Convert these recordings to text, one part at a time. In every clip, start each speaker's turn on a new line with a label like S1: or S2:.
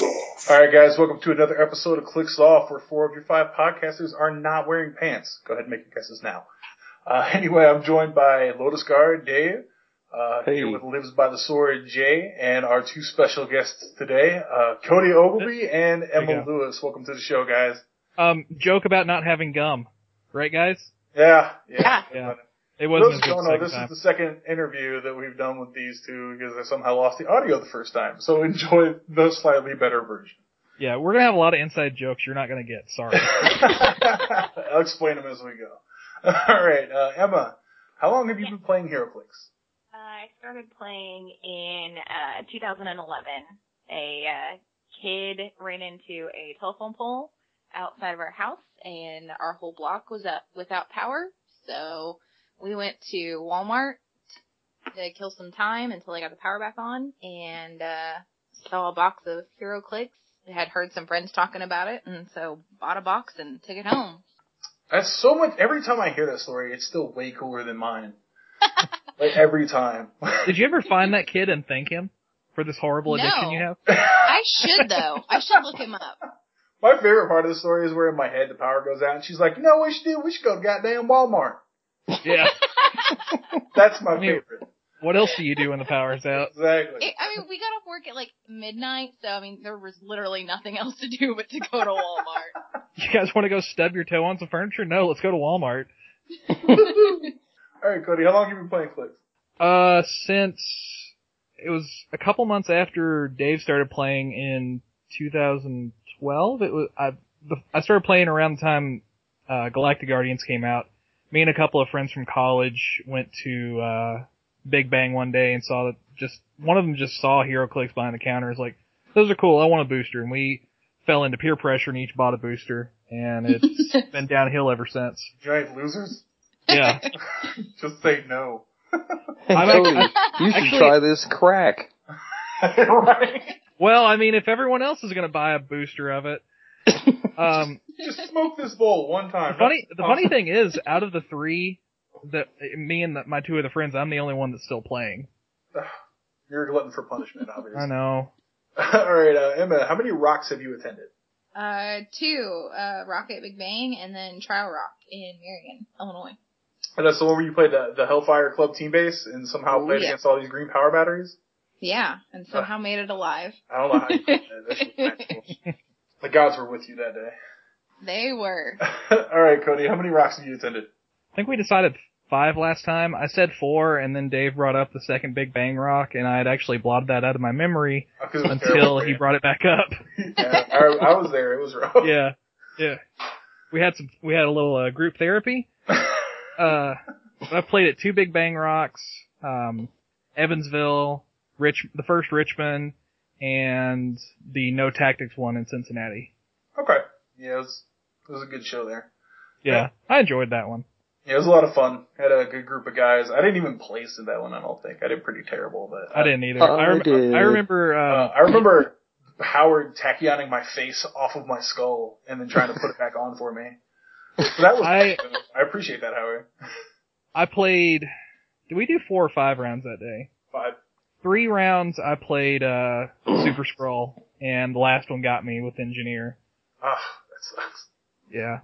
S1: All right, guys, welcome to another episode of Clicks Off, where four of your five podcasters are not wearing pants. Go ahead and make your guesses now. Uh, anyway, I'm joined by Lotus Guard, Dave, uh,
S2: Hey.
S1: here with Lives by the Sword, Jay, and our two special guests today, uh, Cody Ogilvie and Emma
S3: go.
S1: Lewis. Welcome to the show, guys.
S3: Um, joke about not having gum, right, guys?
S1: Yeah, yeah.
S3: Yeah. It
S1: Those
S3: wasn't as
S1: who
S3: good
S1: don't
S3: the
S1: know,
S3: second
S1: this
S3: time.
S1: is the second interview that we've done with these two because I somehow lost the audio the first time. So enjoy the slightly better version.
S3: Yeah, we're gonna have a lot of inside jokes you're not gonna get. Sorry.
S1: I'll explain them as we go. All right, uh, Emma, how long have you been playing HeroClix?
S4: Uh, I started playing in uh, 2011. A uh, kid ran into a telephone pole outside of our house, and our whole block was up without power. So we went to Walmart to kill some time until they got the power back on, and uh, saw a box of Hero Clicks. I had heard some friends talking about it, and so bought a box and took it home.
S1: That's so much. Every time I hear that story, it's still way cooler than mine. like every time.
S3: Did you ever find that kid and thank him for this horrible
S4: No.
S3: addiction you have?
S4: I should though. I should look him up.
S1: my favorite part of the story is where in my head the power goes out, and she's like, "You know what we should do? We should go to goddamn Walmart."
S3: Yeah.
S1: That's my
S3: I mean-
S1: favorite.
S3: what else do you do when the power's out?
S1: Exactly.
S4: It, I mean, we got off work at like midnight, so I mean, there was literally nothing else to do but to go to Walmart.
S3: You guys want to go stub your toe on some furniture? No, let's go to Walmart.
S1: All right, Cody, how long have you been playing Clicks?
S3: Uh, since it was a couple months after Dave started playing in 2012, it was I the, I started playing around the time uh, Galactic Guardians came out. Me and a couple of friends from college went to uh, Big Bang one day and saw that just one of them just saw Hero Clicks behind the counter. Is like, those are cool. I want a booster, and we fell into peer pressure and each bought a booster, and it's been downhill ever since.
S1: Giant losers?
S3: Yeah.
S1: Just say no.
S3: I'm
S2: Cody,
S3: act-
S2: you should
S3: actually-
S2: try this crack.
S1: right?
S3: Well, I mean, if everyone else is going to buy a booster of it, um,
S1: Just smoke this bowl one time.
S3: the funny the funny thing is, out of the three, that me and the, my two other friends, I'm the only one that's still playing.
S1: You're a glutton for punishment, obviously.
S3: I know.
S1: All right, uh, Emma, how many rocks have you attended?
S4: uh, two, uh, Rocket Big Bang, and then Trial Rock in Marion, Illinois.
S1: And that's the one where you played the, the Hellfire Club team base and somehow
S4: Oh,
S1: played
S4: yeah.
S1: against all these green power batteries.
S4: Yeah, and somehow made it alive.
S1: I don't know how you did that. That shit was magical. The gods were with you that day.
S4: They were.
S1: all right, Cody, how many rocks have you attended?
S3: I think we decided five last time. I said four, and then Dave brought up the second Big Bang Rock, and I had actually blotted that out of my memory
S1: Uh, 'cause it was terrible
S3: until
S1: for
S3: he
S1: you.
S3: brought it back up.
S1: yeah, I, I was there. It was rough.
S3: Yeah, yeah. We had some. We had a little uh, group therapy. uh, I played at two Big Bang Rocks, um, Evansville, Rich, the first Richmond, and the No Tactics one in Cincinnati.
S1: Okay. Yeah, it was, it was a good show there.
S3: Yeah, I enjoyed that one.
S1: Yeah, it was a lot of fun. Had a good group of guys. I didn't even place in that one. I don't think I did pretty terrible, but
S3: I didn't either.
S2: I
S3: I, rem-
S2: did.
S3: I remember.
S1: Uh,
S3: Um,
S1: I remember Howard tachyoning my face off of my skull and then trying to put it back on for me. So that was.
S3: I-
S1: I appreciate that, Howard.
S3: I played. Did we do four or five rounds that day?
S1: Five.
S3: Three rounds. I played uh, Super Scroll, and the last one got me with Engineer.
S1: Ah, that sucks.
S3: Yeah.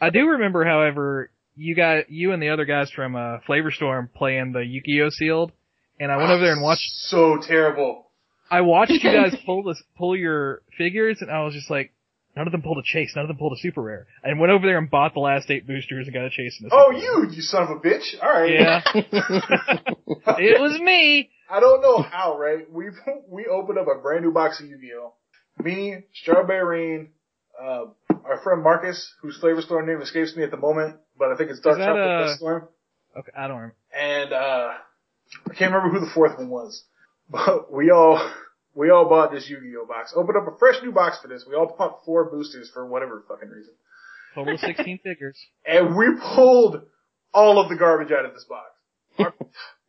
S3: I do remember, however, you got you and the other guys from uh, Flavor Storm playing the Yu-Gi-Oh sealed, and I went over there and watched.
S1: So terrible.
S3: I watched you guys pull this pull your figures, and I was just like, none of them pulled a chase, none of them pulled a super rare, and went over there and bought the last eight boosters and got a chase in the.
S1: Oh,
S3: super
S1: you, you son of a bitch. All right.
S3: rare. Yeah. it was me.
S1: I don't know how, right? We we opened up a brand new box of Yu-Gi-Oh. Me, Strawberry, uh, our friend Marcus, whose flavor storm name escapes me at the moment, but I think it's Dark
S3: Is that,
S1: Chocolate
S3: uh,
S1: Dust Storm.
S3: Okay, I don't remember.
S1: and uh I can't remember who the fourth one was, but we all we all bought this Yu-Gi-Oh box. Opened up a fresh new box for this. We all bought four boosters for whatever fucking reason,
S3: Total of sixteen figures.
S1: and we pulled all of the garbage out of this box. Our-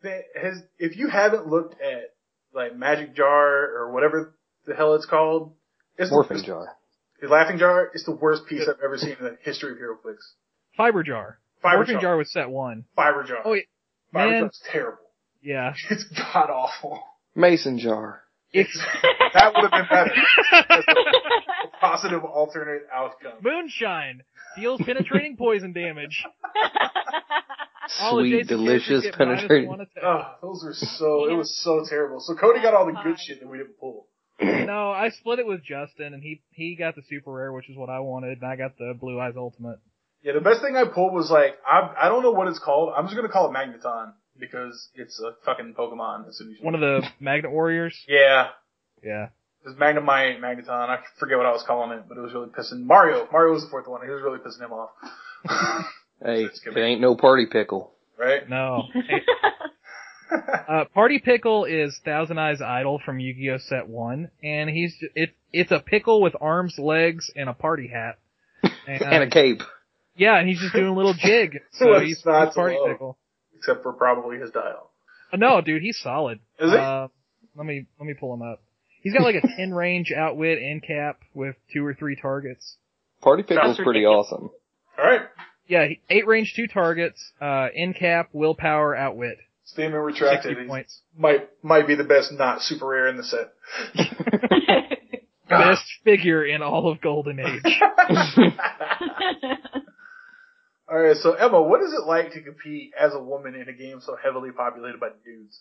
S1: that has, if you haven't looked at like Magic Jar or whatever the hell it's called, it's the
S2: Morphing
S1: worst-
S2: jar.
S1: the Laughing Jar. It's the worst piece I've ever seen in the history of Hero Clicks.
S3: Fiber jar.
S1: Fiber
S3: Morphing
S1: jar.
S3: jar was set one.
S1: Fiber Jar.
S3: Oh yeah,
S1: Fiber
S3: man.
S1: Jar's terrible.
S3: yeah.
S1: It's god awful.
S2: Mason jar.
S3: It's
S1: That would have been better. A positive alternate outcome.
S3: moonshine deals penetrating poison damage. All
S2: Sweet,
S3: adjacent characters
S2: delicious,
S3: get minus
S2: penetrating.
S3: one attack.
S1: Oh, those were so, it was so terrible. So Cody got all the good shit that we didn't pull.
S3: No, I split it with Justin, and he he got the super rare, which is what I wanted, and I got the blue eyes ultimate.
S1: Yeah, the best thing I pulled was like, I, I don't know what it's called. I'm just gonna call it Magneton because it's a fucking Pokemon. It's a new-
S3: One of the magnet warriors.
S1: Yeah.
S3: Yeah.
S1: It was Magnemite, Magneton. I forget what I was calling it, but it was really pissing Mario. Mario was the fourth one. He was really pissing him off.
S2: Hey,
S1: It's
S2: it
S1: gonna be-
S2: ain't no party pickle.
S1: right?
S3: No. Hey, uh, Party Pickle is Thousand Eyes Idol from Yu-Gi-Oh Set One, and he's ju- it it's a pickle with arms, legs, and a party hat. And,
S2: and a cape.
S3: yeah, and he's just doing a little jig. So
S1: What's
S3: he's, he's
S1: not to
S3: Party
S1: love?
S3: Pickle.
S1: Except for probably his dial.
S3: Uh, No, dude, he's solid.
S1: Is he?
S3: Uh, let me let me pull him up. He's got like a ten range outwit end cap with two or three targets.
S2: Party pickle's
S5: Sounds
S2: pretty
S5: ridiculous.
S2: awesome.
S1: Alright.
S3: Yeah, he- eight range, two targets, uh, end cap, willpower, outwit,
S1: Statement retracted.
S3: sixty
S1: He
S3: points.
S1: might might be the best not super rare in the set.
S3: Best figure in all of Golden Age.
S1: Alright, so Emma, what is it like to compete as a woman in a game so heavily populated by dudes?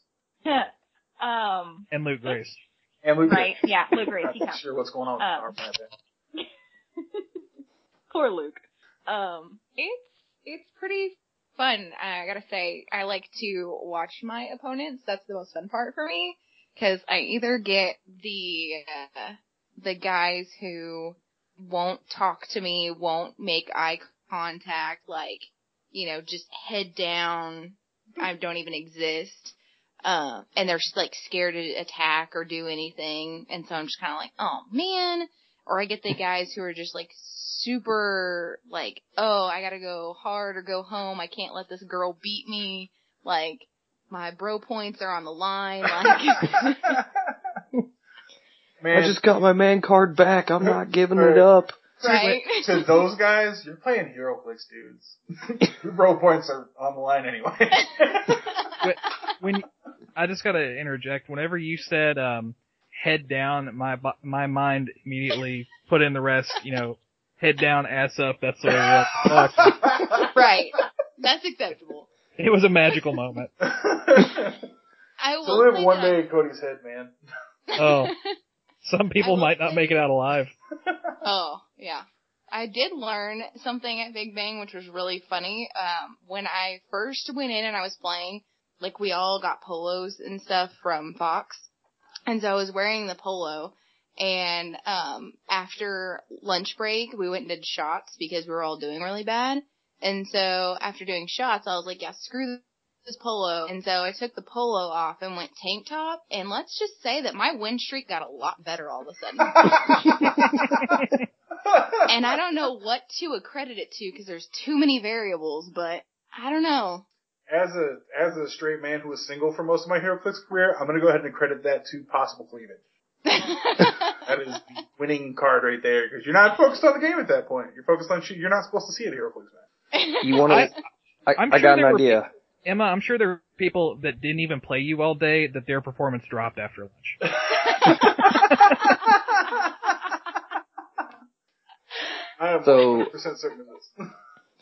S5: um,
S3: and Luke Grace.
S1: And Luke
S5: right, yeah, Luke Grace, he
S1: I'm not
S5: counts.
S1: sure what's going on with
S5: Uh,
S1: our planet.
S5: Poor Luke. Um, it's it's pretty fun. I gotta say, I like to watch my opponents. That's the most fun part for me because I either get the uh, the guys who won't talk to me, won't make eye contact, like you know, just head down. I don't even exist. Uh, and they're just like scared to attack or do anything. And so I'm just kind of like, oh man, or I get the guys who are just like super like, oh, I gotta go hard or go home. I can't let this girl beat me. Like my bro points are on the line. Like,
S1: Man,
S2: I just got my man card back. I'm not giving
S1: Right.
S2: it up.
S5: right?
S1: to those guys, you're playing hero clicks, dudes. Your bro points are on the line anyway.
S3: when I just gotta interject. Whenever you said um, head down, my bo- my mind immediately put in the rest. You know, head down, ass up. That's the way it was. Fuck.
S5: right. That's acceptable.
S3: It was a magical moment.
S1: it's
S5: I will.
S1: only
S5: say
S1: one
S5: that-
S1: day in Cody's head, man.
S3: Oh, some people
S5: will
S3: might not
S5: say-
S3: make it out alive.
S5: Oh, yeah. I did learn something at Big Bang, which was really funny. Um, when I first went in and I was playing, like we all got polos and stuff from Fox. And so I was wearing the polo and, um, after lunch break, we went and did shots because we were all doing really bad. And so after doing shots, I was like, yeah, screw this polo. And so I took the polo off and went tank top. And let's just say that my win streak got a lot better all of a sudden and I don't know what to accredit it to because there's too many variables, but I don't know.
S1: as a as a straight man who was single for most of my hero clicks career, I'm gonna go ahead and credit that to possible cleavage. That is the winning card right there because you're not focused on the game at that point. You're focused on shit you're not supposed to see at hero clicks. Man.
S2: You want to? I, I,
S3: I'm sure
S2: got an
S3: there were
S2: idea.
S3: Emma, I'm sure there are people that didn't even play you all day that their performance dropped after lunch.
S1: I am
S2: So-
S1: 100 percent certain of this.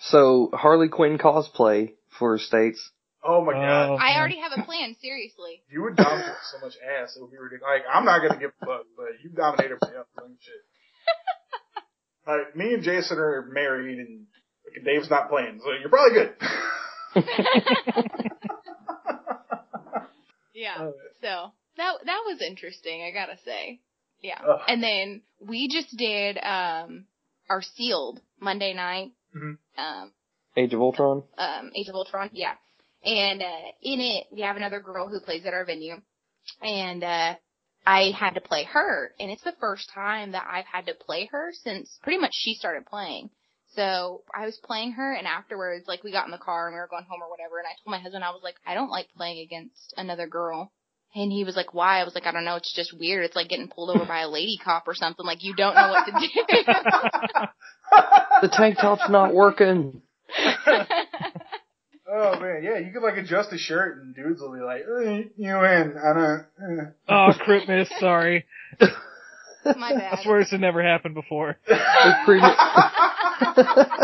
S2: So Harley Quinn cosplay for states.
S1: Oh my god.
S3: Oh,
S5: I
S3: man.
S5: already have a plan, seriously.
S1: You would dominate so much ass, it would be ridiculous. Like, I'm not gonna give a fuck, but you dominate everybody else and shit. Like, me and Jason are married and like, Dave's not playing, so you're probably good. Uh,
S5: Yeah. So that that was interesting, I gotta say. Yeah.
S1: Ugh.
S5: And then we just did um our sealed Monday night.
S1: Mhm.
S5: Um
S2: Age of Ultron.
S5: um, Age of Ultron. Yeah. And uh, in it, we have another girl who plays at our venue, and uh, I had to play her, and it's the first time that I've had to play her since pretty much she started playing. So I was playing her, and afterwards, like we got in the car and we were going home or whatever, and I told my husband I was like, I don't like playing against another girl. And he was like, why? I was like, I don't know. It's just weird. It's like getting pulled over by a lady cop or something. Like you don't know what to do.
S2: The tank top's not working.
S1: oh Oh man, yeah, you could like adjust the shirt and dudes will be like, eh, you win, I don't, eh.
S3: Oh, crit miss. Sorry.
S5: My bad.
S3: I swear this had never happened before.
S1: uh."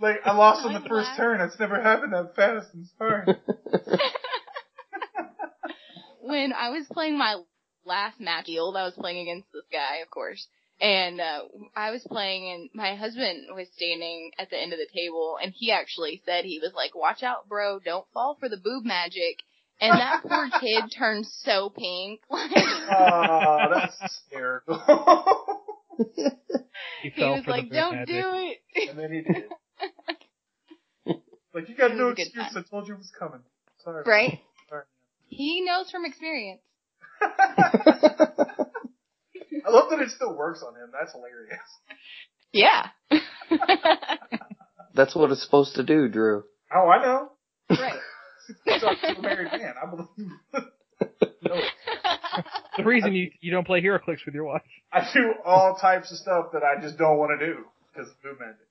S1: like I lost on
S5: I'm
S1: the first
S5: glad.
S1: turn. That's never happened that fast. I'm sorry.
S5: when I was playing my last match guild, I was playing against this guy, of course. And uh, I was playing, and my husband was standing at the end of the table, and he actually said he was like, "Watch out, bro! Don't fall for the boob magic." And that poor kid turned so pink. Like
S1: oh, that's hysterical.
S3: He
S5: he
S3: fell
S5: was
S3: for
S5: like,
S3: the boot
S5: "Don't
S3: magic.
S5: do it."
S1: and then he did. Like you got
S5: It was
S1: no
S5: a good
S1: excuse. I told you it was coming. Sorry.
S5: Right?
S1: Sorry.
S5: He knows from experience.
S1: I love that it still works on him. That's hilarious.
S5: Yeah.
S2: That's what it's supposed to do, Drew.
S1: Oh, I know.
S5: right.
S1: Talk to a married man. I believe. no,
S3: The reason you you don't play HeroClix with your wife.
S1: I do all types of stuff that I just don't want to do because of food magic.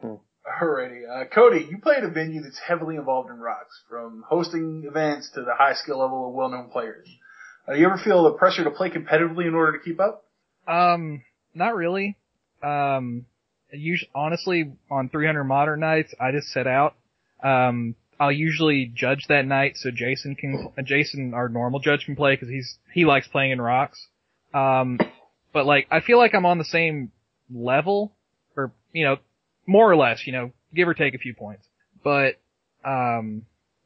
S2: Hmm.
S1: Alrighty, uh, Cody, you play at a venue that's heavily involved in rocks, from hosting events to the high skill level of well-known players. Uh, you ever feel the pressure to play competitively in order to keep up?
S3: Um, not really. Um, usually, honestly, on 300 modern nights, I just set out. Um, I'll usually judge that night so Jason can, uh, Jason, our normal judge can play because he's, he likes playing in rocks. Um, but like, I feel like I'm on the same level or, you know, more or less, you know, give or take a few points. But, um,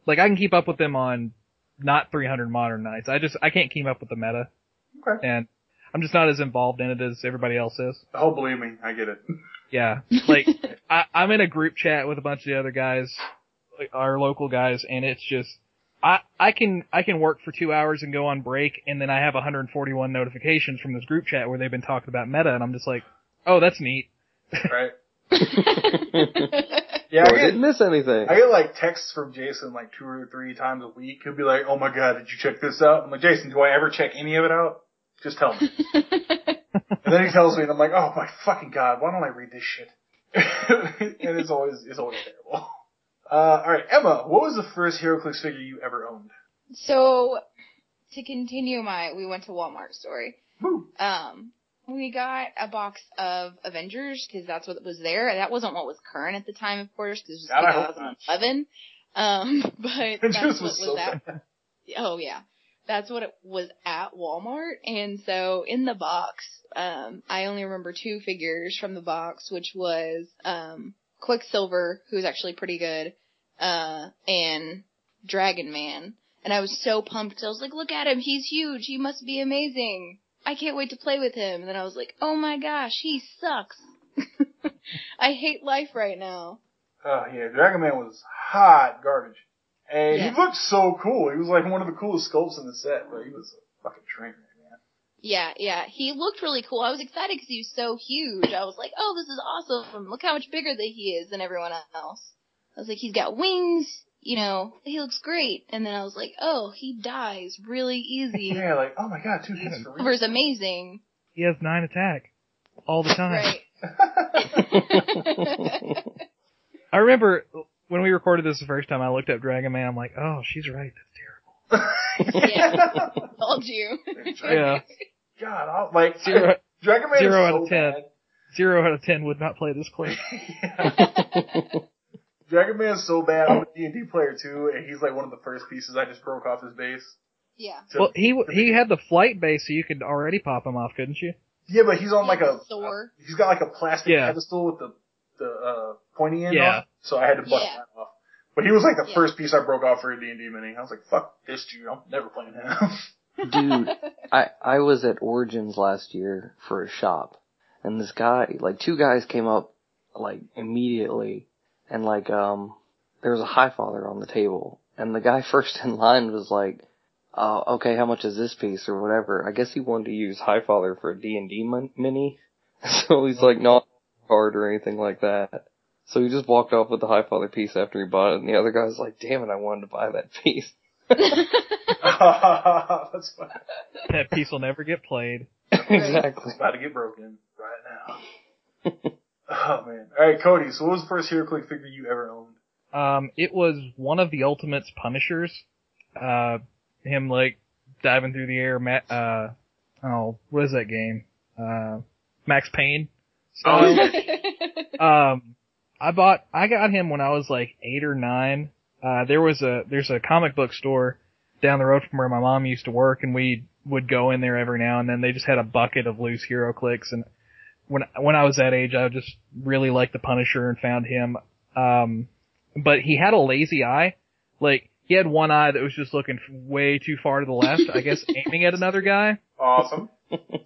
S3: like I can keep up with them on not 300 modern nights. I just, I can't keep up with the meta
S1: Okay.
S3: and I'm just not as involved in it as everybody else is.
S1: Oh, believe me, I get it.
S3: Yeah, like I, I'm in a group chat with a bunch of the other guys, like our local guys, and it's just I I can I can work for two hours and go on break, and then I have 141 notifications from this group chat where they've been talking about meta, and I'm just like, oh, that's neat.
S1: Right?
S5: That's
S1: Yeah,
S2: Or
S1: I
S2: I
S1: get,
S2: didn't miss anything.
S1: I get like texts from Jason like two or three times a week. He'll be like, "Oh my god, did you check this out?" I'm like, "Jason, do I ever check any of it out? Just tell me." and then he tells me, and I'm like, "Oh my fucking god, why don't I read this shit?" and it's always it's always terrible. Uh, all right, Emma, what was the first HeroClix figure you ever owned?
S5: So, to continue my we went to Walmart story.
S1: Woo.
S5: Um, we got a box of Avengers because that's what was there. That wasn't what was current at the time, of course, because it
S1: God, I hope
S5: was
S1: not.
S5: 2011. Um, but that's
S1: Avengers
S5: what
S1: was
S5: was
S1: so
S5: at.
S1: bad.
S5: Oh yeah, that's what it was at Walmart. And so in the box, um, I only remember two figures from the box, which was um Quicksilver, who's actually pretty good, uh, and Dragon Man. And I was so pumped. I was like, look at him. He's huge. He must be amazing. I can't wait to play with him. And then I was like, oh my gosh, he sucks. I hate life right now.
S1: Oh yeah, Dragon Man was hot garbage, and
S5: Yeah.
S1: he looked so cool. He was like one of the coolest sculpts in the set, but he was a fucking train wreck, man.
S5: Yeah, yeah. He looked really cool. I was excited because he was so huge. I was like, oh, this is awesome. Look how much bigger that he is than everyone else. I was like, he's got wings. You know, he looks great. And then I was like, oh, he dies really easy.
S1: Yeah, like, oh my god, dude, he's for real.
S5: Silver's amazing.
S3: He has nine attack all the time.
S5: Right.
S3: I remember when we recorded this the first time, I looked up Dragon Man. I'm like, oh, she's right. That's
S5: yeah. Told you.
S3: terrible.
S1: God, I, like,
S3: Yeah, zero
S1: Dragon Man
S3: zero
S1: is
S3: out
S1: so
S3: of ten. zero out of ten would not play this clip.
S1: bad. Dragon Man is so bad. I'm a D&D player too, and he's like one of the first pieces I just broke off his base.
S5: Yeah.
S1: So-
S3: Well, he he had the flight base, so you could already pop him off, couldn't you?
S1: yeah, but he's on like a,
S5: Sore.
S1: he's got like a plastic
S3: Yeah.
S1: pedestal with the, the, uh, pointy end
S3: Yeah.
S1: on, it, so I had to bust
S5: Yeah.
S1: that off. But he was like the
S5: Yeah.
S1: first piece I broke off for a D&D mini. I was like, fuck this dude, I'm never playing him.
S2: Dude, I, I was at Origins last year for a shop, and this guy, like two guys came up, like immediately, and like, um, there was a high father on the table, and the guy first in line was like, uh, okay, how much is this piece or whatever? I guess he wanted to use high father for a D&D mon- mini, so he's like not hard or anything like that. So he just walked off with the high father piece after he bought it, and the other guy's like, damn it, I wanted to buy that piece.
S1: That's funny.
S3: That piece will never get played.
S2: exactly.
S1: About to get broken right now. oh man. Alright, Cody, so what was the first HeroClix figure you ever owned?
S3: Um, it was one of the Ultimate's Punishers. Uh, him like diving through the air. Ma- uh, oh, what is that game? Uh, Max Payne.
S1: Oh,
S3: style. um, I bought, I got him when I was like eight or nine. Uh, there was a, there's a comic book store down the road from where my mom used to work and we would go in there every now and then. They just had a bucket of loose hero clicks and when, when I was that age, I just really liked the Punisher and found him. Um, but he had a lazy eye. Like, he had one eye that was just looking way too far to the left, I guess aiming at another guy.
S1: Awesome.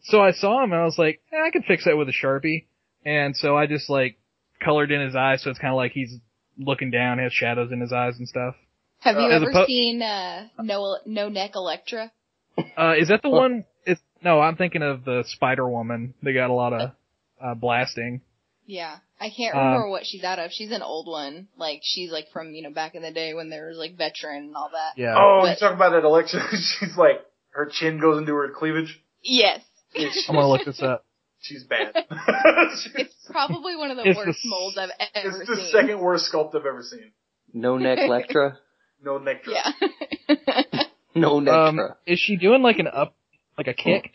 S3: So I saw him and I was like, eh, I could fix that with a sharpie. And so I just like colored in his eyes, so it's kind of like he's looking down, has shadows in his eyes and stuff.
S5: Have you
S3: Uh,
S5: ever
S3: the po-
S5: seen uh, No No Neck Electra?
S3: Uh, is that the one? It's, no, I'm thinking of the Spider Woman. They got a lot of uh, blasting.
S5: Yeah, I can't
S3: Uh,
S5: remember what she's out of. She's an old one, like she's like from you know back in the day when there was like veteran and all that.
S3: Yeah.
S1: Oh, you
S5: But-
S1: talking about that election? She's like, her chin goes into her cleavage.
S5: Yes,
S1: Yeah, she-
S3: I'm gonna look this up.
S1: she's bad.
S5: it's probably one of the
S3: It's the
S5: worst
S3: s-
S5: molds I've ever
S1: it's the
S5: seen.
S1: second worst sculpt I've ever seen.
S2: No neck Lectra.
S1: No neck dress.
S5: Yeah.
S2: No
S3: Um,
S2: Nectra.
S3: is she doing like an up, like a kick?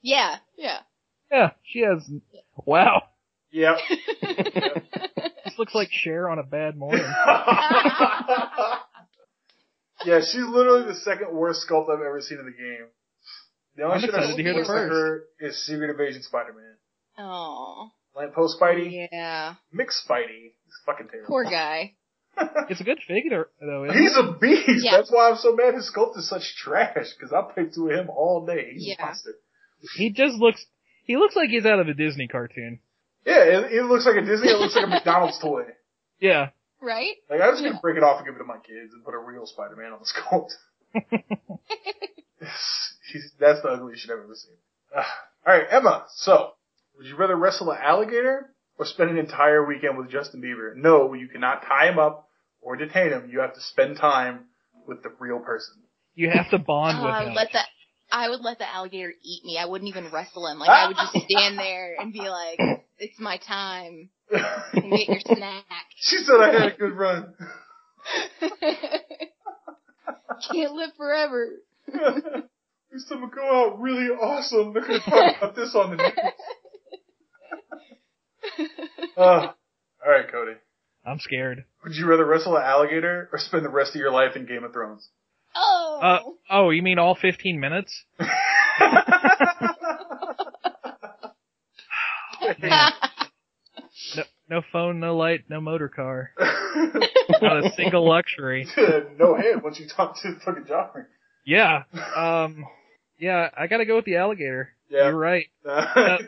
S5: yeah, yeah.
S3: Yeah, she has. Wow,
S1: Yep.
S3: this looks like Cher on a bad morning.
S1: yeah, she's literally the second worst sculpt I've ever seen in the game. The only
S3: I'm
S1: shit I've
S5: excited to hear
S1: seen
S5: the
S1: with her is Secret Invasion Spider-Man.
S5: Oh,
S1: Lamp Post Spidey,
S5: yeah.
S1: Mix Spidey. He's fucking terrible.
S5: Poor guy.
S3: It's a good figure though. Isn't
S1: He's
S3: it?
S1: a beast.
S5: Yeah.
S1: That's why I'm so mad his sculpt is such trash, because I played through him all day. He's a
S5: Yeah.
S1: monster.
S3: He just looks. He looks like he's out of a Disney cartoon.
S1: Yeah, it, it looks like a Disney, it looks like a McDonald's toy.
S3: Yeah.
S5: Right?
S1: Like, I'm just gonna break it off and give it to my kids and put a real Spider-Man on the sculpt. She's, that's the ugliest shit I've ever seen. Alright, Emma, so, would you rather wrestle an alligator or spend an entire weekend with Justin Bieber? No, you cannot tie him up or detain him. You have to spend time with the real person.
S3: You have to bond
S5: Oh, I
S3: with
S5: would
S3: him.
S5: let the I would let the alligator eat me. I wouldn't even wrestle him. Like I would just stand there and be like, "It's my time. Come Get your snack."
S1: she said I had a good run.
S5: Can't live forever.
S1: This time will go out really awesome. They're gonna talk about this on the news. Uh, alright, Cody.
S3: I'm scared.
S1: Would you rather wrestle an alligator or spend the rest of your life in Game of Thrones?
S5: Oh.
S3: Uh, oh, you mean all 15 minutes? Man, no, no phone, no light, no motor car, not a single luxury.
S1: no head once you talk to fucking Joffrey.
S3: Yeah, um, yeah, I gotta go with the alligator.
S1: Yeah.
S3: You're right.
S1: Uh,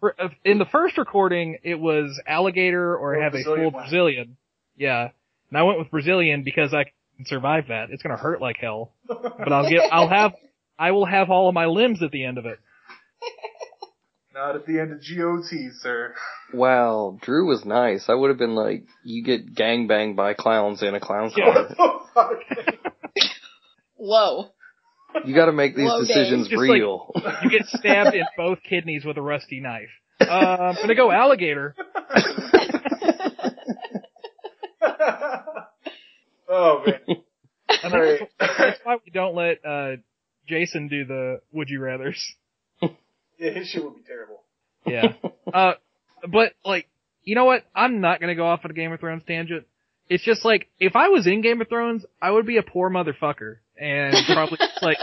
S3: For- uh, In the first recording, it was alligator or
S1: Or
S3: have
S1: Brazilian
S3: a full
S1: wax.
S3: Brazilian. Yeah, and I went with Brazilian because I can survive that. It's gonna hurt like hell, but I'll get, I'll have, I will have all of my limbs at the end of it.
S1: not at the end of GOT, sir.
S2: Wow, Drew was nice. I would have been like, you get gangbanged by clowns in a clown's
S3: Yeah.
S1: What
S2: car.
S1: the fuck?
S5: Whoa.
S2: You got to make these
S5: Whoa, Dave.
S2: decisions
S3: Just like-
S2: real.
S3: You get stabbed in both kidneys with a rusty knife. Uh, I'm gonna go alligator.
S1: oh man.
S3: I think
S1: Alright.
S3: that's why we don't let uh, Jason do the would you rather's.
S1: yeah, his shit would be terrible.
S3: Yeah. uh, but like, you know what? I'm not gonna go off on a Game of Thrones tangent. It's just like if I was in Game of Thrones, I would be a poor motherfucker and probably just, like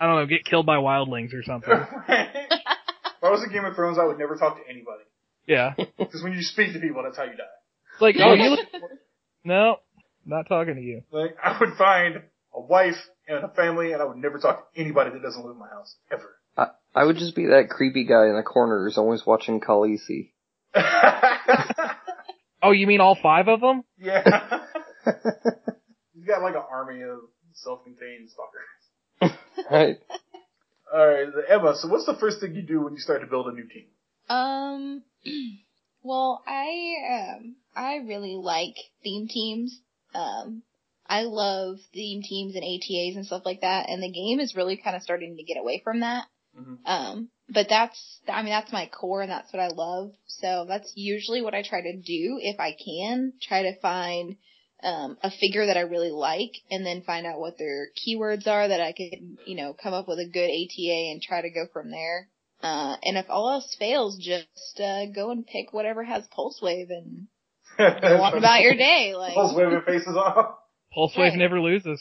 S3: I don't know, get killed by wildlings or something.
S1: if I was in Game of Thrones, I would never talk to anybody.
S3: Yeah.
S1: Because when you speak to people, that's how you die.
S3: It's like, oh, you look no, not talking to you.
S1: Like, I would find a wife and a family, and I would never talk to anybody that doesn't live in my house ever.
S2: I, I would just be that creepy guy in the corner who's always watching Khaleesi.
S3: Oh, you mean all five of them?
S1: yeah, he's got like an army of self-contained stalkers.
S2: Right?
S1: All right, Emma. So, what's the first thing you do when you start to build a new team?
S5: Um, well, I um, I really like theme teams. Um, I love theme teams and ATAs and stuff like that, and the game is really kind of starting to get away from that.
S1: Mhm.
S5: Um, but that's, I mean, that's my core and that's what I love. So that's usually what I try to do if I can. Try to find um, a figure that I really like and then find out what their keywords are that I could, you know, come up with a good ATA and try to go from there. Uh, and if all else fails, just, uh, go and pick whatever has pulse wave and go
S2: Mm-hmm.
S5: on about your Oh, day. Like,
S1: Those women faces off.
S3: Pulsewave
S5: Right.
S3: never loses.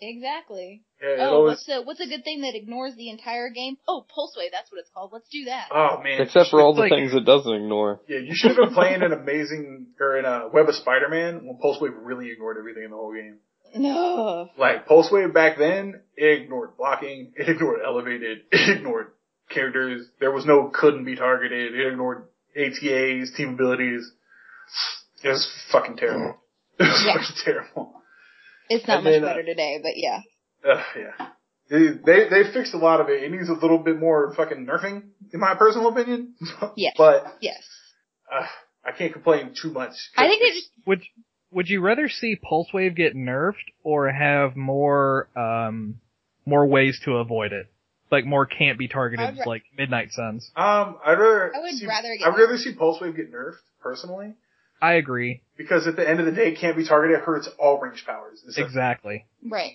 S5: exactly.
S1: Yeah, it
S5: Oh,
S1: always.
S5: what's a, what's a good thing that ignores the entire game? Oh, pulse wave. That's what it's called. Let's do that.
S1: Oh man.
S2: Except for all the
S3: Like-
S2: things it doesn't ignore.
S1: Yeah, you should have been playing an amazing or in a Web of Spider-Man when Pulsewave really ignored everything in the whole game.
S5: No.
S1: Like Pulsewave back then, it ignored blocking, it ignored elevated, it ignored characters. There was no couldn't be targeted. It ignored ATAs, team abilities. It was fucking terrible. It was
S5: Yeah.
S1: fucking terrible.
S5: It's not
S1: And
S5: much
S1: then, uh,
S5: better today, but yeah.
S1: Ugh, yeah. They, they they fixed a lot of it. It needs a little bit more fucking nerfing, in my personal opinion.
S5: Yes.
S1: But
S5: Yes.
S1: uh, I can't complain too much.
S5: I think it just,
S3: Would Would you rather see Pulsewave get nerfed or have more um more ways to avoid it, like more can't be
S5: I
S3: targeted,
S5: would ra-
S3: like Midnight Suns?
S1: Um, I'd rather.
S5: I would
S1: see,
S5: rather get
S1: I'd rather see Pulsewave get nerfed personally,
S3: I agree.
S1: because at the end of the day, it can't be targeted. It hurts all range powers. It's a-
S3: Exactly.
S5: right.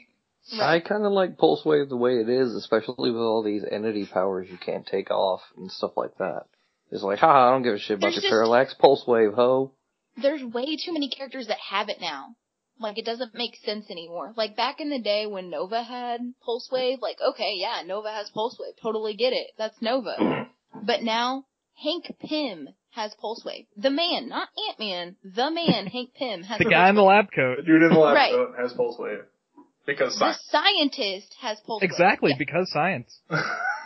S2: I
S5: Right.
S2: kind of like Pulse Wave the way it is, especially with all these entity powers you can't take off and stuff like that. It's like, haha, I don't give a shit about
S5: There's
S2: your
S5: just-
S2: parallax. Pulse Wave, ho.
S5: There's way too many characters that have it now. Like it doesn't make sense anymore. Like back in the day when Nova had Pulse Wave, like okay, yeah, Nova has Pulse Wave. Totally get it. That's Nova. but now Hank Pym has Pulse Wave. The man, not Ant Man. The man, Hank Pym has
S3: The
S5: Pulse
S3: guy in the
S5: Wave.
S3: lab
S1: The
S3: coat.
S1: dude in the lab
S5: Right.
S1: coat has Pulsewave because
S5: The
S1: science.
S5: scientist has Pulse
S3: Exactly,
S5: Wave.
S3: because science.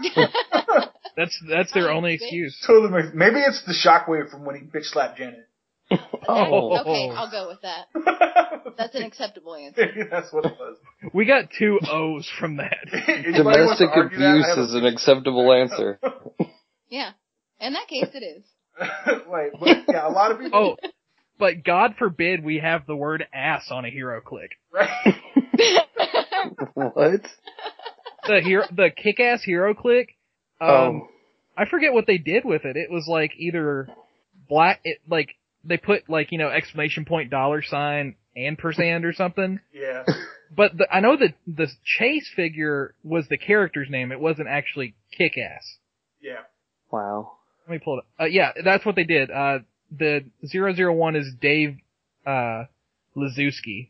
S5: Yeah.
S3: That's that's their
S5: Science,
S3: only
S5: bitch.
S3: excuse.
S1: totally makes, maybe it's the shockwave from when he bitch slapped Janet.
S2: Oh.
S5: Okay, I'll go with that. That's an acceptable answer.
S1: Maybe that's what it was.
S3: We got two O's from that.
S1: Anybody wants to
S2: Domestic
S1: argue that, I
S2: abuse
S1: have a
S2: is an acceptable answer.
S5: Yeah. In that case, it is.
S1: like, but yeah, a lot of people.
S3: Oh, but God forbid we have the word ass on a hero click.
S1: Right?
S2: what?
S3: The hero, the kick-ass hero click. Um,
S2: oh.
S3: I forget what they did with it. It was like either black, it like they put like you know exclamation point dollar sign and percent or something.
S1: Yeah.
S3: But the, I know that the chase figure was the character's name. It wasn't actually kick-ass.
S1: Yeah.
S2: Wow.
S3: Let me pull it up. Uh, yeah, that's what they did. Uh, the 001 is Dave, uh, Lazewski.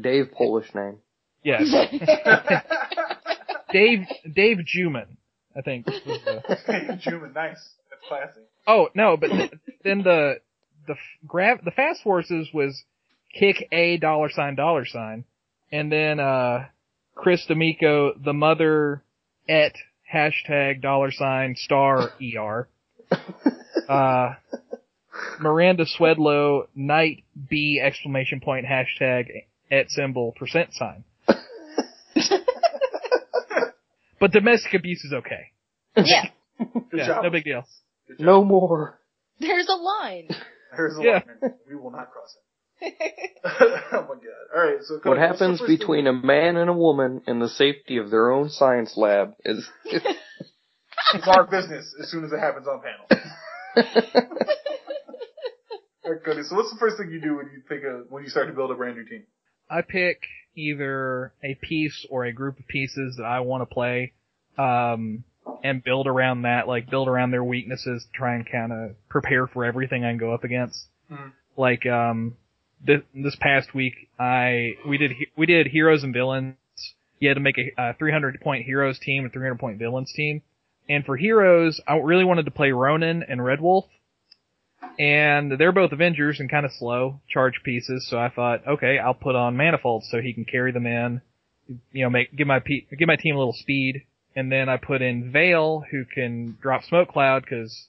S2: Dave Polish name.
S3: Yes. Dave, Dave Juman, I think. was the-
S1: Juman, nice. That's classy.
S3: oh, no, but th- then the, the f- grav, the fast forces was kick a dollar sign dollar sign. And then, uh, Chris D'Amico, the mother at hashtag dollar sign star ER. Uh, Miranda Swedlow, night B exclamation point hashtag at symbol percent sign. but domestic abuse is okay.
S5: Yeah.
S1: Good
S3: Yeah,
S1: job.
S3: no big deal.
S1: Good job.
S2: No more.
S5: There's a line.
S1: There's a
S3: Yeah.
S1: line. We will not cross it. oh my god. Alright, so Cody,
S2: What
S1: what's the
S2: happens
S1: first thing-
S2: between a man and a woman in the safety of their own science lab is
S1: It's our business as soon as it happens on panel. Alright, Cody, so what's the first thing you do when you think of when you start to build a brand new team?
S3: I pick either a piece or a group of pieces that I want to play, um, and build around that, like build around their weaknesses, try and kind of prepare for everything I can go up against.
S1: Mhm.
S3: Like, um, this, this past week, I, we did, he- we did heroes and villains. You had to make a, uh 300 point heroes team and 300 point villains team. And for heroes, I really wanted to play Ronin and Red Wolf. And they're both Avengers and kind of slow charge pieces, so I thought, okay, I'll put on Manifold so he can carry them in, you know, make give my pe- give my team a little speed, and then I put in Vale who can drop Smoke Cloud because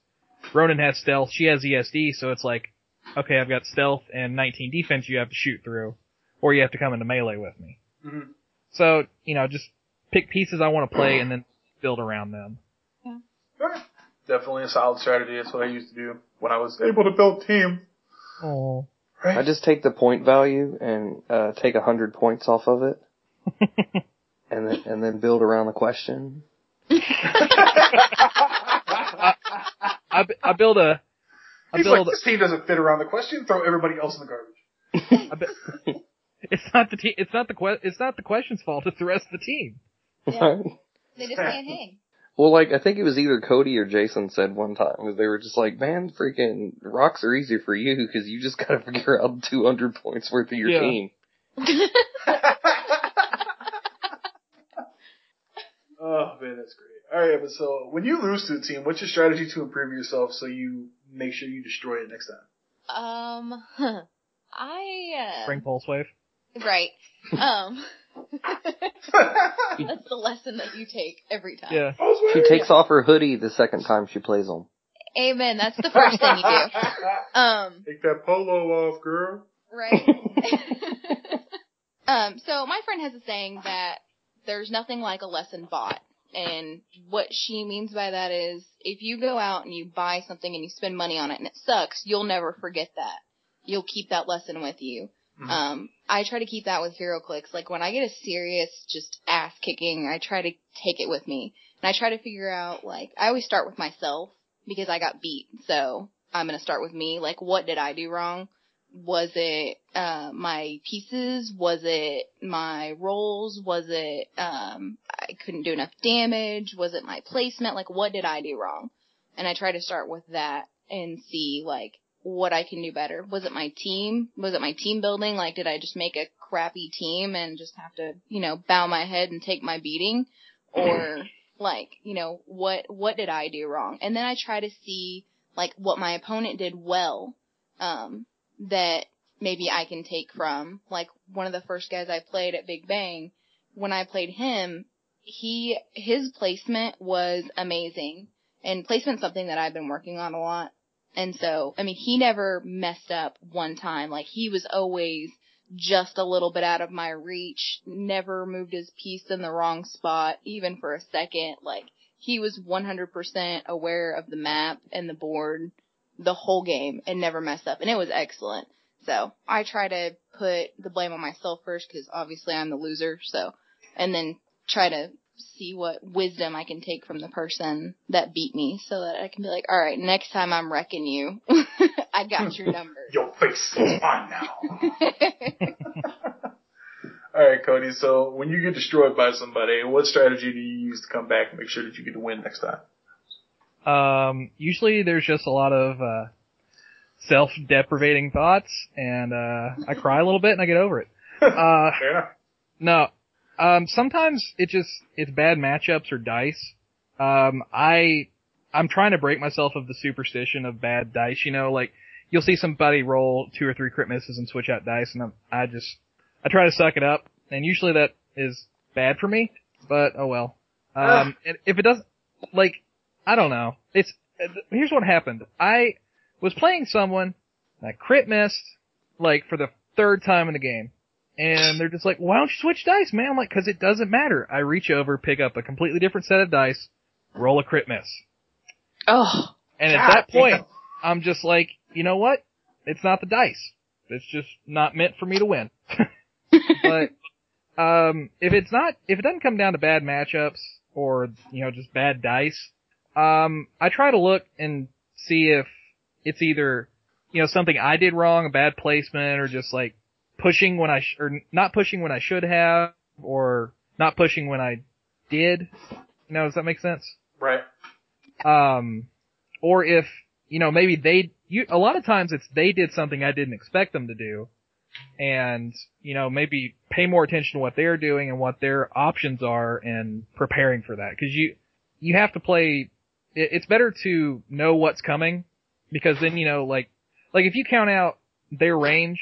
S3: Ronan has stealth, she has ESD, so it's like, okay, I've got stealth and 19 defense you have to shoot through, or you have to come into melee with me.
S1: Mhm.
S3: So you know, just pick pieces I want to play and then build around them.
S1: Alright. Definitely a solid strategy. That's what I used to do when I was able to build team.
S3: Oh,
S1: Right?
S2: I just take the point value and uh, take a hundred points off of it, and then and then build around the question.
S3: I, bu- I build a I
S1: He's
S3: build
S1: like, this team doesn't fit around the question. Throw everybody else in the garbage.
S3: I bet- it's not the team. It's not the que- It's not the question's fault. It's the rest of the team.
S5: Yeah. They just can't hang.
S2: Well, like I think it was either Cody or Jason said one time 'cause they were just like, "Man, freaking rocks are easy for you because you just got to figure out 200 points worth of your
S3: Yeah.
S2: team."
S1: oh man, that's great. All right, but so when you lose to a team, what's your strategy to improve yourself so you make sure you destroy it next time?
S5: Um, huh. I, uh,
S3: Bring pulse wave.
S5: right. Um, that's the lesson that you take every time.
S3: Yeah.
S2: She takes off her hoodie the second time she plays them.
S5: Amen. That's the first thing you do. Um,
S1: Take that polo off, girl.
S5: right. um, so my friend has a saying that there's nothing like a lesson bought. And what she means by that is if you go out and you buy something and you spend money on it and it sucks, you'll never forget that. You'll keep that lesson with you.
S1: Mhm.
S5: Um, I try to keep that with hero clicks. Like when I get a serious just ass kicking, I try to take it with me. And I try to figure out like I always start with myself because I got beat. So I'm going to start with me. Like what did I do wrong? was it uh my pieces was it my rolls was it um i couldn't do enough damage was it my placement like what did i do wrong and i try to start with that and see like what i can do better was it my team was it my team building like did i just make a crappy team and just have to you know bow my head and take my beating or like you know what what did i do wrong and then i try to see like what my opponent did well um that maybe I can take from. Like one of the first guys I played at Big Bang, when I played him, he his placement was amazing. And placement's something that I've been working on a lot. And so, I mean, he never messed up one time. Like he was always just a little bit out of my reach, never moved his piece in the wrong spot, even for a second. Like he was 100% aware of the map and the board the whole game and never messed up. And it was excellent. So I try to put the blame on myself first because obviously I'm the loser. So, and then try to see what wisdom I can take from the person that beat me so that I can be like, all right, next time I'm wrecking you, I got your number.
S1: Your face
S5: Mm.
S1: is mine now. All right, Cody. So when you get destroyed by somebody, what strategy do you use to come back and make sure that you get the win next time?
S3: Um, usually there's just a lot of uh, self-deprivating thoughts, and uh, I cry a little bit and I get over it. Uh,
S1: Fair enough.
S3: no, um, sometimes it just it's bad matchups or dice. Um, I I'm trying to break myself of the superstition of bad dice. You know, like you'll see somebody roll two or three crit misses and switch out dice, and I'm, I just I try to suck it up, and usually that is bad for me. But oh well. Um, and if it doesn't, like I don't know. It's uh, th- here's what happened. I was playing someone, and I crit missed like for the third time in the game, and they're just like, "Why don't you switch dice, man?" I'm like, "Cause it doesn't matter." I reach over, pick up a completely different set of dice, roll a crit miss,
S5: oh,
S3: and
S1: God
S3: at that
S1: damn.
S3: point, I'm just like, you know what? It's not the dice. It's just not meant for me to win. but um, if it's not, if it doesn't come down to bad matchups or you know just bad dice, um, I try to look and see if it's either you know something I did wrong, a bad placement, or just like pushing when I sh- or not pushing when I should have, or not pushing when I did. You know, does that make sense?
S1: Right.
S3: um, or if you know maybe they you a lot of times it's they did something I didn't expect them to do, and you know maybe pay more attention to what they're doing and what their options are and preparing for that because you you have to play. It, it's better to know what's coming because then you know like like if you count out their range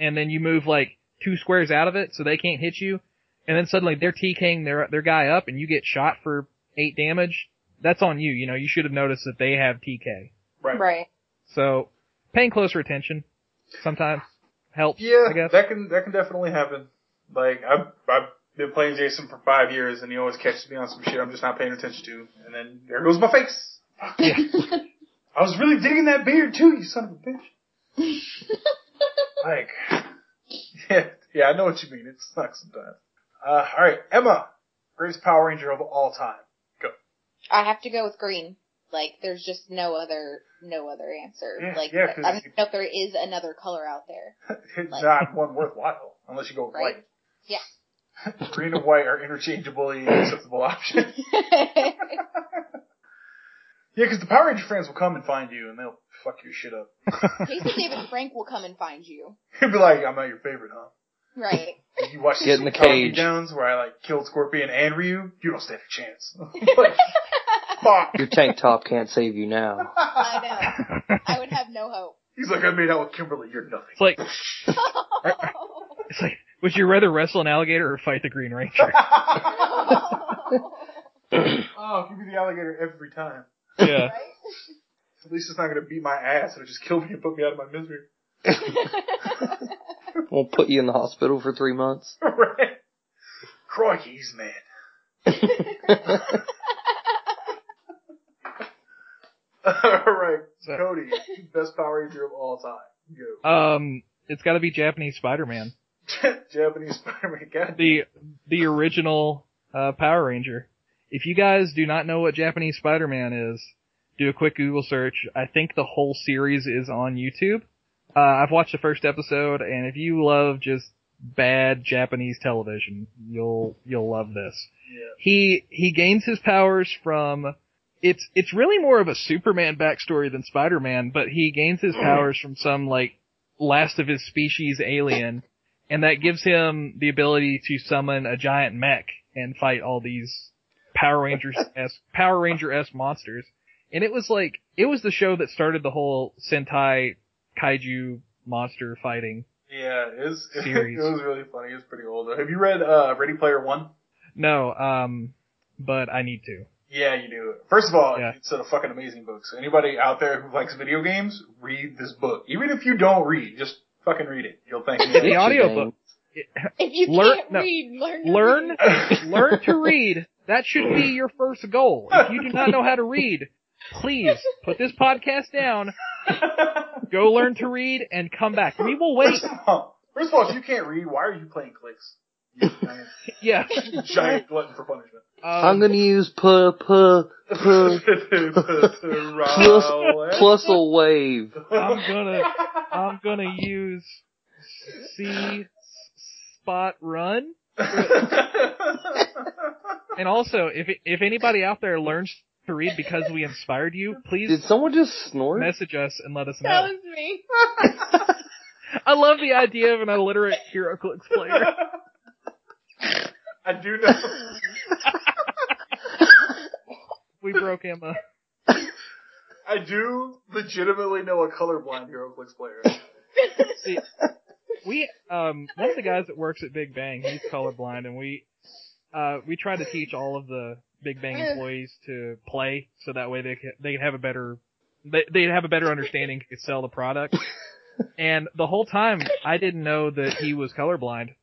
S3: and then you move like two squares out of it so they can't hit you. And then suddenly they're TKing their their guy up, and you get shot for eight damage that's on you. You know, you should have noticed that they have TK.
S1: Right.
S5: right.
S3: So paying closer attention sometimes helps. I
S1: Yeah,
S3: guess.
S1: that can that can definitely happen. Like I've I've been playing Jason for five years, and he always catches me on some shit I'm just not paying attention to, and then there goes my face.
S3: Yeah.
S1: I was really digging that beard too, you son of a bitch. like, yeah, yeah, I know what you mean. It sucks sometimes. Uh, all right, Emma, greatest Power Ranger of all time.
S5: I have to go with green.
S6: Like there's just no other no other answer.
S1: Yeah,
S6: like
S1: yeah,
S6: I
S1: 'cause
S6: don't
S1: you-
S6: know if there is another color out there.
S1: It's
S6: Like-
S1: not one worthwhile unless you go with
S6: Right.
S1: white. Green and white are interchangeably acceptable options.
S6: Yeah.
S1: Yeah, because the Power Ranger fans will come and find you and they'll fuck your shit up.
S6: Casey David Frank will come and find you.
S1: You'll be like, I'm not your favorite, huh?
S6: Right.
S1: You watch
S2: Get in
S1: the
S2: the
S1: Cowboy
S2: cage.
S1: Downs where I like killed Scorpion and Ryu. You don't stand a chance. Like, fuck.
S2: Your tank top can't save you now.
S6: I know. I would have no hope.
S1: He's like, I made out with Kimberly. You're nothing.
S3: It's like it's like would you rather wrestle an alligator or fight the Green Ranger?
S1: oh, give me the alligator every time.
S3: yeah.
S1: At least it's not gonna beat my ass. It'll just kill me and put me out of my misery.
S6: Right?
S2: Won't put you in the hospital for three months.
S1: right? Crikey, he's mad. All right,
S3: So-
S1: Cody, best Power Ranger of all time. Go.
S3: Um, it's got to be Japanese Spider-Man,
S1: Japanese Spider-Man. God,
S3: the the original uh, Power Ranger. If you guys do not know what Japanese Spider-Man is, do a quick Google search. I think the whole series is on YouTube. Uh, I've watched the first episode, and if you love just bad Japanese television, you'll you'll love this.
S1: yeah.
S3: He he gains his powers from it's it's really more of a Superman backstory than Spider-Man, but he gains his powers from some like last of his species alien, and that gives him the ability to summon a giant mech and fight all these Power Rangers s Power Ranger s monsters. And it was like it was the show that started the whole Sentai kaiju monster fighting.
S1: Yeah, it was, it,
S3: Series.
S1: was really funny. It was pretty old. Have you read uh, Ready Player One?
S3: No, um, but I need to.
S1: Yeah, you do. First of all,
S3: Yeah.
S1: it's a fucking amazing book. So anybody out there who likes video games, read this book. Even if you don't read, just fucking read it. You'll thank me.
S3: The audiobook.
S6: if you
S3: Learn-
S6: can't
S3: no.
S6: read, learn. to
S3: Learn
S6: read.
S3: learn to read. That should be your first goal. If you do not know how to read, please put this podcast down, go learn to read, and come back. We will wait.
S1: First of all, first of all, if you can't read, why are you playing clicks? You giant,
S3: Yeah.
S1: giant glutton for punishment.
S2: I'm
S3: Um,
S2: gonna use puh puh puh
S1: Roll it.
S2: plus a wave.
S3: I'm gonna I'm gonna use C spot run. And also, if if anybody out there learns to read because we inspired you,
S2: Did
S3: please
S2: someone just snort?
S3: message us and let us
S6: That
S3: know.
S6: was me.
S3: I love the idea of an illiterate HeroClix player.
S1: I do know.
S3: We broke Emma.
S1: I do legitimately know a colorblind HeroClix player.
S3: See, we um one of the guys that works at Big Bang, he's colorblind, and we uh we try to teach all of the Big Bang employees to play, so that way they could, they could have a better they they'd have a better understanding, could sell the product. And the whole time, I didn't know that he was colorblind.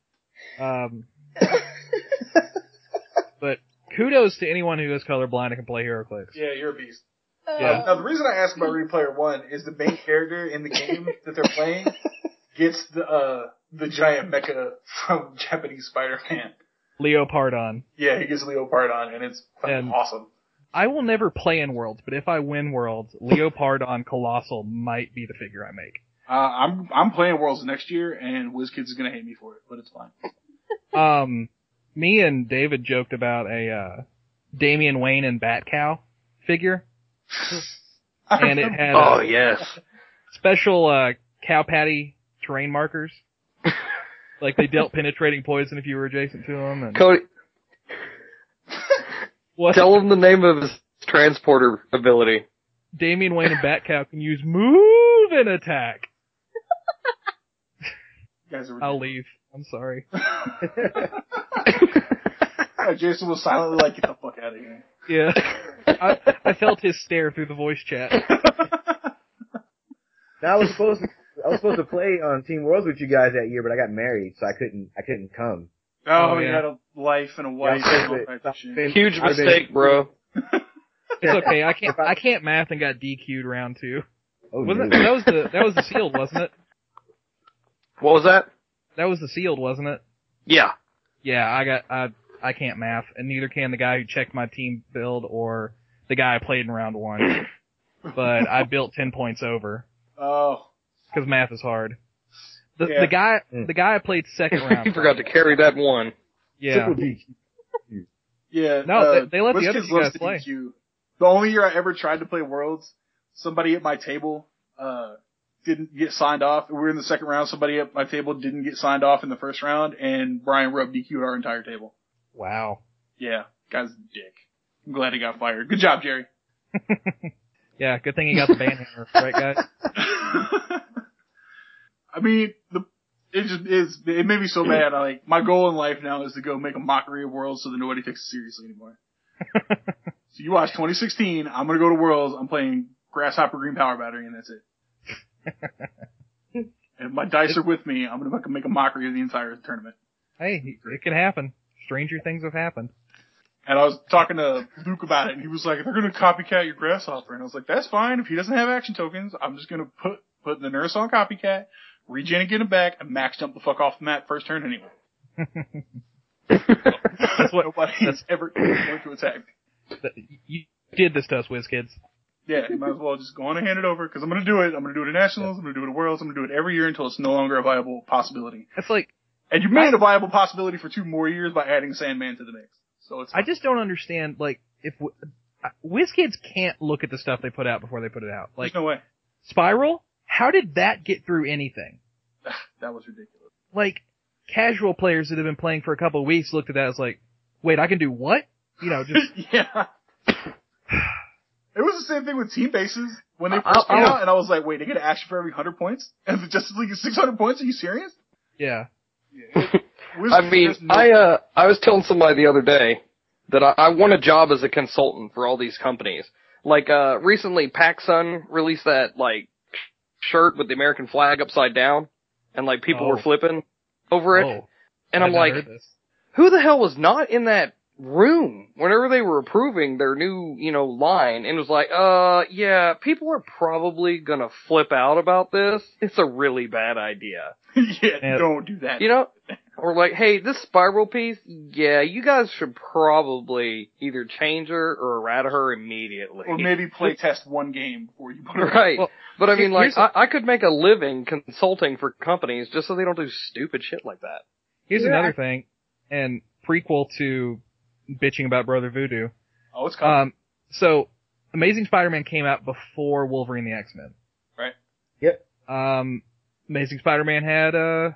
S3: Um, but kudos to anyone who is colorblind and can play HeroClix.
S1: Yeah, you're a beast. Um,
S3: Yeah.
S6: Oh,
S1: Now the reason I asked about Ready Player One is the main character in the game that they're playing gets the uh the giant mecha from Japanese Spider-Man.
S3: Leopardon.
S1: Yeah, he gets Leopardon, and it's fucking
S3: And-
S1: awesome.
S3: I will never play in Worlds, but if I win Worlds, Leopard on Colossal might be the figure I make.
S1: Uh, I'm I'm playing Worlds next year, and WizKids is gonna hate me for it, but it's fine.
S3: Um, me and David joked about a uh, Damian Wayne and Batcow figure, and it had uh,
S2: Oh yes.
S3: special uh, cow patty terrain markers, like they dealt penetrating poison if you were adjacent to them. And
S2: Cody,
S3: what?
S2: tell him the name of his transporter ability.
S3: Damian Wayne and Batcow can use move and attack.
S1: You guys are
S3: I'll leave. I'm sorry.
S1: ridiculous. Jason was silently like, "Get the fuck out of here."
S3: Yeah, I, I felt his stare through the voice chat.
S7: Now I was supposed to, I was supposed to play on Team Worlds with you guys that year, but I got married, so I couldn't, I couldn't come.
S1: Oh,
S3: Oh,
S1: he
S3: yeah.
S1: had a life and a
S7: Yeah,
S1: wife
S7: I'm
S1: and
S7: saying
S1: all
S7: that-
S1: that
S7: stop
S1: shit.
S7: saying-
S2: Huge
S7: I've been-
S2: mistake, bro.
S3: It's okay. I can't. I can't math and got DQ'd round two.
S7: Oh,
S3: Wasn't
S7: no.
S3: that, that was the that was the sealed, wasn't it?
S2: What was that?
S3: That was the sealed, wasn't it?
S2: Yeah.
S3: Yeah, I got. I I can't math, and neither can the guy who checked my team build or the guy I played in round one, but I built ten points over
S1: Oh,
S3: because math is hard. The,
S1: Yeah.
S3: the guy,
S7: Mm.
S3: the guy I played second round.
S2: he forgot to carry that one.
S3: Yeah,
S7: Triple G.
S1: yeah.
S3: No,
S1: uh,
S3: they- they let the
S1: WizKids
S3: other two
S1: loves
S3: guys
S1: to
S3: play.
S1: DQ. The only year I ever tried to play Worlds, somebody at my table uh didn't get signed off. We were in the second round. Somebody at my table didn't get signed off in the first round, and Brian Rubb DQ'd our entire table.
S3: wow.
S1: Yeah, guy's a dick. I'm glad he got fired. Good job, Jerry.
S3: Yeah, good thing he got the ban hammer, right, guys?
S1: I mean, the it just is. It made me so mad. I like my goal in life now is to go make a mockery of Worlds so that nobody takes it seriously anymore. so you watch 2016. I'm gonna go to Worlds. I'm playing Grasshopper Green Power Battery, and that's it. and if my dice are with me. I'm gonna make a mockery of the entire tournament.
S3: Hey, it can happen. Stranger things have happened.
S1: And I was talking to Luke about it, and he was like, "They're gonna copycat your grasshopper." And I was like, "That's fine. If he doesn't have action tokens, I'm just gonna put put the nurse on copycat, regen and get him back, and max jump the fuck off the map first turn anyway." that's what nobody has ever going to attack. me.
S3: That- You did this to us, WizKids.
S1: Yeah, you might as well just go on and hand it over because I'm gonna do it. I'm gonna do it at nationals. I'm gonna do it at worlds. I'm gonna do it every year until it's no longer a viable possibility.
S3: It's like
S1: And you made it a viable possibility for two more years by adding Sandman to the mix. So it's
S3: I just don't understand. Like, if w- uh, WizKids can't look at the stuff they put out before they put it out, like
S1: there's no way
S3: Spiral, how did that get through anything?
S1: that was ridiculous.
S3: Like, casual players that have been playing for a couple of weeks looked at that as like, wait, I can do what? You know, just
S1: yeah. It was the same thing with team bases when they
S2: I-
S1: first came
S2: I-
S1: out, and I was like, "Wait, they get an action for every hundred points, and the Justice League is six hundred points? Are you serious?"
S3: yeah.
S1: Wizards,
S2: I mean,
S1: there's no-
S2: I uh, I was telling somebody the other day that I, I want a job as a consultant for all these companies. Like uh, recently, PacSun released that like shirt with the American flag upside down, and like people
S3: Oh.
S2: were flipping over it.
S3: Oh,
S2: and
S3: I've
S2: I'm
S3: not
S2: like,
S3: heard this.
S2: who the hell was not in that room whenever they were approving their new, you know, line and was like, uh, yeah, people are probably gonna flip out about this. It's a really bad idea.
S1: yeah,
S3: Yeah.
S1: don't do that.
S2: You know? Or like, hey, this spiral piece, yeah, you guys should probably either change her or errata her immediately.
S1: or maybe play test one game before you put it. out.
S2: Right.
S3: Well,
S2: but I
S3: here-
S2: mean, like,
S3: here's the-
S2: I I could make a living consulting for companies just so they don't do stupid shit like that.
S3: Here's
S6: Yeah.
S3: another thing, and prequel to bitching about Brother Voodoo.
S1: Oh, it's coming.
S3: Um, so Amazing Spider-Man came out before Wolverine and the X-Men.
S1: Right.
S7: Yep.
S3: Um, Amazing Spider-Man had uh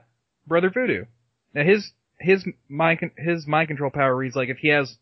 S3: Brother Voodoo. Now his his mind con- his mind control power reads like if he has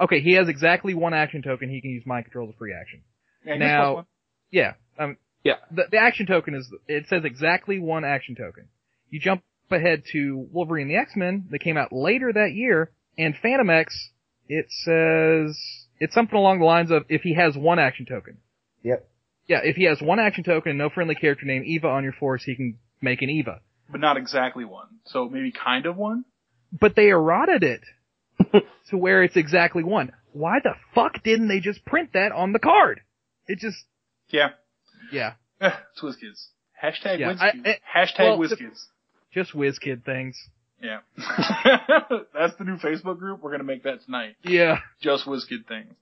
S3: okay he has exactly one action token he can use mind control as a free action.
S1: Yeah, here's
S3: now-
S1: plus one.
S3: Yeah. Um,
S2: Yeah.
S3: The, the action token is it says exactly one action token. You jump ahead to Wolverine and the X-Men that came out later that year, and Phantom X. It says it's something along the lines of if he has one action token.
S7: Yep.
S3: Yeah, if he has one action token and no friendly character named Eva on your force, he can make an Eva.
S1: but not exactly one. So maybe kind of one.
S3: But they eroded it to where it's exactly one. Why the fuck didn't they just print that on the card? It just
S1: Yeah,
S3: yeah,
S1: Eh, it's WizKids. Hashtag
S3: Yeah,
S1: WizKids.
S3: I- eh,
S1: Hashtag
S3: well, the-
S1: WizKids.
S3: just whiz kid things.
S1: Yeah, that's the new Facebook group. We're gonna make that tonight.
S3: Yeah.
S1: Just WizKid things.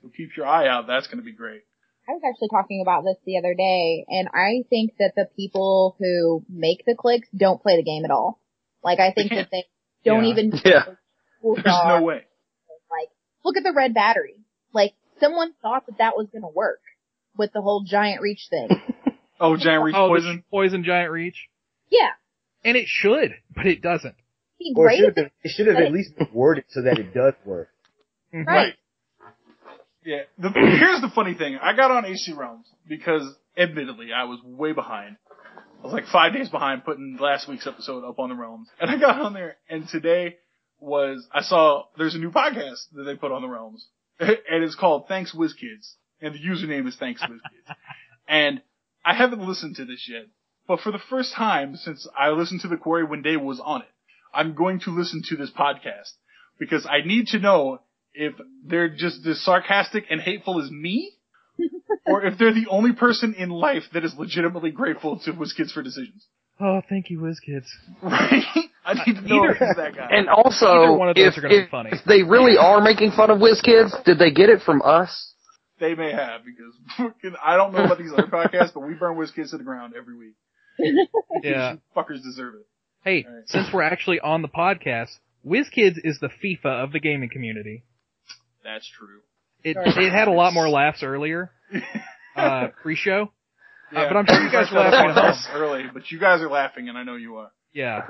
S1: So keep your eye out. That's gonna be great.
S6: I was actually talking about this the other day, and I think that the people who make the clicks don't play the game at all. Like, I think that they don't
S3: Yeah.
S6: even.
S2: Yeah.
S6: Rules
S1: There's no
S6: are.
S1: way.
S6: Like, look at the red battery. Like, someone thought that that was going to work with the whole giant reach thing.
S1: Oh, giant reach
S3: Oh, the
S1: poison.
S3: poison giant reach.
S6: yeah.
S3: And it should, but it doesn't.
S6: Be
S7: Or it
S6: great.
S7: should have been, it should have at least been worded so that it does work.
S6: Right.
S1: Yeah. The, here's the funny thing. I got on HC Realms because, admittedly, I was way behind. I was like five days behind putting last week's episode up on the Realms, and I got on there. And today was I saw there's a new podcast that they put on the Realms, and it's called Thanks Whiz Kids, and the username is Thanks Whiz Kids. and I haven't listened to this yet, but for the first time since I listened to the Quarry when Dave was on it, I'm going to listen to this podcast because I need to know if they're just as sarcastic and hateful as me, or if they're the only person in life that is legitimately grateful to WizKids for decisions.
S3: Oh, thank you, WizKids.
S1: Right? I need to know
S3: Either-
S1: if he's that guy.
S2: And also,
S3: Either one of those
S2: if,
S3: are gonna be
S2: if-
S3: funny.
S2: if they really are making fun of WizKids, did they get it from us?
S1: They may have because fucking- I don't know about these other podcasts, but we burn WizKids to the ground every week.
S3: Yeah.
S1: You fuckers deserve it.
S3: Hey,
S1: All right.
S3: since we're actually on the podcast, WizKids is the FIFA of the gaming community.
S1: That's true.
S3: It
S1: All right.
S3: it had a lot more laughs earlier, uh, pre-show. Uh, but I'm sure you guys are
S1: That's
S3: laughing at
S1: us
S3: home.
S1: early, but you guys are laughing, and I know you are.
S3: Yeah,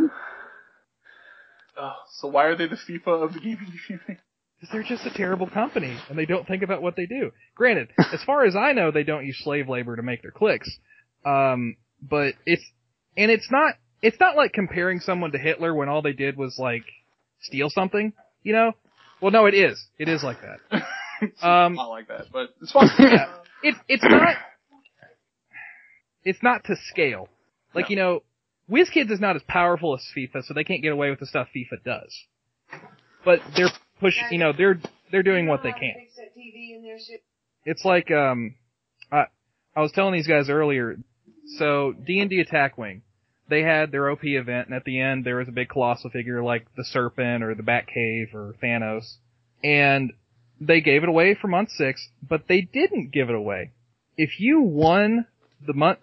S1: Oh, so why are they the FIFA of the gaming community?
S3: 'Cause they're just a terrible company, and they don't think about what they do. Granted, as far as I know, they don't use slave labor to make their clicks. Um, but it's and it's not it's not like comparing someone to Hitler when all they did was like steal something, you know? Well, no, it is. It is like that. Um,
S1: not like that, but it's fine.
S3: Yeah. it, it's not it's not to scale. Like
S1: No.
S3: you know, WizKids is not as powerful as FIFA, so they can't get away with the stuff FIFA does. But they're pushing, you know, they're they're doing what they can. It's like um, I I was telling these guys earlier. So D and D Attack Wing, they had their OP event, and at the end there was a big colossal figure like the Serpent or the Batcave or Thanos, and they gave it away for month six, but they didn't give it away. If you won the month,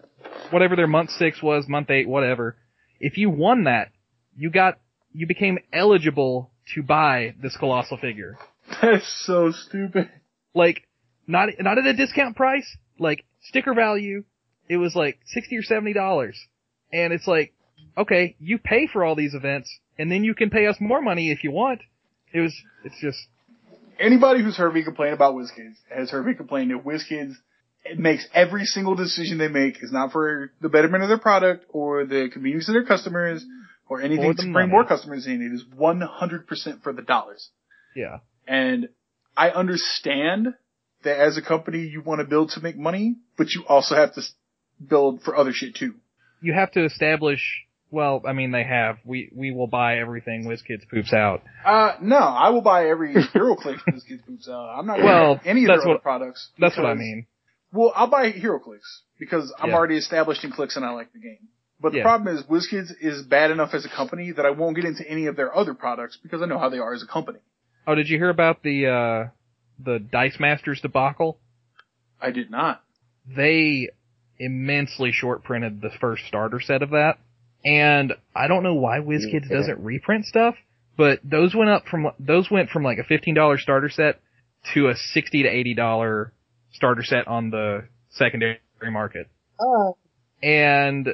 S3: whatever their month six was, month eight, whatever, if you won that, you got, you became eligible to buy this colossal figure.
S1: That's so stupid.
S3: Like, not, not at a discount price, like sticker value, it was like 60 or 70 dollars. And it's like, okay, you pay for all these events, and then you can pay us more money if you want. It was, it's just,
S1: Anybody who's heard me complain about WizKids has heard me complain that WizKids makes every single decision they make is not for the betterment of their product or the convenience of their customers or anything
S3: Or
S1: to
S3: the
S1: bring
S3: money.
S1: more customers in. It is 100% for the dollars.
S3: yeah.
S1: And I understand that as a company you want to build to make money, but you also have to s- build for other shit too.
S3: you have to establish. Well, I mean, they have. We we will buy everything WizKids poops out.
S1: Uh, no, I will buy every HeroClix WizKids boots out. I'm not
S3: Well,
S1: well, any of
S3: that's
S1: their other
S3: what-
S1: products.
S3: That's what I
S1: because-
S3: mean.
S1: Well, I'll buy HeroClix because I'm
S3: Yeah.
S1: already established in clicks and I like the game. But the
S3: Yeah.
S1: problem is WizKids is bad enough as a company that I won't get into any of their other products because I know how they are as a company.
S3: Oh, did you hear about the uh the Dice Masters debacle?
S1: I did not.
S3: They immensely short printed the first starter set of that, and I don't know why WizKids
S7: Yeah.
S3: doesn't reprint stuff, but those went up from those went from like a fifteen dollar starter set to a sixty to eighty dollar starter set on the secondary market.
S6: Oh.
S3: and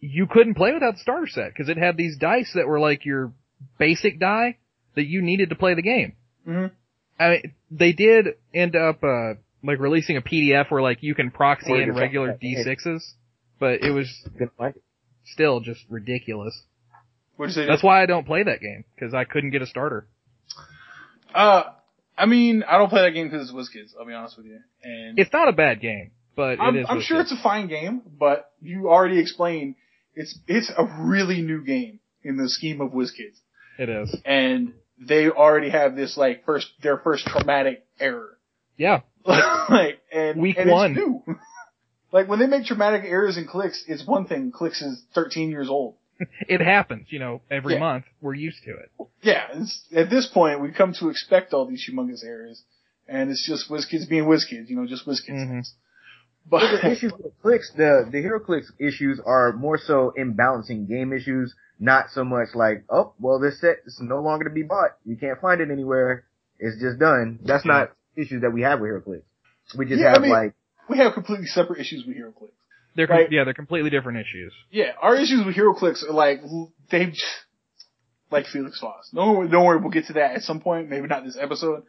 S3: you couldn't play without the starter set because it had these dice that were like your basic die that you needed to play the game.
S1: Mhm.
S3: I mean, they did end up uh, like releasing a PDF where like you can proxy
S7: Or you
S3: in
S7: can
S3: regular
S7: fuck that game.
S3: D6s, but it was
S7: Good find.
S3: still just ridiculous.
S1: What did you say?
S3: That's why I don't play that game because I couldn't get a starter.
S1: Uh, I mean, I don't play that game because it's WizKids. I'll be honest with you. And
S3: It's not a bad game, but
S1: I'm,
S3: it is.
S1: I'm
S3: what
S1: sure
S3: it
S1: it's a fine game, but you already explained it's it's a really new game in the scheme of WizKids,
S3: It is.
S1: and they already have this like first their first traumatic error,
S3: Yeah.
S1: like and
S3: Week
S1: and
S3: one.
S1: It's new. like when they make traumatic errors in clicks, it's one thing. Clicks is 13 years old.
S3: It happens, you know, every
S1: Yeah.
S3: month. We're used to it.
S1: Yeah, it's, at this point we come to expect all these humongous errors, and it's just WizKids being WizKids, you know, just WizKids.
S3: Mhm.
S1: things.
S7: Well, the
S1: But
S7: issues with clicks, the the hero clicks issues are more so in balancing game issues, not so much like, oh, well, this set is no longer to be bought. You can't find it anywhere. It's just done. That's not issues that we have with hero clicks. We just
S1: Yeah, I
S7: have
S1: mean-
S7: like,
S1: we have completely separate issues with HeroClix.
S3: They're com-
S1: Right.
S3: yeah, they're completely different issues.
S1: Yeah, our issues with HeroClix are like they like Felix Foss. No, don't worry, we'll get to that at some point. Maybe not this episode,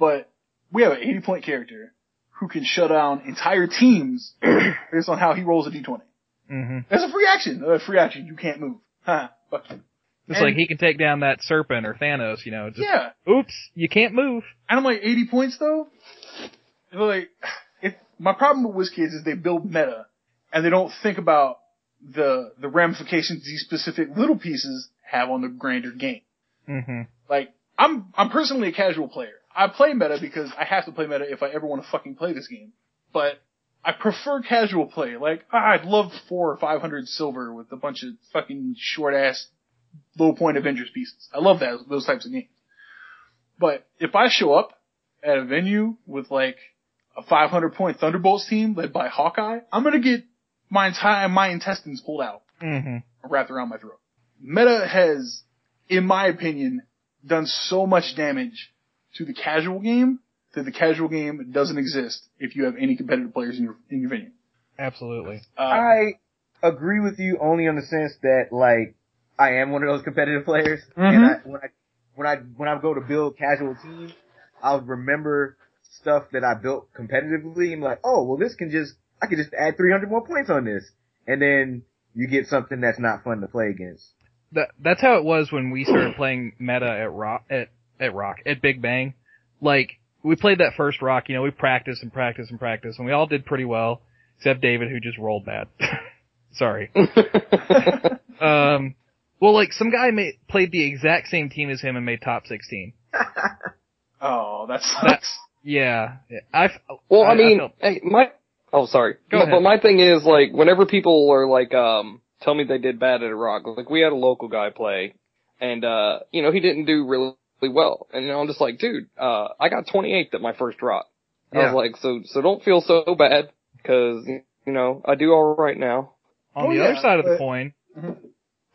S1: but we have an 80 point character who can shut down entire teams based on how he rolls a d20.
S3: hmm
S1: That's a free action. A free action. You can't move. Huh. Fuck you.
S3: It's
S1: And-
S3: like he can take down that serpent or Thanos, you know. Just,
S1: Yeah,
S3: Oops, you can't move.
S1: and I'm like 80 points though. Like, if my problem with WizKids is they build meta and they don't think about the the ramifications these specific little pieces have on the grander game.
S3: Mm-hmm.
S1: Like, I'm I'm personally a casual player. I play meta because I have to play meta if I ever want to fucking play this game. But I prefer casual play. Like, ah, I'd love four or five hundred silver with a bunch of fucking short ass low point Avengers pieces. I love that those types of games. But if I show up at a venue with like a 500 point Thunderbolts team led by Hawkeye, I'm gonna get my entire, my intestines pulled out
S3: Mm-hmm.
S1: and wrapped around my throat. Meta has, in my opinion, done so much damage to the casual game that the casual game doesn't exist if you have any competitive players in your, in your venue.
S3: Absolutely.
S1: Uh,
S7: I agree with you only on the sense that like I am one of those competitive players, and I, when I when I when I go to build casual teams, I'll remember stuff that I built competitively. and like, oh well, this can just I can just add 300 more points on this, and then you get something that's not fun to play against.
S3: that that's how it was when we started playing meta at rock at at rock at Big Bang. Like we played that first rock, you know, we practiced and practiced and practiced, and we all did pretty well, except David who just rolled bad. Sorry. um, well, like some guy made, played the exact same team as him and made top sixteen.
S1: oh, that sucks.
S3: Yeah, I
S2: Well, I,
S3: I- I
S2: mean,
S3: felt-
S2: hey, my oh sorry,
S3: Go
S2: No,
S3: ahead.
S2: but my thing is like whenever people are like um tell me they did bad at a rock, like we had a local guy play, and uh you know he didn't do really well, and you know, I'm just like dude, uh I got 28th at my first rock. And I
S7: Yeah.
S2: was like so so don't feel so bad because you know I do all right now.
S3: on
S1: Oh,
S3: the
S1: yeah,
S3: other side of the
S1: but-
S3: coin,
S1: Mhm.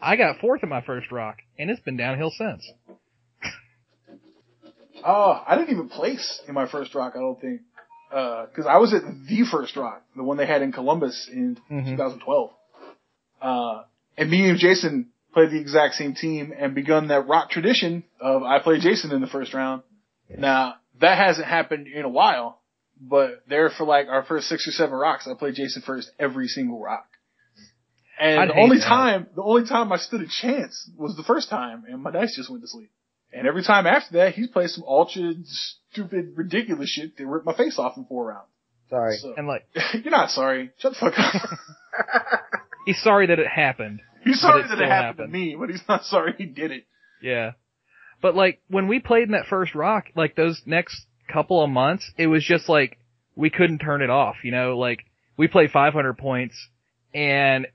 S3: I got fourth in my first rock, and it's been downhill since.
S1: Oh, I didn't even place in my first rock, I don't think. Uh 'cause cause I was at the first rock, the one they had in Columbus in
S3: Mhm.
S1: 2012. Uh, and me and Jason played the exact same team and begun that rock tradition of I play Jason in the first round. Now, that hasn't happened in a while, but there for like our first six or seven rocks, I played Jason first every single rock. And
S3: I'd
S1: the
S3: hate
S1: only
S3: that.
S1: time, the only time I stood a chance was the first time and my dice just went to sleep. And every time after that, he's played some ultra stupid, ridiculous shit that ripped my face off in four rounds.
S7: Sorry.
S1: So,
S3: And like
S1: you're not sorry. Shut the fuck up.
S3: he's sorry that it happened.
S1: he's sorry
S3: it
S1: that it
S3: still
S1: happened,
S3: happened.
S1: to me, but he's not sorry he did it.
S3: Yeah. But like when we played in that first rock, like those next couple of months, it was just like we couldn't turn it off, you know, like we played 500 points and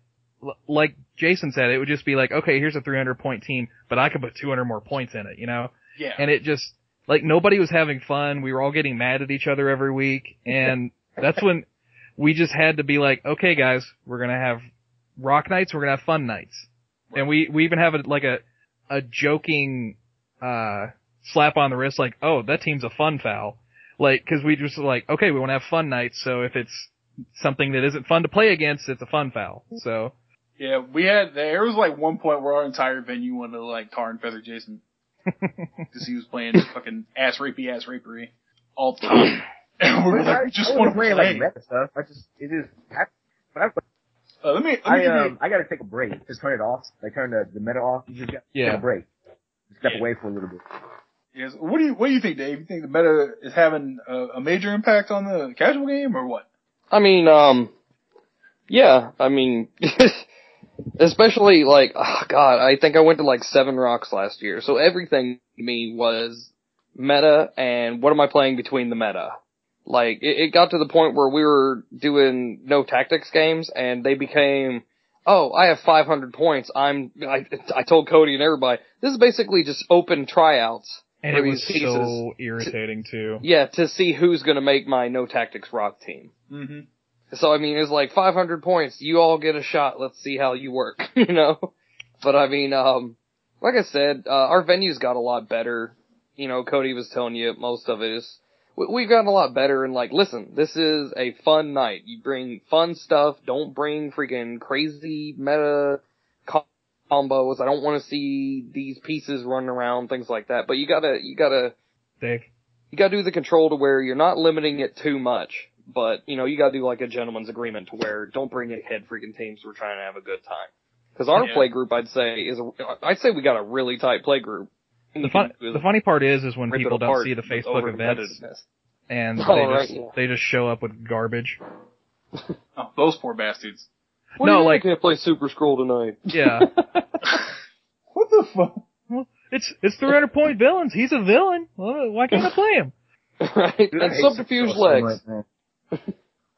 S3: l- like Jason said, it would just be like, okay, here's a 300 point team, but I could put 200 more points in it, you know?
S1: Yeah.
S3: And it just, like nobody was having fun. We were all getting mad at each other every week. And that's when we just had to be like, okay guys, we're going to have rock nights. We're going to have fun nights. And we, we even have a, like a, a joking, uh, slap on the wrist, like, oh, that team's a fun foul. Like, cause we just like, okay, we want to have fun nights. So if it's something that isn't fun to play against, it's a fun foul. So
S1: Yeah, we had, there was like one point where our entire venue wanted to like tar and feather Jason. Cause he was playing fucking ass rapey ass rapery all the time. And we were like, we just want to play.
S7: play like meta stuff. I just it is. I, but I,
S1: Uh, let me, let me
S7: I
S1: give you-
S7: um I gotta take a break. Just turn it off. Like turn the, the meta off. You just gotta
S3: Yeah.
S7: take a break. Step
S1: Yeah.
S7: away for a little bit.
S1: Yes. What do you What do you think, Dave? You think the meta is having a, a major impact on the casual game, or what?
S2: I mean, um, yeah, I mean, especially like, oh god, I think I went to like seven rocks last year, so everything to me was meta and what am I playing between the meta? Like, it, it got to the point where we were doing no tactics games and they became, oh, I have 500 points, I'm, I, I told Cody and everybody, this is basically just open tryouts.
S3: and
S2: for
S3: it was
S2: these pieces.
S3: so irritating too.
S2: Yeah, to see who's gonna make my no tactics rock team.
S1: Mm-hmm.
S2: So I mean, it's like 500 points. You all get a shot. Let's see how you work, you know. But I mean, um, like I said, uh, our venues got a lot better. You know, Cody was telling you most of it is we, we've gotten a lot better. And like, listen, this is a fun night. You bring fun stuff. Don't bring freaking crazy meta co- combos. I don't want to see these pieces running around, things like that. But you gotta, you gotta
S3: Dave.
S2: you gotta do the control to where you're not limiting it too much, but you know, you gotta do like a gentleman's agreement to where don't bring in head freaking teams. We're trying to have a good time. Cause our
S1: Yeah.
S2: play group, I'd say, is, a, I'd say we got a really tight play group.
S3: The, fun, the funny part is, is when people don't see the Facebook events
S2: competitiveness.
S3: and
S2: Oh,
S3: they
S2: right,
S3: just
S2: yeah.
S3: they just show up with garbage.
S1: Oh, those poor bastards.
S2: What do
S3: No,
S2: you mean
S3: like-
S2: we can't play Super Scroll tonight.
S3: Yeah,
S1: What the fuck?
S3: it's it's 300 point villains. He's a villain. Well, Why can't I play him?
S2: right?
S7: Dude, I
S2: and
S7: hate
S2: subterfuge
S7: Supergirl so
S2: legs.
S7: much, man.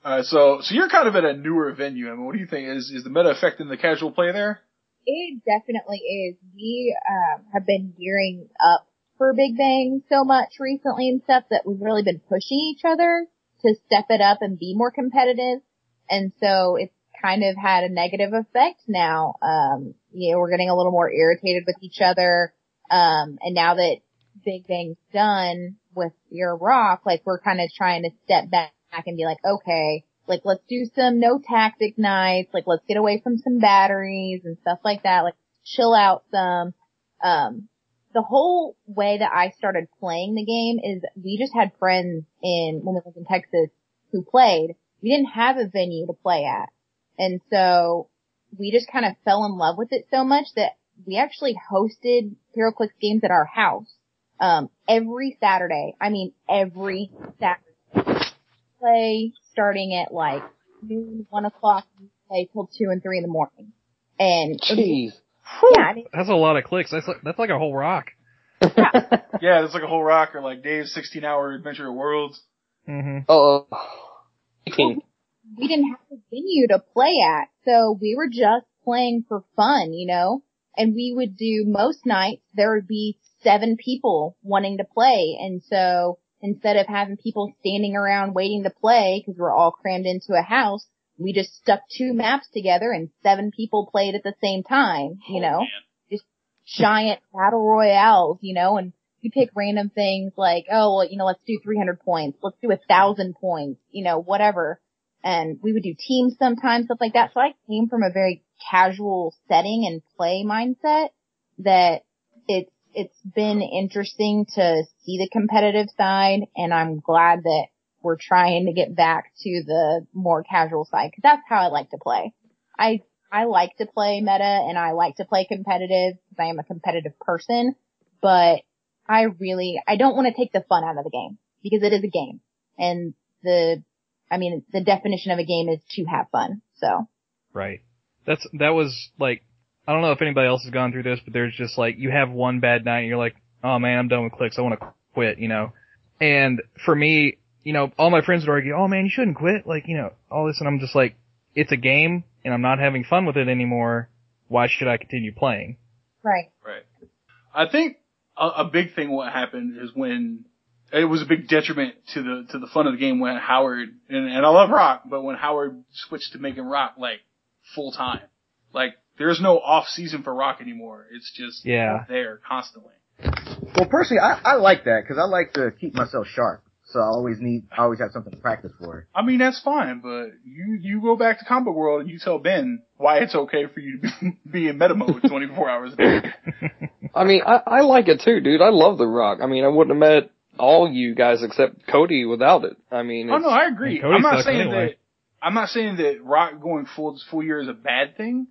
S1: All right, so so you're kind of at a newer venue. I mean, what do you think? Is is the meta affecting the casual play there?
S5: It definitely is. We um, have been gearing up for Big Bang so much recently and stuff that we've really been pushing each other. to step it up and be more competitive. And so it's kind of had a negative effect now. Um, you know, we're getting a little more irritated with each other. Um, and now that Big Bang's done with your rock, like we're kind of trying to step back and be like, okay, like let's do some no tactic nights, like let's get away from some batteries and stuff like that, like chill out some. Um, the whole way that I started playing the game is we just had friends in, when we lived in Texas who played. We didn't have a venue to play at. And so we just kind of fell in love with it so much that we actually hosted HeroClix games at our house um, every Saturday. I mean, every Saturday. Play starting at like noon, one o'clock. We play till two and three in the morning. And
S2: Jeez.
S5: yeah, I mean,
S3: That's a lot of clicks. That's like, that's like a whole rock.
S1: Yeah, it's like a whole rock or like Dave's 16 hour adventure of worlds.
S3: Mm-hmm.
S2: oh. Speaking-
S5: we didn't have a venue to play at, so we were just playing for fun, you know? And we would do most nights, there would be seven people wanting to play, and so instead of having people standing around waiting to play, cause we're all crammed into a house, we just stuck two maps together and seven people played at the same time, you know? giant battle royales, you know, and you pick random things like, oh, well, you know, let's do 300 points, let's do a thousand points, you know, whatever. And we would do teams sometimes, stuff like that. So I came from a very casual setting and play mindset that it's, it's been interesting to see the competitive side and I'm glad that we're trying to get back to the more casual side because that's how I like to play. I I like to play meta and I like to play competitive because I am a competitive person, but I really, I don't want to take the fun out of the game because it is a game and the, I mean, the definition of a game is to have fun. So
S3: Right. That's that was like I don't know if anybody else has gone through this, but there's just like you have one bad night and you're like, oh man, I'm done with clicks. I want to quit, you know. And for me, you know, all my friends would argue, oh man, you shouldn't quit, like you know, all this, and I'm just like, it's a game, and I'm not having fun with it anymore. Why should I continue playing?
S5: right.
S1: Right. I think a, a big thing what happened is when it was a big detriment to the to the fun of the game when Howard and, and I love rock, but when Howard switched to making rock like full time, like there's no off season for rock anymore. It's just
S3: Yeah.
S1: there constantly.
S7: Well, personally, I, I like that because I like to keep myself sharp. So I always need, I always have something to practice for.
S1: I mean that's fine, but you you go back to Combat World and you tell Ben why it's okay for you to be, be in meta mode 24 hours a day.
S2: I mean, I, I like it too, dude. I love The Rock. I mean, I wouldn't have met all you guys except Cody without it. I mean,
S1: Oh no,
S2: it's-
S1: I agree.
S3: And Cody
S1: I'm not
S3: sucks
S1: saying
S3: anyway.
S1: that. I'm not saying that Rock going full full year is a bad thing.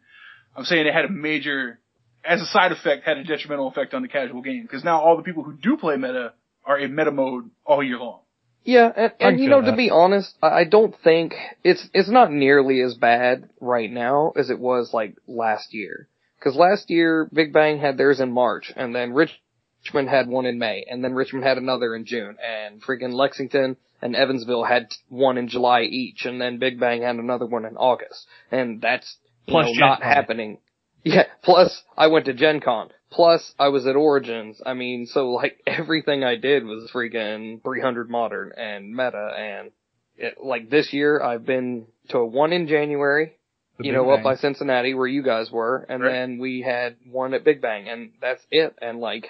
S1: I'm saying it had a major, as a side effect, had a detrimental effect on the casual game because now all the people who do play meta are in meta mode all year long.
S2: yeah, and,
S3: I
S2: and
S3: can
S2: you
S3: feel
S2: know, to
S3: that.
S2: be honest, I, I don't think it's it's not nearly as bad right now as it was like last year. Because last year, Big Bang had theirs in March, and then Rich- Richmond had one in May, and then Richmond had another in June, and freaking Lexington and Evansville had one in July each, and then Big Bang had another one in August, and that's you
S3: Plus
S2: know,
S3: Gen
S2: not
S3: Con.
S2: happening Yeah. Plus, I went to Gen Con. Plus, I was at Origins. I mean, so like everything I did was freaking 300 modern and meta and it, like this year I've been to one in January,
S3: The
S2: you
S3: Big
S2: know,
S3: Bang.
S2: up by Cincinnati where you guys were. And
S1: Right.
S2: then we had one at Big Bang and that's it. And like,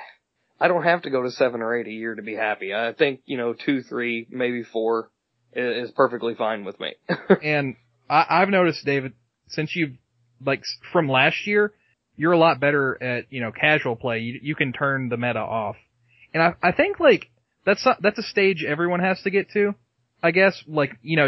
S2: I don't have to go to seven or eight a year to be happy. I think, you know, two, three, maybe four i- is perfectly fine with me.
S3: And I, I've noticed, David, since you've like s- from last year, you're a lot better at you know casual play. You, you can turn the meta off, and I, I think like that's not, that's a stage everyone has to get to. I guess like you know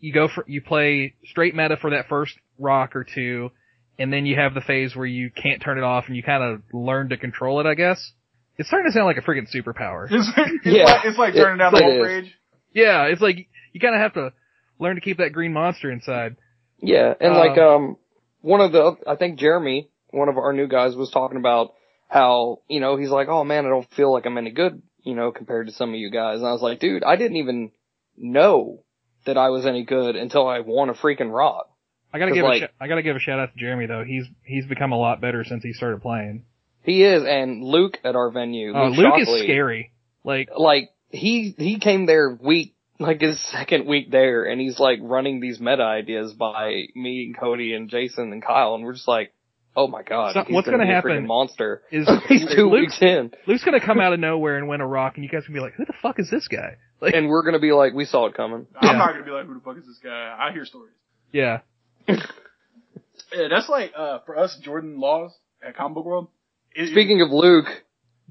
S3: you go for you play straight meta for that first rock or two, and then you have the phase where you can't turn it off and you kind of learn to control it. I guess it's starting to sound like a freaking superpower.
S1: It's, it's
S2: Yeah.
S1: like, it's like turning down the
S2: It
S1: whole
S2: is.
S1: page.
S3: Yeah, it's like you kind of have to learn to keep that green monster inside.
S2: Yeah, and
S3: Uh,
S2: like um one of the I think Jeremy, one of our new guys was talking about how, you know, he's like, "Oh man, I don't feel like I'm any good, you know, compared to some of you guys." And I was like, "Dude, I didn't even know that I was any good until I won a freaking rod."
S3: I gotta
S2: 'Cause,
S3: give
S2: like-
S3: a sh- I gotta give a shout out to Jeremy though. He's he's become a lot better since he started playing.
S2: He is and Luke at our venue,
S3: Uh,
S2: Luke,
S3: Luke is
S2: Shockley,
S3: scary. Like
S2: Like he he came there weak like his second week there and he's like running these meta ideas by me and Cody and Jason and Kyle and we're just like, oh my god,
S3: So-
S2: he's
S3: what's
S2: gonna,
S3: gonna
S2: be a
S3: happen
S2: freaking monster.
S3: Is
S2: he's two
S3: Luke-
S2: weeks in
S3: Luke's gonna come out of nowhere and win a rock, and you guys can be like, "Who the fuck is this guy?" Like,
S2: and we're gonna be like, we saw it coming.
S3: Yeah.
S1: I'm not gonna be like, who the fuck is this guy? I hear stories.
S3: yeah,
S1: Yeah, that's like uh for us Jordan Laws at Comic Book World. It-
S2: Speaking of Luke,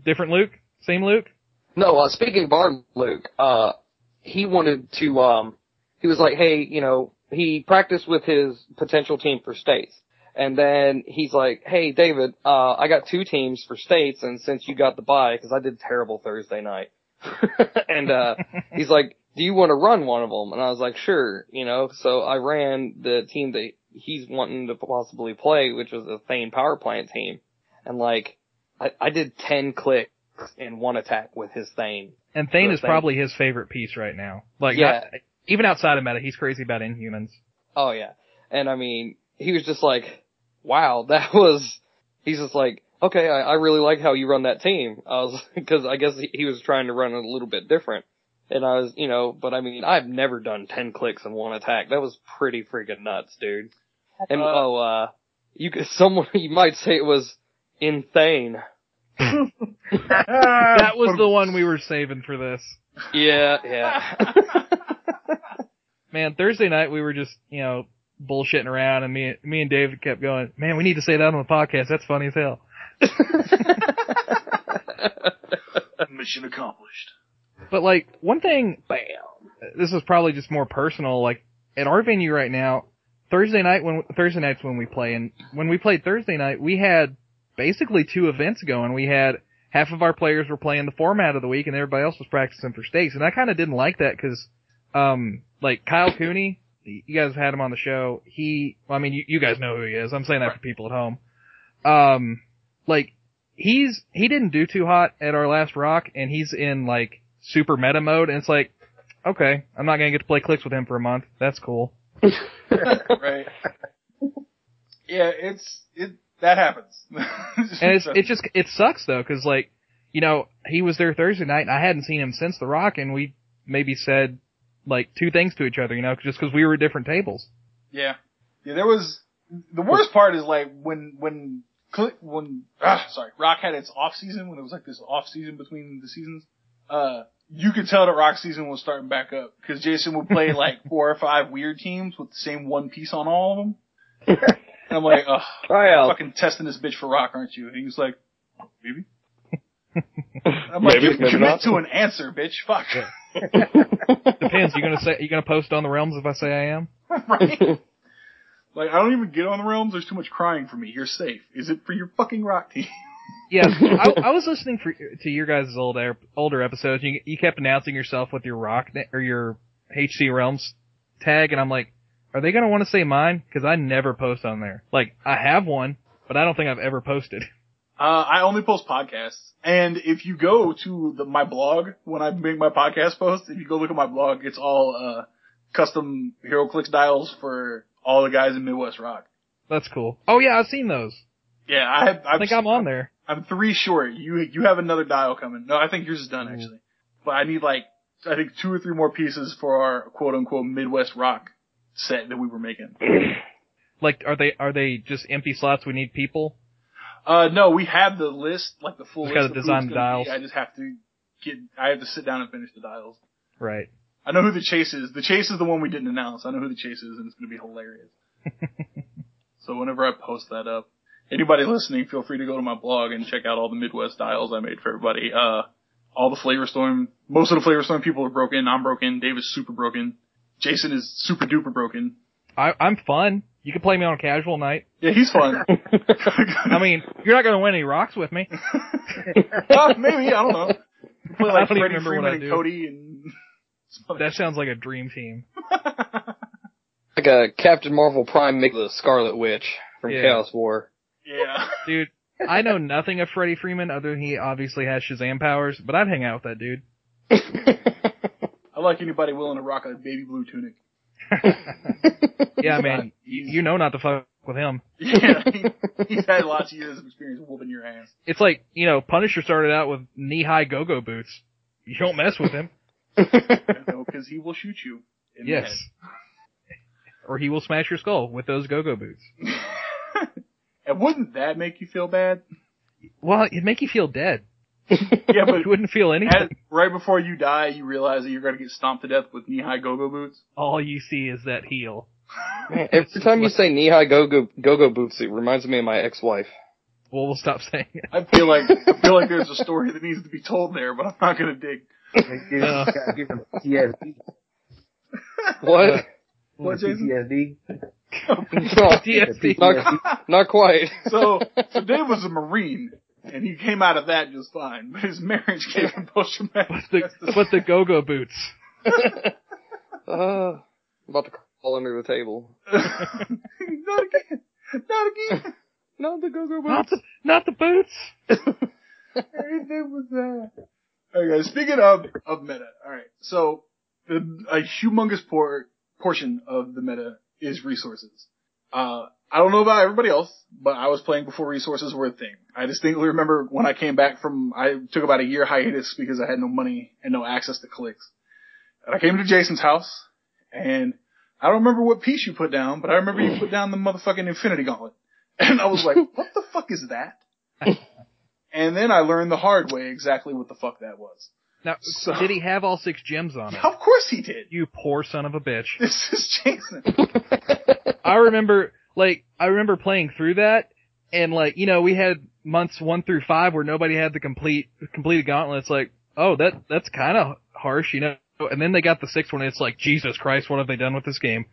S3: different Luke, same Luke.
S2: No, uh, speaking of Barn Luke, uh, he wanted to, um, he was like, hey, you know, he practiced with his potential team for states. And then he's like, hey, David, uh, I got two teams for states, and since you got the bye, cause I did terrible Thursday night. and, uh, he's like, do you want to run one of them? And I was like, sure, you know, so I ran the team that he's wanting to possibly play, which was a Thane power plant team. And like, I, I did 10 clicks in one attack with his Thane.
S3: And Thane
S2: Sure
S3: is
S2: thing.
S3: probably his favorite piece right now. Like,
S2: Yeah.
S3: not- even outside of meta, he's crazy about Inhumans.
S2: Oh yeah. And I mean, he was just like, wow, that was, he's just like, okay, I, I really like how you run that team. I was, cause I guess he, he was trying to run it a little bit different. And I was, you know, but I mean, I've never done 10 clicks in one attack. That was pretty freaking nuts, dude. And
S1: Uh,
S2: oh, uh, you could, someone, you might say it was insane.
S3: That was the one we were saving for this.
S2: Yeah, yeah.
S3: Man, Thursday night we were just, you know, bullshitting around and me, me and Dave kept going, man, we need to say that on the podcast. That's funny as hell.
S1: mission accomplished.
S3: But like, one thing,
S2: Bam.
S3: this is probably just more personal, like, at our venue right now, Thursday night when, Thursday night's when we play, and when we played Thursday night, we had basically two events going. We had half of our players were playing the format of the week and everybody else was practicing for stakes. And I kind of didn't like that because, um, like Kyle Cooney, you guys had him on the show. He, well, I mean, you, you guys know who he is. I'm saying that for people at home. Um, like he's, he didn't do too hot at our last rock and he's in like super meta mode. And it's like, okay, I'm not going to get to play clicks with him for a month. That's cool.
S1: right. Yeah, it's it that happens.
S3: And it's, it just it sucks though, because like you know he was there Thursday night, and I hadn't seen him since The Rock, and we maybe said like two things to each other, you know, just because we were at different tables.
S1: yeah, yeah. There was the worst part is like when when Cl- when ah, sorry, Rock had its off season when it was like this off season between the seasons. Uh, you could tell that Rock season was starting back up because Jason would play like four or five weird teams with the same one piece on all of them. and I'm like, ugh.
S2: Try out.
S1: fucking testing this bitch for rock, aren't you? And he was like, maybe. I'm like,
S2: Maybe,
S1: you
S2: maybe
S1: commit
S2: not.
S1: to an answer, bitch. Fuck.
S3: Depends. You gonna say you gonna post on the realms if I say I am?
S1: right? Like, I don't even get on the realms. There's too much crying for me. You're safe. Is it for your fucking rock team?
S3: Yes. I, I was listening for, to your guys' old air- older episodes. And you you kept announcing yourself with your Rock na- or your HC Realms tag, and I'm like, are they gonna want to say mine? Because I never post on there. Like I have one, but I don't think I've ever posted.
S1: Uh, I only post podcasts. And if you go to the, my blog, when I make my podcast post, if you go look at my blog, it's all, uh, custom hero clicks dials for all the guys in Midwest rock.
S3: That's cool. Oh yeah, I've seen those.
S1: Yeah, I, I've,
S3: I think I'm on there.
S1: I'm three short. You you have another dial coming. No, I think yours is done
S3: Mm-hmm.
S1: actually. But I need like I think two or three more pieces for our quote unquote Midwest rock set that we were making.
S3: Like, are they are they just empty slots? We need people.
S1: Uh, no, we have the list, like the full
S3: We
S1: list.
S3: gotta
S1: of who's
S3: design the
S1: gonna be.
S3: dials.
S1: I just have to get. I have to sit down and finish the dials.
S3: Right.
S1: I know who the chase is. The chase is the one we didn't announce. I know who the chase is, and it's gonna be hilarious. so whenever I post that up, anybody listening, feel free to go to my blog and check out all the Midwest dials I made for everybody. Uh, all the Flavor Storm, most of the Flavor Storm people are broken. I'm broken. Dave is super broken. Jason is super duper broken.
S3: I, I'm fun. You can play me on a casual night.
S1: Yeah, he's fun.
S3: I mean, you're not going to win any rocks with me.
S1: Uh, maybe I don't know. Play
S3: I
S1: like
S3: don't even
S1: Freddie
S3: remember what
S1: Freeman
S3: I
S1: and
S3: do.
S1: Cody and. some other
S3: That sounds like a dream team.
S2: Like a Captain Marvel Prime make the Scarlet Witch from
S3: Yeah.
S2: Chaos War.
S1: Yeah.
S3: Dude, I know nothing of Freddie Freeman other than he obviously has Shazam powers, but I'd hang out with that dude.
S1: I like anybody willing to rock a baby blue tunic.
S3: Yeah, man.
S1: He's-
S3: You know not to fuck with him.
S1: Yeah, he, he's had lots of years of experience whooping your ass.
S3: It's like, you know, Punisher started out with knee high go go boots. You don't mess with him.
S1: No, because he will shoot you. In
S3: yes. Or he will smash your skull with those go-go boots.
S1: The head. and wouldn't that make you feel bad?
S3: Well, it'd make you feel dead.
S1: Yeah, but
S3: You wouldn't feel anything.
S1: as- right before you die, you realize that you're gonna get stomped to death with knee-high go-go boots.
S3: All you see is that heel.
S2: Man, every time you say knee high go go go go boots, it reminds me of my ex wife.
S3: Well, we'll stop saying it.
S1: I feel like I feel like there's a story that needs to be told there, but I'm not gonna dig.
S7: It gives-
S3: No.
S7: gotta give him PTSD.
S2: What?
S1: What, Jason?
S7: PTSD.
S2: no,
S3: PTSD.
S2: not, not quite.
S1: So, so Dave was a Marine, and he came out of that just fine, but his marriage gave him post-traumatic
S3: But the,
S1: stress disorder.
S3: but the go-go boots.
S2: Uh, I'm about to crawl under the table.
S1: not again. Not again.
S2: Not the go go
S3: Not the, not the boots!
S1: Everything was that. Okay, speaking of, of meta, alright, so the, a humongous por- portion of the meta is resources. Uh, I don't know about everybody else, but I was playing before resources were a thing. I distinctly remember when I came back from, I took about a year hiatus because I had no money and no access to clicks. And I came to Jason's house, and I don't remember what piece you put down, but I remember you put down the motherfucking Infinity Gauntlet. And I was like, what the fuck is that? And then I learned the hard way exactly what the fuck that was.
S3: Now,
S1: So-
S3: did he have all six gems on it?
S1: Of course he did.
S3: You poor son of a bitch.
S1: This is Jason.
S3: I remember, like, I remember playing through that, and like, you know, we had months one through five where nobody had the complete completed gauntlet. It's like, oh, that that's kind of harsh, you know. And then they got the sixth one, and it's like, Jesus Christ, what have they done with this game?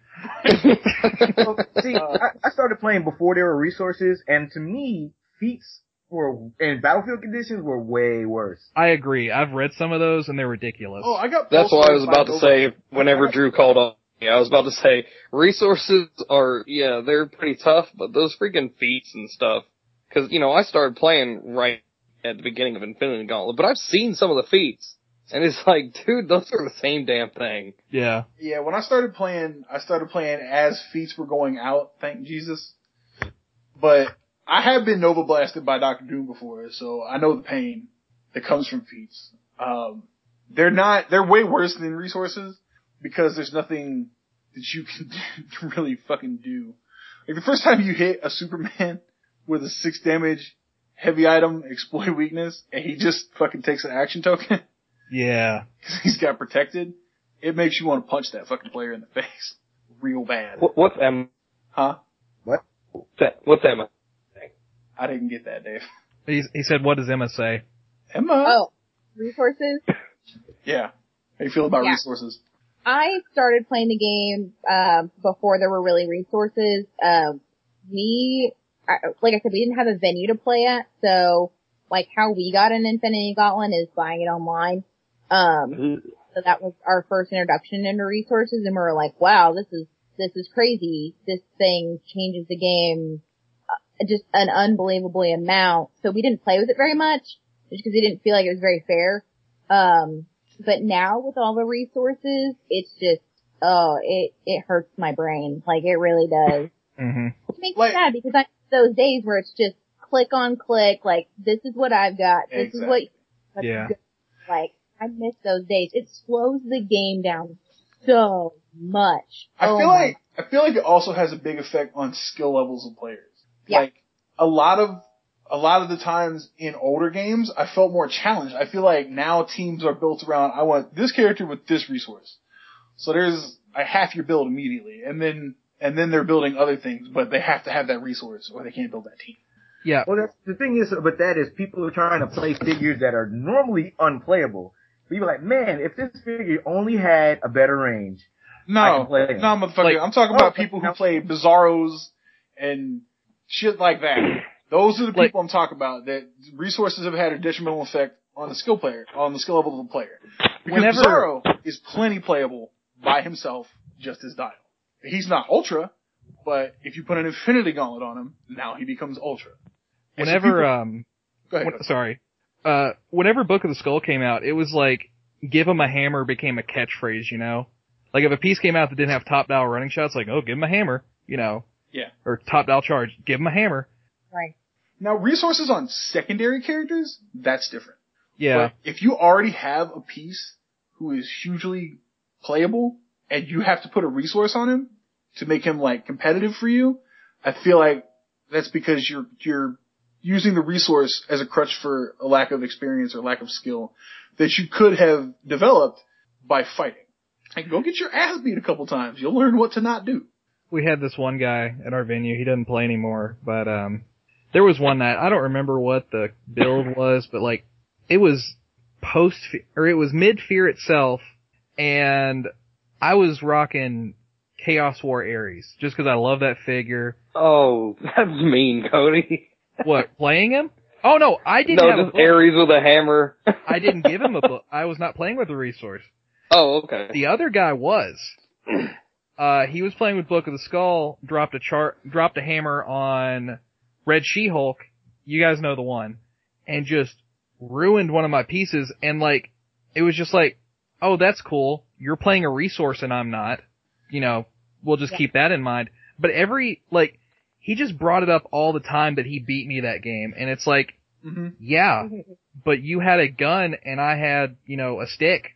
S7: Well, see, I, I started playing before there were resources, and to me, feats were in battlefield conditions were way worse.
S3: I agree. I've read some of those, and they're ridiculous.
S1: Oh, I got.
S2: That's
S1: pulsed
S2: what I
S1: by
S2: was about to
S1: Nova.
S2: say whenever Drew called on me. I was about to say resources are yeah, they're pretty tough, but those freaking feats and stuff. Cause you know, I started playing right at the beginning of Infinity Gauntlet, but I've seen some of the feats. And it's like, dude, those are the same damn thing.
S3: yeah,
S1: Yeah, when I started playing, I started playing as feats were going out. Thank Jesus. But I have been Nova blasted by Doctor Doom before, so I know the pain that comes from feats. Um, they're not. They're way worse than resources because there's nothing that you can really fucking do. Like the first time you hit a Superman with a six damage heavy item exploit weakness, and he just fucking takes an action token.
S3: yeah.
S1: he's got protected, it makes you want to punch that fucking player in the face real bad.
S2: What, what's that?
S1: Huh?
S2: that what's that?
S1: I didn't get that, Dave.
S3: He, he said, "What does Emma say?"
S1: Emma?
S5: Oh, resources.
S1: Yeah. How you feel about
S5: Yeah.
S1: resources?
S5: I started playing the game um, before there were really resources. Um, we, I, like I said, we didn't have a venue to play at, so like how we got an Infinity Gauntlet is buying it online. Um, so that was our first introduction into resources, and we were like, "Wow, this is this is crazy. This thing changes the game uh, just an unbelievably amount." So we didn't play with it very much, just because we didn't feel like it was very fair. Um, but now with all the resources, it's just oh, it it hurts my brain. Like it really does.
S3: Mm-hmm.
S5: It makes
S1: Like-
S5: me sad because I those days where it's just click on click, like this is what I've got, this is what let's
S3: Yeah.
S5: go. like I miss those days. It slows the game down so much.
S1: I
S5: Oh
S1: feel
S5: my-
S1: like I feel like it also has a big effect on skill levels of players.
S5: Yeah.
S1: Like a lot of a lot of the times in older games, I felt more challenged. I feel like now teams are built around I want this character with this resource. So there's I half your build immediately, and then and then they're building other things, but they have to have that resource or they can't build that team.
S3: Yeah.
S7: Well, that's the thing is, but that is people are trying to play figures that are normally unplayable. People are like, man, if this figure only had a better range. I
S1: No,
S7: can play it.
S1: no, motherfucker.
S3: Like-
S1: I'm talking about
S7: Oh,
S1: people who
S7: no.
S1: play Bizarros and shit like that. Those are the people
S3: Like-
S1: I'm talking about that resources have had a detrimental effect on the skill player, on the skill level of the player. Because
S3: Whenever-
S1: Bizarro is plenty playable by himself, just as Dial. He's not ultra, but if you put an Infinity Gauntlet on him, now he becomes ultra. And so
S3: Whenever,
S1: people-
S3: um,
S1: go ahead.
S3: When- sorry. Uh, whenever Book of the Skull came out, it was like, give him a hammer became a catchphrase, you know? Like if a piece came out that didn't have top dial running shots, like, oh, give him a hammer, you know?
S1: Yeah.
S3: Or top dial charge, give him a hammer.
S5: right.
S1: now resources on secondary characters, that's different.
S3: Yeah.
S1: But if you already have a piece who is hugely playable and you have to put a resource on him to make him like competitive for you, I feel like that's because you're, you're using the resource as a crutch for a lack of experience or lack of skill that you could have developed by fighting. Like go get your ass beat a couple times. You'll learn what to not do.
S3: we had this one guy at our venue. He doesn't play anymore, but um, there was one night I don't remember what the build was, but like it was post or it was mid fear itself, and I was rocking Chaos War Ares just because I love that figure.
S2: Oh, that's mean, Cody.
S3: What playing him? Oh no, I didn't
S2: No,
S3: have a
S2: just
S3: book.
S2: Ares with a hammer.
S3: I didn't give him a book. I was not playing with a resource.
S2: Oh, okay.
S3: The other guy was. Uh, he was playing with Book of the Skull, dropped a chart, dropped a hammer on Red She-Hulk. You guys know the one. And just ruined one of my pieces and like, it was just like, oh, that's cool. You're playing a resource and I'm not. You know, we'll just
S5: Yeah.
S3: keep that in mind. But every, like, he just brought it up all the time that he beat me that game and it's like,
S1: Mm-hmm.
S3: yeah, but you had a gun and I had, you know, a stick.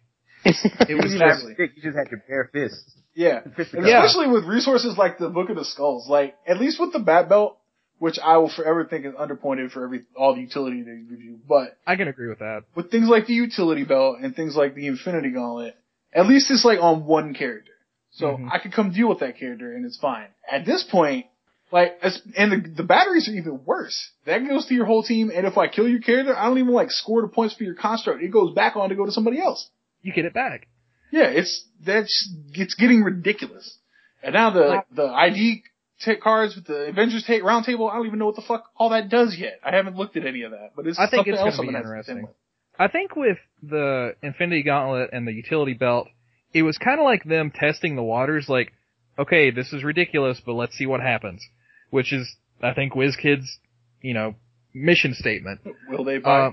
S3: It
S7: You
S3: was
S7: didn't
S1: just-
S7: have a stick, you just had your bare fists.
S1: Yeah. And
S7: Fisticuffs.
S3: Yeah.
S1: especially with resources like the Book of the Skulls, like at least with the Bat Belt, which I will forever think is underpointed for every all the utility they give you, but
S3: I can agree with that.
S1: with things like the utility belt and things like the Infinity Gauntlet, at least it's like on one character, so
S3: Mhm.
S1: I could come deal with that character and it's fine. At this point, like as- and the the batteries are even worse. That goes to your whole team, and if I kill your character, I don't even like score the points for your construct. It goes back on to go to somebody else.
S3: You get it back.
S1: Yeah, it's that's it's getting ridiculous. And now the
S5: Wow.
S1: the ID ta- cards with the Avengers take roundtable. I don't even know what the fuck all that does yet. I haven't looked at any of that, but it's
S3: I think
S1: something
S3: it's gonna
S1: else I'm
S3: be
S1: gonna have to
S3: interesting.
S1: contend with.
S3: I think with the Infinity Gauntlet and the utility belt, it was kind of like them testing the waters, like, okay, this is ridiculous, but let's see what happens. Which is, I think, WizKid's, you know, mission statement.
S1: Will they buy?
S3: Uh,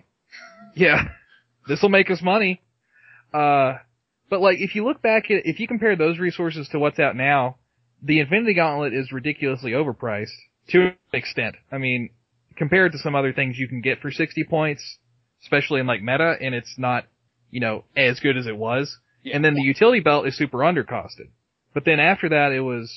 S3: yeah, this will make us money. Uh, but like, if you look back at, if you compare those resources to what's out now, the Infinity Gauntlet is ridiculously overpriced to an extent. I mean, compared to some other things you can get for 60 points, especially in like meta, and it's not, you know, as good as it was.
S1: Yeah.
S3: And then the utility belt is super undercosted. But then after that, it was,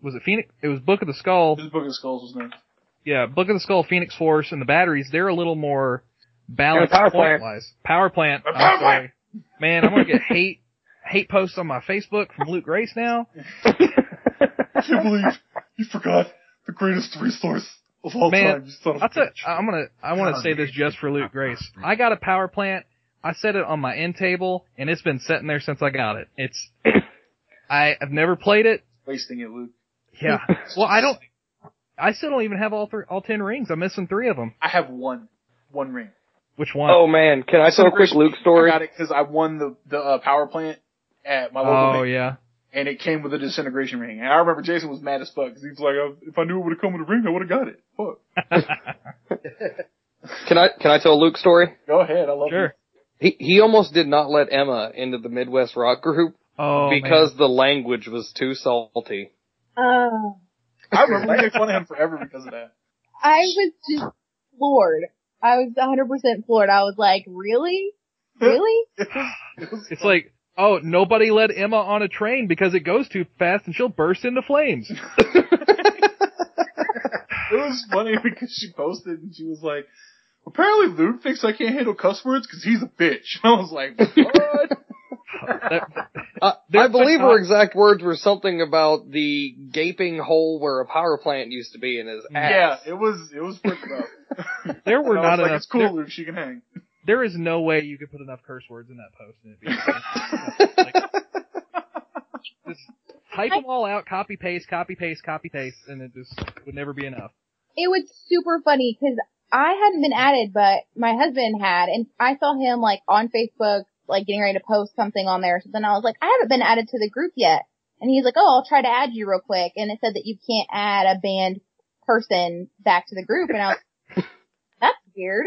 S3: was it Phoenix? It was Book of the Skull.
S1: This book of skulls was nice.
S3: Yeah, Book of the Skull, Phoenix Force, and the batteries, they're a little more balanced
S2: And a power
S3: point
S2: plant.
S3: wise. Power plant.
S1: A
S3: I'm
S1: power
S3: sorry. Man, I'm gonna get hate hate posts on my Facebook from Luke Grace now.
S1: I can't believe you forgot the greatest resource of all
S3: Man,
S1: time. You son of
S3: I'll
S1: a
S3: tell,
S1: bitch.
S3: I'm gonna I wanna
S7: Oh,
S3: say this
S7: dude.
S3: just for Luke Grace. I got a power plant, I set it on my end table, and it's been sitting there since I got it. It's I have never played it.
S1: wasting it, Luke.
S3: Yeah. Well I don't I still don't even have all three, all ten rings. I'm missing three of them.
S1: I have one, one ring.
S3: Which one?
S2: oh man, can I tell a quick Luke story?
S1: I got it because I won the the uh, power plant at my local
S3: oh
S1: bank,
S3: yeah.
S1: and it came with a disintegration ring. And I remember Jason was mad as fuck because he was like, "Oh, "If I knew it would have come with a ring, I would have got it." Fuck.
S2: Can I can I tell a Luke story?
S1: Go ahead, I love
S3: Sure.
S2: He he almost did not let Emma into the Midwest rock group
S3: Oh man.
S2: because the language was too salty.
S5: Oh,
S1: you. I remember we made fun of him forever because of that.
S5: I was just floored. I was 100% floored. I was like, really? Really?
S1: It was
S3: It's
S1: fun.
S3: like, oh, nobody let Emma on a train because it goes too fast and she'll burst into flames.
S1: it was funny because she posted and she was like, "Apparently Luke thinks I can't handle cuss words because he's a bitch." And I was like, "What?"
S3: That-
S2: Uh,
S3: There-
S2: I believe
S3: but-
S2: her exact words were something about the gaping hole where a power plant used to be in his
S1: Yeah,
S2: ass.
S1: it was it was pretty rough.
S3: there were
S1: I was like,
S3: not enough.
S1: It's cool,
S3: there-
S1: Luke. She can hang.
S3: there is no way you could put enough curse words in that post. And it'd be like, just type them all out, copy paste, copy paste, copy paste, and it just would never be enough.
S5: it was super funny because I hadn't been added, but my husband had, and I saw him like on Facebook, like getting ready to post something on there. So then I was like, I haven't been added to the group yet. And he's like, Oh, I'll try to add you real quick. And it said that you can't add a banned person back to the group. And I was like, that's weird.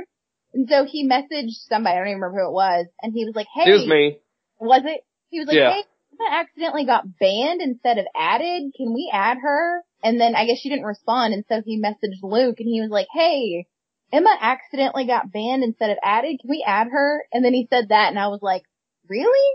S5: And so he messaged somebody, I don't even remember who it was, and he was like, Hey,
S2: Excuse me.
S5: was it? He was like,
S2: Yeah.
S5: hey, I accidentally got banned instead of added. Can we add her? And then I guess she didn't respond. And so he messaged Luke and he was like, hey, Emma accidentally got banned instead of added. Can we add her? And then he said that and I was like, really?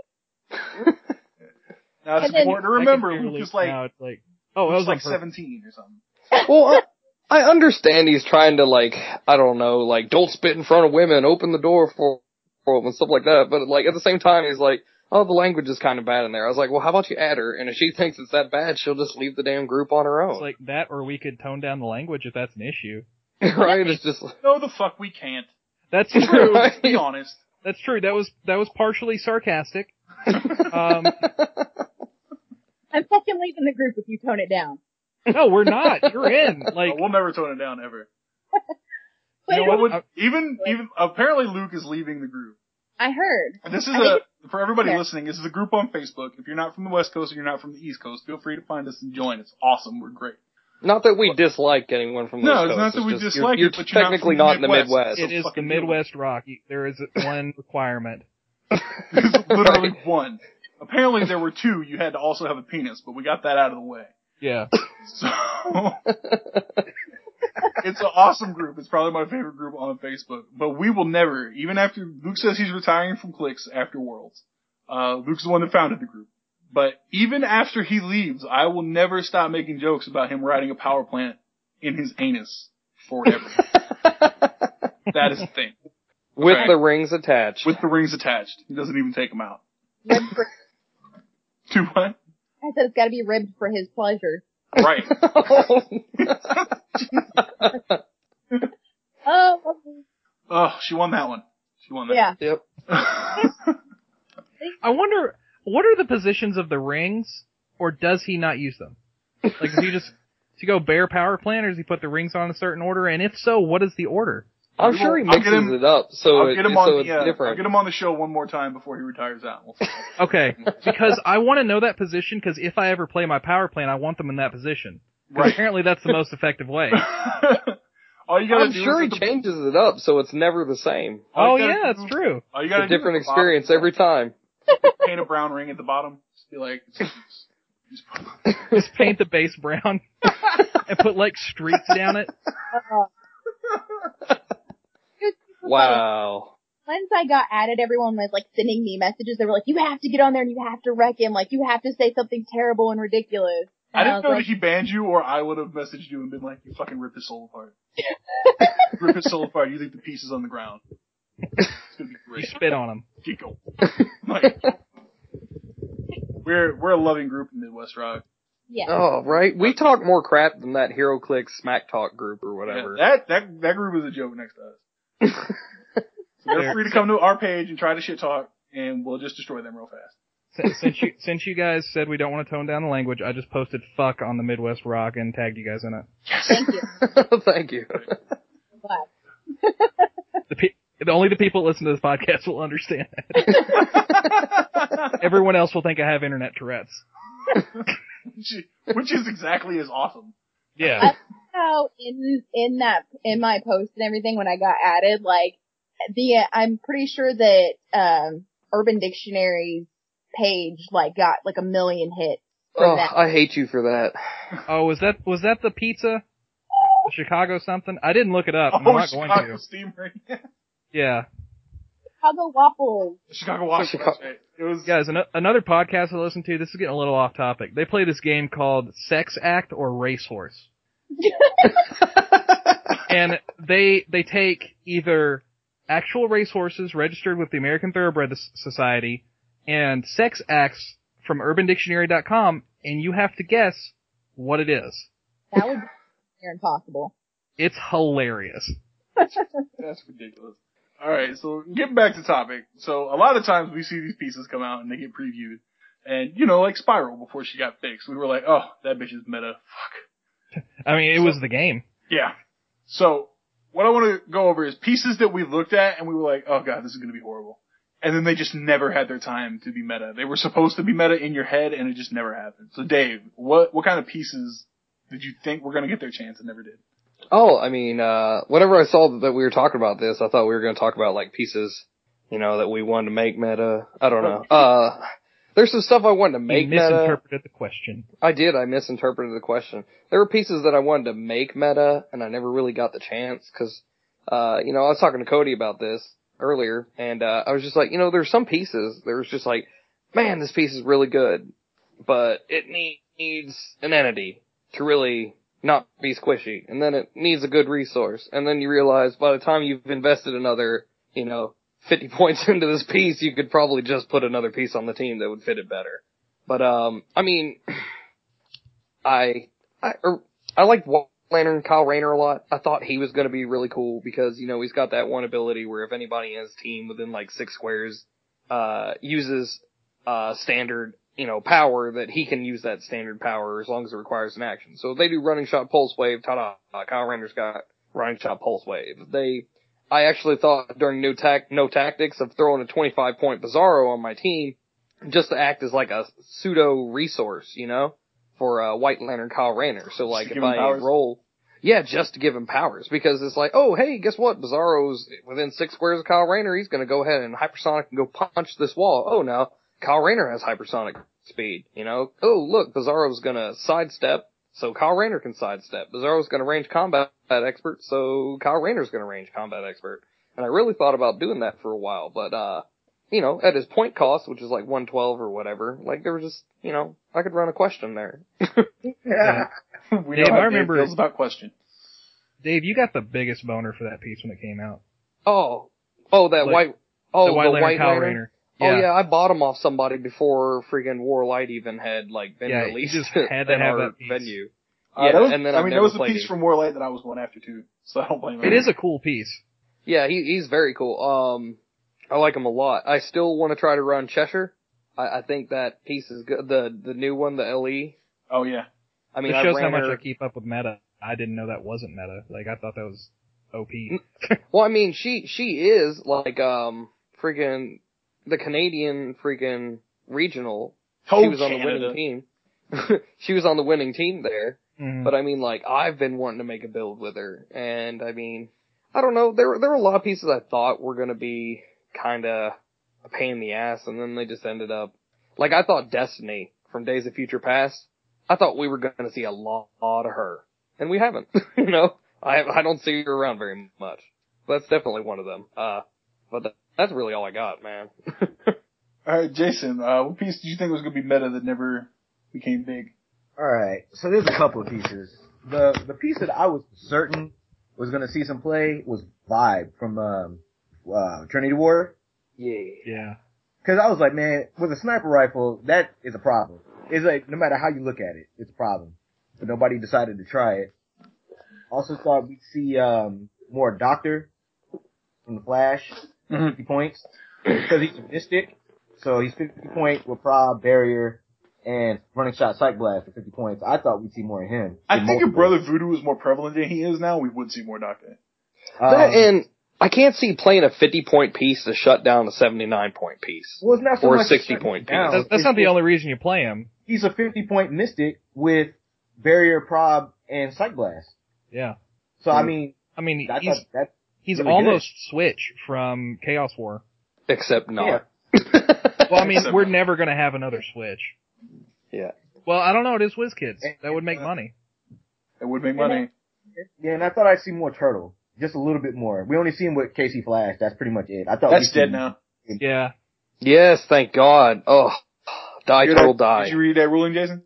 S1: Now it's
S5: And then-
S1: important to
S3: I can
S1: remember,
S3: hear
S1: Luke
S3: Luke
S1: was like,
S3: now, it's like, oh, that
S1: Luke's
S3: was
S1: like
S3: on purpose.
S1: 17 or something.
S2: well, I, I understand he's trying to like, I don't know, like don't spit in front of women, open the door for, for them and stuff like that. But like at the same time, he's like, oh, the language is kind of bad in there. I was like, well, how about you add her? And if she thinks it's that bad, she'll just leave the damn group on her own.
S3: It's like that, or we could tone down the language if that's an issue.
S2: right? It's just
S1: No, the fuck we can't.
S3: That's true.
S1: Let's be
S2: Right.
S1: honest.
S3: That's true. That was that was partially sarcastic. Um,
S5: I'm fucking leaving the group if you tone it down.
S3: no, we're not. You're in. Like,
S1: Uh, we'll never tone it down ever.
S5: But
S1: You know what would-
S3: I-
S1: even even apparently Luke is leaving the group.
S5: I heard.
S1: And this is
S5: I think
S1: a for everybody
S5: yeah.
S1: listening. This is a group on Facebook. If you're not from the West Coast or you're not from the East Coast, feel free to find us and join. It's awesome. We're great.
S2: not that we dislike anyone from the
S1: No,
S2: West
S1: it's
S2: Coast,
S1: not that we
S2: just,
S1: dislike
S2: you're,
S1: it,
S2: you're
S1: but you're not
S2: technically
S1: from the
S2: not, in the
S1: Midwest.
S2: Midwest.
S3: it is the
S1: fucking deal with
S3: Midwest Rock. You- There is one requirement.
S1: There's literally
S2: Right.
S1: one. Apparently there were two. You had to also have a penis, but we got that out of the way.
S3: Yeah.
S1: So it's an awesome group. It's probably my favorite group on Facebook. But we will never, even after Luke says he's retiring from Clicks after Worlds. Uh, Luke's the one that founded the group. But even after he leaves, I will never stop making jokes about him riding a power plant in his anus forever. that is the thing.
S2: With
S1: Right.
S2: the rings attached.
S1: With the rings attached, he doesn't even take them out.
S5: Ribbed for,
S1: To what?
S5: I said it's got to be ribbed for his pleasure.
S1: Right.
S5: Oh, okay.
S1: Oh, she won that one. She won that.
S5: yeah.
S2: yep.
S3: I wonder what are the positions of the rings, or does he not use them? Like, does he just does he go bare power plant, or does he put the rings on a certain order? And if so, what is the order?
S2: I'm
S1: We
S2: sure he
S1: will- I'll get
S2: mixes
S1: him-
S2: it up, so,
S1: I'll
S2: it,
S1: get him
S2: so
S1: on
S2: it's
S1: the uh, I'll
S2: different.
S1: get him on the show one more time before he retires out. We'll see.
S3: Okay, because I want to know that position. Because if I ever play my power plant, I want them in that position. 'Cause
S1: Right.
S3: Apparently, that's the most effective way.
S1: all you gotta
S2: I'm
S1: do
S2: sure he
S1: is at the-
S2: changes it up, so it's never the same.
S3: oh
S1: all you gotta
S3: yeah,
S1: do-
S3: that's true.
S1: All you
S2: It's
S1: gotta
S2: a
S1: do is
S2: different
S1: at the
S2: experience
S1: bottom,
S2: every time.
S1: Paint a brown ring at the bottom. Just be like, just- just put-
S3: Just paint the base brown and put like streaks down it.
S5: It was super funny.
S2: Wow.
S5: Once I got added, everyone was like sending me messages. They were like, "You have to get on there and you have to wreck him. Like you have to say something terrible and ridiculous."
S1: I
S5: And
S1: didn't
S5: was
S1: know
S5: like,
S1: that he banned you, or I would have messaged you and been like, "You fucking rip his soul apart. rip his soul apart. You leave the pieces on the ground. It's gonna be
S3: You
S1: great.
S3: spit on them.
S1: Ginkgo. Like, we're we're a loving group in Midwest Rock.
S5: yeah.
S2: Oh, right? We talk more crap than that HeroClix smack talk group or whatever.
S1: Yeah, that that that group is a joke next to us. So they're free to come to our page and try to shit talk, and we'll just destroy them real fast.
S3: since, since you since you guys said we don't want to tone down the language, I just posted fuck on the Midwest Rock and tagged you guys in it.
S5: Thank you.
S2: Thank you.
S5: Glad.
S3: The pe- the only the people that listen to this podcast will understand. That. Everyone else will think I have internet Tourette's.
S1: Which- Which is exactly as awesome.
S3: Yeah.
S5: So in in that in my post and everything when I got added, like the I'm pretty sure that um Urban Dictionary's page like got like a million hits from
S2: Oh,
S5: that.
S2: I hate you for that.
S3: Oh, was that was that the pizza? Chicago something? I didn't look it up. and I'm
S1: oh,
S3: not
S1: Chicago
S3: going to.
S1: Steamer.
S3: Yeah,
S5: Chicago waffles.
S1: Chicago Waffle.
S2: Chicago-
S1: Right. It was
S3: guys. An- another podcast I listened to. This is getting a little off topic. They play this game called Sex Act or Racehorse. and they they take either actual racehorses registered with the American Thoroughbred S- Society and sex acts from UrbanDictionary.com, and you have to guess what it is.
S5: That would be near impossible.
S3: It's hilarious.
S1: That's ridiculous. All right, so getting back to topic. So a lot of times we see these pieces come out and they get previewed, and you know, like Spiral before she got fixed, we were like, "Oh, that bitch is meta." Fuck.
S3: I mean, it was the game.
S1: Yeah. So what I want to go over is pieces that we looked at and we were like, "Oh god, this is gonna be horrible," and then they just never had their time to be meta. They were supposed to be meta in your head, and it just never happened. So Dave, what what kind of pieces did you think were gonna get their chance and never did?
S2: Oh, I mean, uh, whenever I saw that we were talking about this, I thought we were going to talk about like pieces, you know, that we wanted to make meta. I don't know. Uh, there's some stuff I wanted to
S3: You
S2: make meta.
S3: misinterpreted the question.
S2: I did. I misinterpreted the question. There were pieces that I wanted to make meta, and I never really got the chance because, uh, you know, I was talking to Cody about this earlier, and uh, I was just like, you know, there's some pieces. There's just like, man, this piece is really good, but it need, needs an entity to really not be squishy, and then it needs a good resource, and then you realize by the time you've invested another, you know, 50 points into this piece, you could probably just put another piece on the team that would fit it better. But, um, I mean, I, I, er, I liked White Lantern Kyle Rayner a lot. I thought he was going to be really cool because, you know, he's got that one ability where if anybody in his team within like six squares, uh, uses, uh, standard, you know, power that he can use that standard power as long as it requires an action. So if they do running shot pulse wave, ta-da, Kyle Rayner's got running shot pulse wave. If they, I actually thought during no tac no tactics of throwing a 25 point Bizarro on my team just to act as like a pseudo resource, you know, for uh, White Lantern Kyle Rayner. So like
S1: to
S2: if
S1: give him
S2: I
S1: powers?
S2: roll, yeah, just to give him powers because it's like, oh hey, guess what? Bizarro's within six squares of Kyle Rayner. He's gonna go ahead and hypersonic and go punch this wall. Oh no, Kyle Rayner has hypersonic speed. You know, oh look, Bizarro's gonna sidestep, so Kyle Rayner can sidestep. Bizarro's gonna range combat expert, so Kyle Rayner's gonna range combat expert. And I really thought about doing that for a while, but uh, you know, at his point cost, which is like one twelve or whatever, like there was just, you know, I could run a question there.
S3: Yeah.
S1: we
S3: Dave,
S1: know how
S3: I
S1: Dave
S3: remember-
S1: feels about question.
S3: Dave, you got the biggest boner for that piece when it came out.
S2: Oh, oh, that
S3: Like,
S2: white, oh,
S3: the White Lantern Kyle
S2: Lantern?
S3: Rayner.
S2: Oh yeah, I bought him off somebody before freaking Warlight even had like been
S3: Yeah, you
S2: released
S3: just had to
S2: in
S3: have
S2: our
S3: that piece.
S2: venue.
S1: yeah,
S2: Yeah,
S1: Uh, that was,
S2: and then
S1: I
S2: I've
S1: mean,
S2: never
S1: that was the
S2: played
S1: piece
S2: it.
S1: from Warlight that I was going after too, so I don't blame him.
S3: It is a cool piece.
S2: Yeah, he, he's very cool. Um, I like him a lot. I still want to try to run Cheshire. I, I think that piece is good. The the new one, the LE.
S1: Oh yeah,
S2: I mean,
S3: it
S2: I
S3: shows
S2: ran
S3: how much
S2: her-
S3: I keep up with meta. I didn't know that wasn't meta. Like I thought that was OP.
S2: Well, I mean, she she is like um freaking the Canadian freaking regional. she
S1: Oh,
S2: was on the winning
S1: Canada.
S2: team. she was on the winning team there.
S7: Mm-hmm.
S3: Mhm.
S2: Mm-hmm. But I mean, like I've been wanting to make a build with her, and I mean, I don't know. There were there were a lot of pieces I thought were gonna be kind of a pain in the ass, and then they just ended up like I thought Destiny from Days of Future Past. I thought we were gonna see a lot, lot of her, and we haven't. you know, I I don't see her around very much. That's definitely one of them. Uh, but tha- that's really all I got, man.
S1: All right, Jason, uh, what piece did you think was going to be meta that never became big?
S7: All right. So there's a couple of pieces. The the piece that I was certain was going to see some play was Vibe from um, uh, Trinity War.
S2: yeah.
S3: yeah.
S7: Cause I was like, man, with a sniper rifle, that is a problem. It's like, no matter how you look at it, it's a problem. But nobody decided to try it. Also thought we'd see, um, more Doctor from the Flash,
S3: Mm-hmm.
S7: 50 points. Cause he's a mystic. So he's 50 point with Prob, Barrier, and Running Shot Psych Blast for 50 points. I thought we'd see more of him.
S1: I
S7: Get
S1: think if
S7: multiple.
S1: Brother Voodoo was more prevalent than he is now, we would see more Doctor.
S7: Um,
S2: That and I can't see playing a 50 point piece to shut down a 79 point piece.
S7: well, it's not so
S2: or a
S7: much
S2: 60 point
S7: down.
S2: piece.
S3: That's, that's not the only reason you play him.
S7: He's a 50 point mystic with Barrier, Prob, and Psych Blast.
S3: Yeah.
S7: So
S1: Mm.
S7: I mean,
S3: I mean,
S7: I
S3: he's
S7: thought that
S3: he's
S7: really
S3: almost Switch from Chaos War.
S2: Except
S7: Yeah.
S2: not.
S3: Well, I mean,
S1: Except-
S3: we're never gonna have another Switch.
S2: Yeah.
S3: Well, I don't know. It is WizKids.
S7: And-
S3: That would make
S7: uh,
S3: money.
S1: It would make money.
S7: Yeah, and I thought I'd see more Turtle. Just a little bit more. We only seen with Casey Flash. That's pretty much it. I thought
S1: That's
S7: we'd
S1: dead
S7: see-
S1: now.
S3: Yeah.
S2: Yes, thank God. Oh, die,
S1: You're
S2: turtle,
S1: not-
S2: die.
S1: Did you read that ruling, Jason?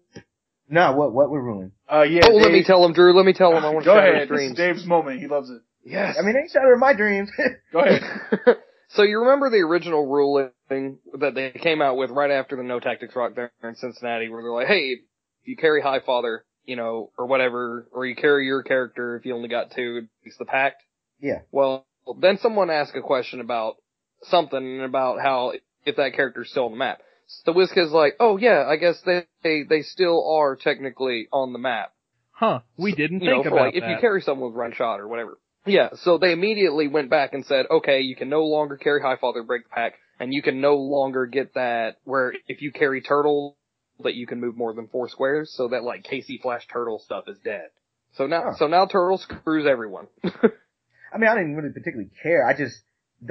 S7: No, what what we're ruined.
S1: Uh, yeah.
S2: oh, let
S1: Dave-
S2: me tell him, Drew. Let me tell him. I want to
S1: Go
S2: share
S1: ahead.
S2: his
S1: This is
S2: dreams.
S1: Dave's moment. He loves it.
S2: Yes.
S7: I mean, they shattered my dreams.
S1: Go ahead.
S2: so you remember the original ruling that they came out with right after the No Tactics Rock there in Cincinnati, where they're like, "Hey, if you carry High Father, you know, or whatever, or you carry your character if you only got two, it's the pact."
S7: Yeah.
S2: Well, then someone asked a question about something about how if that character's still on the map. So Whiska's like, "Oh yeah, I guess they, they they still are technically on the map."
S3: Huh. We didn't
S2: you know,
S3: think
S2: for
S3: about
S2: like if
S3: that.
S2: you carry someone with run shot or whatever. Yeah, so they immediately went back and said, okay, you can no longer carry High Father Break the Pack, and you can no longer get that where if you carry Turtle, that you can move more than four squares, so that like Casey Flash Turtle stuff is dead. So now,
S7: Huh.
S2: so now Turtle screws everyone.
S7: I mean, I didn't really particularly care. I just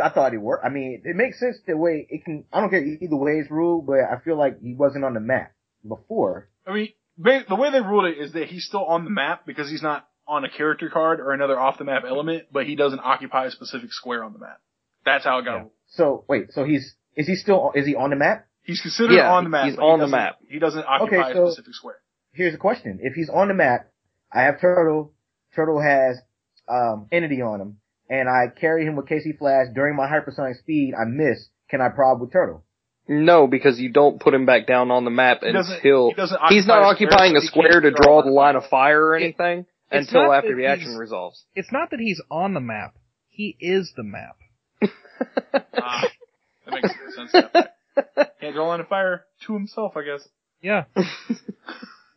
S7: I thought it worked. I mean, it makes sense the way it can. I don't care either way it's ruled, but I feel like he wasn't on the map before.
S1: I mean, ba- the way they ruled it is that he's still on the map because he's not on a character card or another off the map element, but he doesn't occupy a specific square on the map. That's how it got.
S3: Yeah.
S1: ruled.
S7: So wait, so he's is he still is he on the map?
S1: He's considered
S2: Yeah,
S1: on the map.
S2: he's
S1: but he
S2: on the
S1: doesn't-
S2: map.
S1: He doesn't occupy
S7: so-
S1: a specific square.
S7: Here's a question. If he's on the map, I have Turtle. Turtle has, um, Entity on him. And I carry him with Casey Flash during my hypersonic speed. I miss. Can I prob with Turtle?
S2: No, because you don't put him back down on the map
S1: He doesn't,
S2: until
S1: he doesn't
S2: he's not
S1: occupy
S2: occupying a
S1: so he can't
S2: square to draw the line of fire or
S3: It-
S2: anything
S3: it's
S2: until
S3: not
S2: after
S3: that
S2: the action
S3: he's-
S2: resolves.
S3: It's not that he's on the map. He is the map.
S1: Ah, that makes sense. Can't draw line of fire to himself, I guess.
S3: Yeah.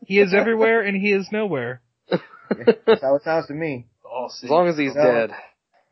S3: he is everywhere and he is nowhere.
S7: That's how it sounds to me.
S1: All Oh, see.
S2: As long as he's
S7: No.
S2: dead.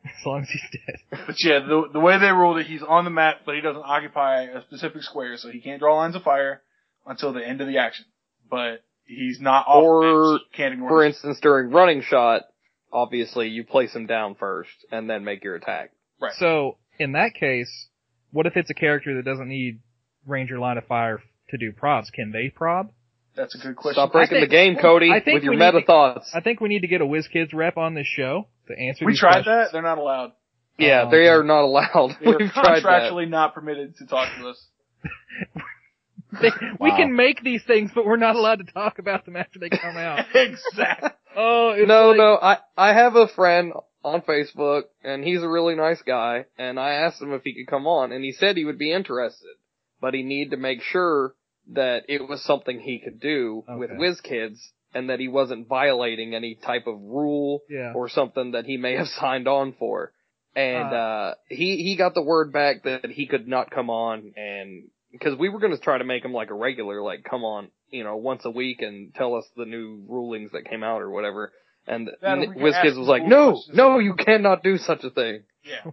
S3: As long as he's dead.
S1: But yeah, the the way they ruled it, he's on the map, but he doesn't occupy a specific square, so he can't draw lines of fire until the end of the action. But he's not off the
S2: Or-
S1: map, so you can't ignore
S2: For
S1: him.
S2: instance, during running shot, obviously you place him down first and then make your attack.
S1: Right.
S3: So, in that case, what if it's a character that doesn't need Ranger Line of Fire to do probs? Can they prob?
S1: That's a good question.
S2: Stop breaking
S3: I think-
S2: the game, Cody,
S3: I think
S2: with your
S3: we need
S2: meta
S3: to-
S2: thoughts.
S3: I think we need to get a WizKids rep on this show to answer
S1: we
S3: these
S1: tried
S3: questions.
S1: that. They're not allowed.
S2: yeah,
S3: Oh,
S2: they
S3: okay.
S2: are not allowed.
S1: They are
S2: We've tried that.
S1: contractually not permitted to talk to us.
S3: They- We
S7: Wow.
S3: can make these things, but we're not allowed to talk about them after they come out.
S1: exactly.
S3: Oh, it's
S2: No,
S3: like-
S2: no, I, I have a friend on Facebook and he's a really nice guy and I asked him if he could come on and he said he would be interested, but he needed to make sure that it was something he could do with
S3: Okay.
S2: WizKids and that he wasn't violating any type of rule
S3: Yeah.
S2: or something that he may have signed on for. And,
S3: Uh.
S2: uh, he, he got the word back that he could not come on and, cause we were gonna try to make him like a regular, like come on, you know, once a week and tell us the new rulings that came out or whatever. And
S1: That we
S2: N-
S1: can ask
S2: WizKids
S1: him
S2: was like,
S1: cool
S2: no,
S1: questions."
S2: no, you cannot do such a thing.
S1: Yeah.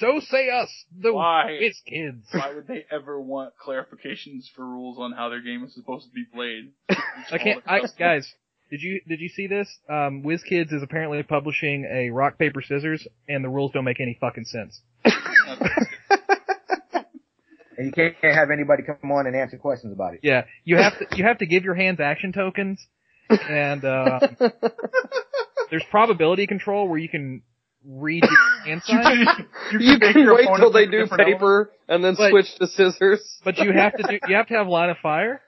S3: So say us, the
S1: Why?
S3: WizKids.
S1: Why would they ever want clarifications for rules on how their game is supposed to be played?
S3: I can't. I, guys, did you did you see this? Um, WizKids is apparently publishing a rock paper scissors, and the rules don't make any fucking sense.
S7: And you can't have anybody come on and answer questions about it.
S3: Yeah, you have to you have to give your hands action tokens, and uh, there's probability control where you can read your hand
S1: You
S3: sign,
S1: can, you
S2: You
S1: can make
S2: can
S1: your
S2: wait
S1: opponent
S2: till they
S1: pick
S2: do
S1: different elements.
S2: paper and then
S3: But-
S2: switch to scissors.
S3: but you have to do you have to have line of fire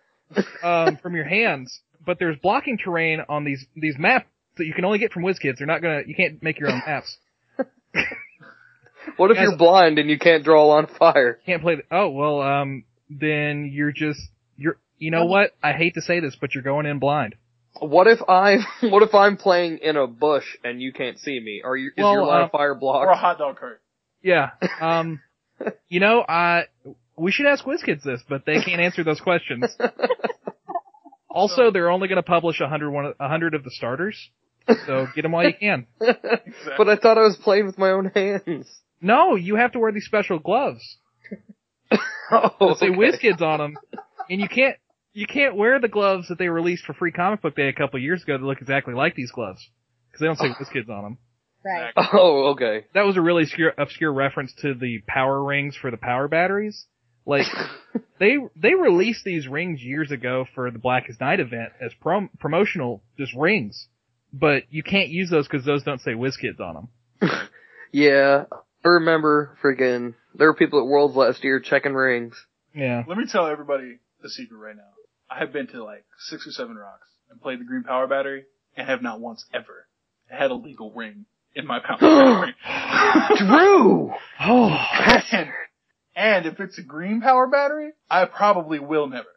S3: um, from your hands. But there's blocking terrain on these these maps that you can only get from WizKids. They're not gonna you can't make your own maps.
S2: What if
S3: Guys-
S2: you're blind and you can't draw on fire?
S3: can't play. The, oh well, um, then you're just you're. You know
S6: Okay.
S3: what? I hate to say this, but you're going in blind.
S2: What if I'm what if I'm playing in a bush and you can't see me? Are you, is
S3: Well,
S2: your line
S3: uh,
S2: of fire
S1: Or a
S2: blocked?
S1: hot dog cart.
S3: Yeah. Um, you know, I we should ask WizKids this, but they can't answer those questions. also, they're only going to publish a hundred one a hundred of the starters, so get them while you can.
S1: Exactly.
S2: But I thought I was playing with my own hands.
S3: No, you have to wear these special gloves.
S2: Oh,
S3: that say
S2: okay.
S3: WizKids on them, and you can't you can't wear the gloves that they released for Free Comic Book Day a couple years ago that look exactly like these gloves because they don't say WizKids on them.
S5: Right.
S2: Oh, okay.
S3: That was a really obscure, obscure reference to the power rings for the power batteries. Like they they released these rings years ago for the Blackest Night event as prom- promotional just rings, but you can't use those because those don't say WizKids on them.
S2: Yeah, I remember freaking. There were people at Worlds last year checking rings.
S3: Yeah.
S1: Let me tell everybody the secret right now. I have been to like six or seven rocks and played the green power battery and have not once ever had a legal ring in my power battery.
S2: Drew.
S3: Oh,
S1: and, and if it's a green power battery, I probably will never.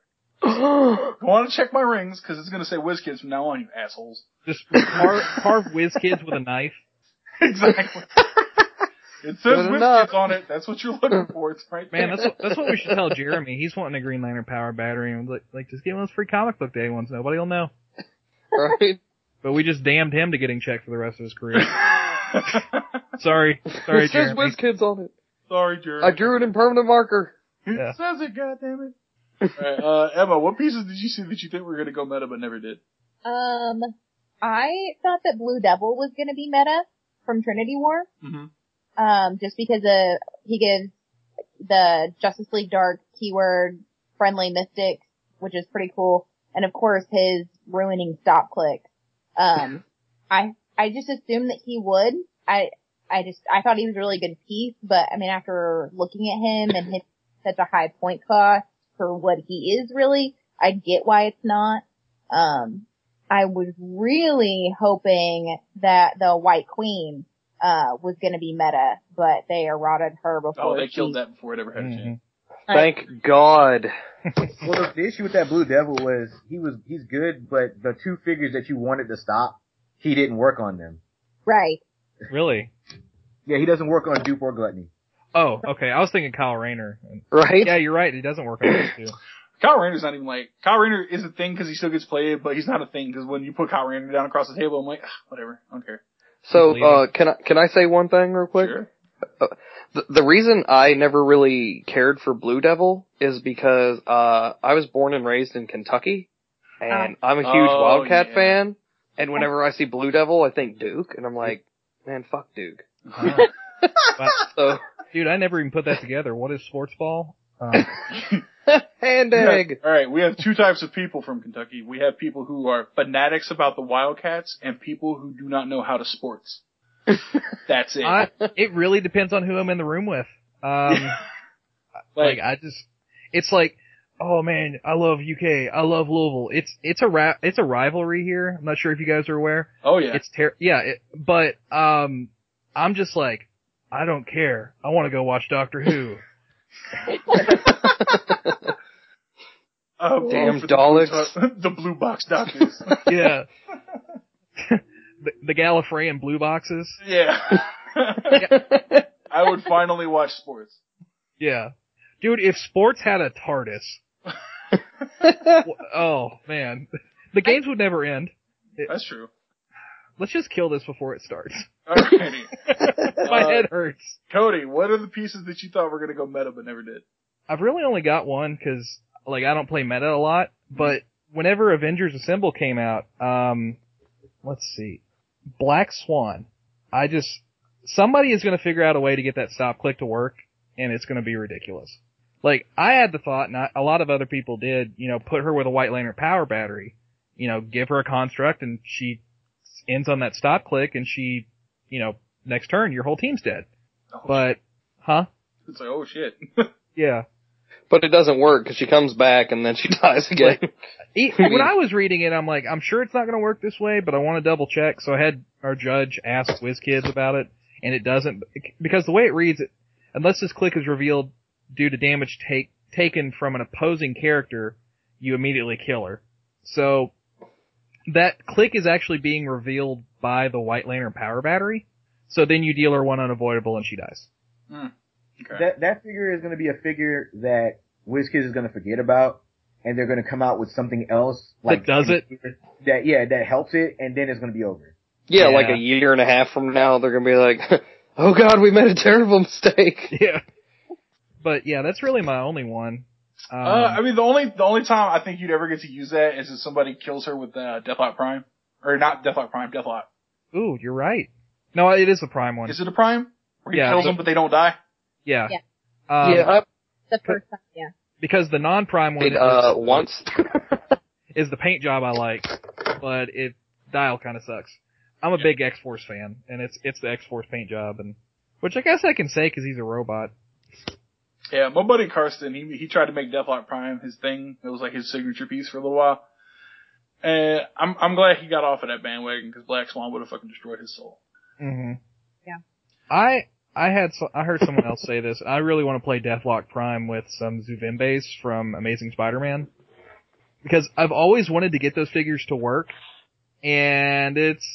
S1: Go on and check my rings because it's going to say WizKids from now on, you assholes.
S3: just carve, carve WizKids with a knife.
S1: exactly. It says
S2: Good enough.
S1: WizKids on it. That's what you're looking for. It's right
S3: Man,
S1: there.
S3: that's what, that's what we should tell Jeremy. He's wanting a Green Lantern power battery, and like, like just get one of those free comic book day ones. Nobody will know.
S2: right?
S3: But we just damned him to getting checked for the rest of his career. Sorry, sorry,
S2: it says
S3: Jeremy.
S2: WizKids on it.
S1: Sorry, Jerry.
S2: I drew it in permanent marker.
S1: It
S3: Yeah.
S1: says it, goddammit. Alright, uh, Emma, what pieces did you see that you think were gonna go meta but never did?
S5: Um, I thought that Blue Devil was gonna be meta from Trinity War.
S1: Mm-hmm.
S5: um, just because uh he gives the Justice League Dark keyword friendly mystics, which is pretty cool, and of course his ruining stop click. Um, I I just assumed that he would. I I just I thought he was a really good piece, but I mean after looking at him and his such a high point cost for what he is really. I get why it's not. Um, I was really hoping that the White Queen uh was going to be meta, but they eroded her before.
S8: Oh, they
S5: she-
S8: killed that before it ever had a
S3: Mm-hmm.
S8: chance.
S2: Thank God.
S7: Well, the, the issue with that Blue Devil was he was he's good, but the two figures that you wanted to stop, he didn't work on them.
S5: Right.
S3: Really?
S7: Yeah, he doesn't work on dupe or gluttony.
S3: Oh, okay. I was thinking Kyle Rayner.
S2: Right?
S3: Yeah, you're right. It doesn't work on those two.
S1: Kyle Rayner's not even like Kyle Rayner is a thing because he still gets played, but he's not a thing because when you put Kyle Rayner down across the table, I'm like, "Ah, whatever, I don't care.
S2: So,
S3: Believe it.
S2: uh, can I, can I say one thing real quick?
S1: Sure.
S2: The, the reason I never really cared for Blue Devil is because, uh, I was born and raised in Kentucky, and I'm a huge
S1: Oh,
S2: Wildcat
S1: yeah.
S2: fan, and whenever I see Blue Devil, I think Duke, and I'm like, man, fuck Duke.
S3: Wow.
S2: So,
S3: Dude, I never even put that together. What is sports ball? Um,
S2: hand
S1: Yeah.
S2: egg!
S1: All right, we have two types of people from Kentucky. We have people who are fanatics about the Wildcats and people who do not know how to sports. That's it.
S3: I, it really depends on who I'm in the room with. Um,
S1: like,
S3: Like, I just, it's like, oh man, I love UK, I love Louisville. It's it's a ra- it's a rivalry here. I'm not sure if you guys are aware.
S1: oh yeah,
S3: It's ter- yeah, it, but um, I'm just like, I don't care. I want to go watch Doctor Who.
S1: Uh,
S2: Damn
S1: for the blue
S2: Daleks.
S1: to- the blue box doctors.
S3: yeah, the, the Gallifreyan blue boxes.
S1: yeah, I would finally watch sports.
S3: Yeah, dude, if sports had a TARDIS, w- oh man, the games would never end.
S1: That's true.
S3: Let's just kill this before it starts.
S1: Alrighty,
S3: My
S1: Uh,
S3: head hurts.
S1: Cody, what are the pieces that you thought were gonna go meta but never did?
S3: I've really only got one because like I don't play meta a lot, but whenever Avengers Assemble came out, um, let's see, Black Swan. I just somebody is going to figure out a way to get that stop click to work, and it's going to be ridiculous. Like I had the thought, and I, a lot of other people did, you know, put her with a White Lantern power battery, you know, give her a construct, and she ends on that stop click, and she, you know, next turn your whole team's dead.
S1: Oh,
S3: But huh?
S1: It's like, oh shit.
S3: Yeah.
S2: but it doesn't work, cause she comes back and then she dies again.
S3: E-
S2: I mean-
S3: when I was reading it, I'm like, I'm sure it's not going to work this way, but I want to double check. So I had our judge ask WizKids about it, and it doesn't because the way it reads, it, unless this click is revealed due to damage take, taken from an opposing character, you immediately kill her. So that click is actually being revealed by the White Lantern power battery. So then you deal her one unavoidable, and she dies.
S1: Okay.
S7: That that figure is going to be a figure that WizKids is going to forget about, and they're going to come out with something else like
S3: does it?
S7: That yeah, that helps it, and then it's going to be over.
S2: Yeah,
S3: Yeah.
S2: like a year and a half from now, they're gonna be like, "Oh God, we made a terrible mistake."
S3: Yeah. But yeah, that's really my only one. Um,
S1: uh, I mean, the only the only time I think you'd ever get to use that is if somebody kills her with uh, Deathlock Prime, or not Deathlock Prime, Deathlock.
S3: ooh, you're right. No, it is the prime one.
S1: Is it a Prime? Where he
S3: Yeah,
S1: kills
S3: the-
S1: them but they don't die.
S3: Yeah.
S5: Yeah.
S3: Um,
S2: yeah, I
S5: The first time, yeah.
S3: Because the non-prime one
S2: played
S3: is,
S2: uh, once.
S3: is the paint job I like, but it dial kind of sucks. I'm a big X-Force fan, and it's it's the X-Force paint job, and which I guess I can say because he's a robot.
S1: Yeah, my buddy Karsten, he he tried to make Deathlock Prime his thing. It was like his signature piece for a little while. And I'm I'm glad he got off of that bandwagon because Black Swan would have fucking destroyed his soul.
S3: Mm-hmm.
S5: Yeah.
S3: I I had so, I heard someone else say this. I really want to play Deathlock Prime with some Zuvimbes from Amazing Spider-Man because I've always wanted to get those figures to work, and it's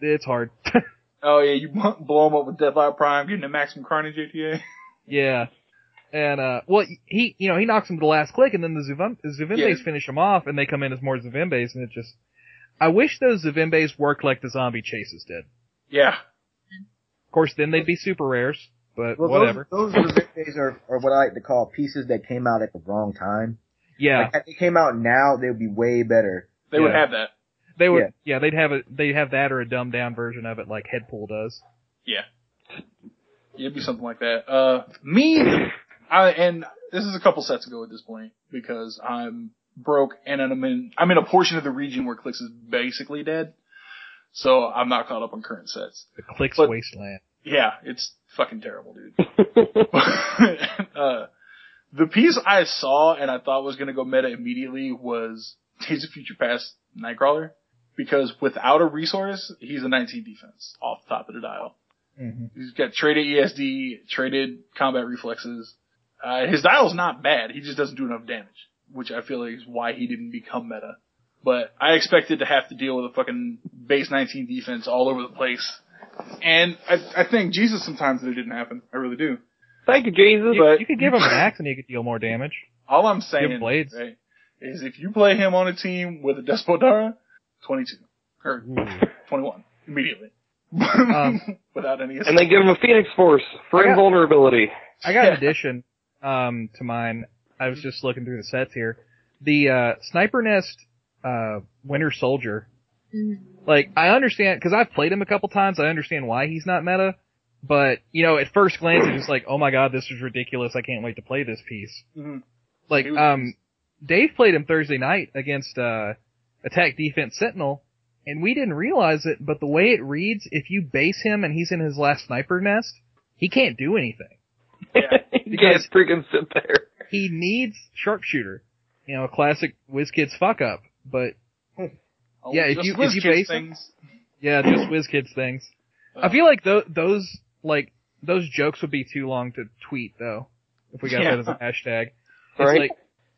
S3: it's hard.
S1: Oh yeah, you bl- blow him up with Deathlock Prime, getting the maximum carnage ATA.
S3: Yeah. And uh well he you know, he knocks him to the last click and then the Zuvim- Zuvimbes
S1: Yeah.
S3: finish him off and they come in as more Zuvimbes and it just I wish those Zuvimbes worked like the zombie chases did.
S1: Yeah,
S3: Of course then they'd be super rares, but
S7: Well,
S3: whatever.
S7: those those Revenge days are are what I like to call pieces that came out at the wrong time.
S3: yeah.
S7: Like, if they came out now, they would be way better.
S1: they would
S3: Yeah.
S1: have that.
S3: They would yeah. they'd have it they'd have that or a dumbed down version of it like Headpool does.
S1: It'd be something like that. Uh, me, I, and this is a couple sets ago at this point because I'm broke and I'm in, I'm in a portion of the region where Clicks is basically dead. So I'm not caught up on current sets.
S3: The clicks
S1: But-
S3: wasteland.
S1: Yeah, it's fucking terrible, dude. uh, The piece I saw and I thought was going to go meta immediately was Days of Future Past Nightcrawler because without a resource, he's a 19 defense off the top of the dial.
S3: Mm-hmm.
S1: He's got traded ESD, traded combat reflexes. Uh, his dial's not bad. He just doesn't do enough damage, which I feel is why he didn't become meta. But I expected to have to deal with a fucking base 19 defense all over the place. And I, I think Jesus sometimes that it didn't happen. I really do.
S2: Thank you, Jesus.
S3: You,
S2: but
S3: you could give him an axe and he could deal more damage.
S1: All I'm saying
S3: blades.
S1: right, is if you play him on a team with a Despotara, 22. Or 21. Immediately.
S3: Hmm. Um,
S1: Without any
S2: and they give him a Phoenix Force for
S3: I got-
S2: invulnerability.
S3: I got
S1: Yeah.
S3: an addition um, to mine. I was just looking through the sets here. The uh, Sniper Nest uh, Winter Soldier.
S5: Mm-hmm.
S3: Like I understand because I've played him a couple times. I understand why he's not meta, but you know, at first glance, it's just like, oh my god, this is ridiculous. I can't wait to play this piece.
S1: Mhm.
S3: Like
S1: He was-
S3: um, Dave played him Thursday night against uh, Attack Defense Sentinel, and we didn't realize it, but the way it reads, if you base him and he's in his last Sniper Nest, he can't do anything
S1: Yeah.
S2: you
S3: Because-
S2: can't freaking sit there.
S3: he needs sharpshooter. You know, a classic WizKids fuck up. But
S1: Oh,
S3: Yeah, if
S1: just
S3: you- if
S1: whiz
S3: you
S1: kids
S3: base him-
S1: things.
S3: yeah, just WizKids things.
S1: Uh.
S3: I feel like tho- those like those jokes would be too long to tweet though. If we got
S1: Yeah.
S3: that as a hashtag,
S2: Right?
S3: it's like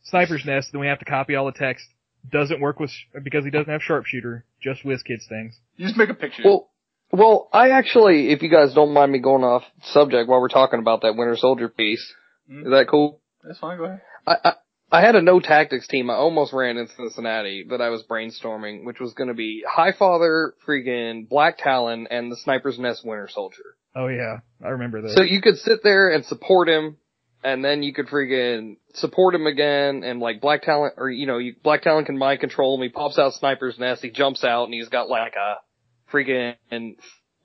S3: sniper's nest. Then we have to copy all the text. Doesn't work with because he doesn't have sharpshooter. Just WizKids things.
S1: You just make a picture.
S2: Well, well, I actually, if you guys don't mind me going off subject while we're talking about that Winter Soldier piece,
S1: Mhm.
S2: is that cool?
S1: That's fine, go ahead.
S2: I, I I had a no tactics team. I almost ran in Cincinnati that I was brainstorming, which was going to be Highfather, freaking Black Talon, and the Sniper's Nest Winter Soldier.
S3: Oh yeah, I remember those.
S2: So you could sit there and support him, and then you could freaking support him again, and like Black Talon, or you know, you, Black Talon can mind control him. He pops out Sniper's Nest, he jumps out, and he's got like a freaking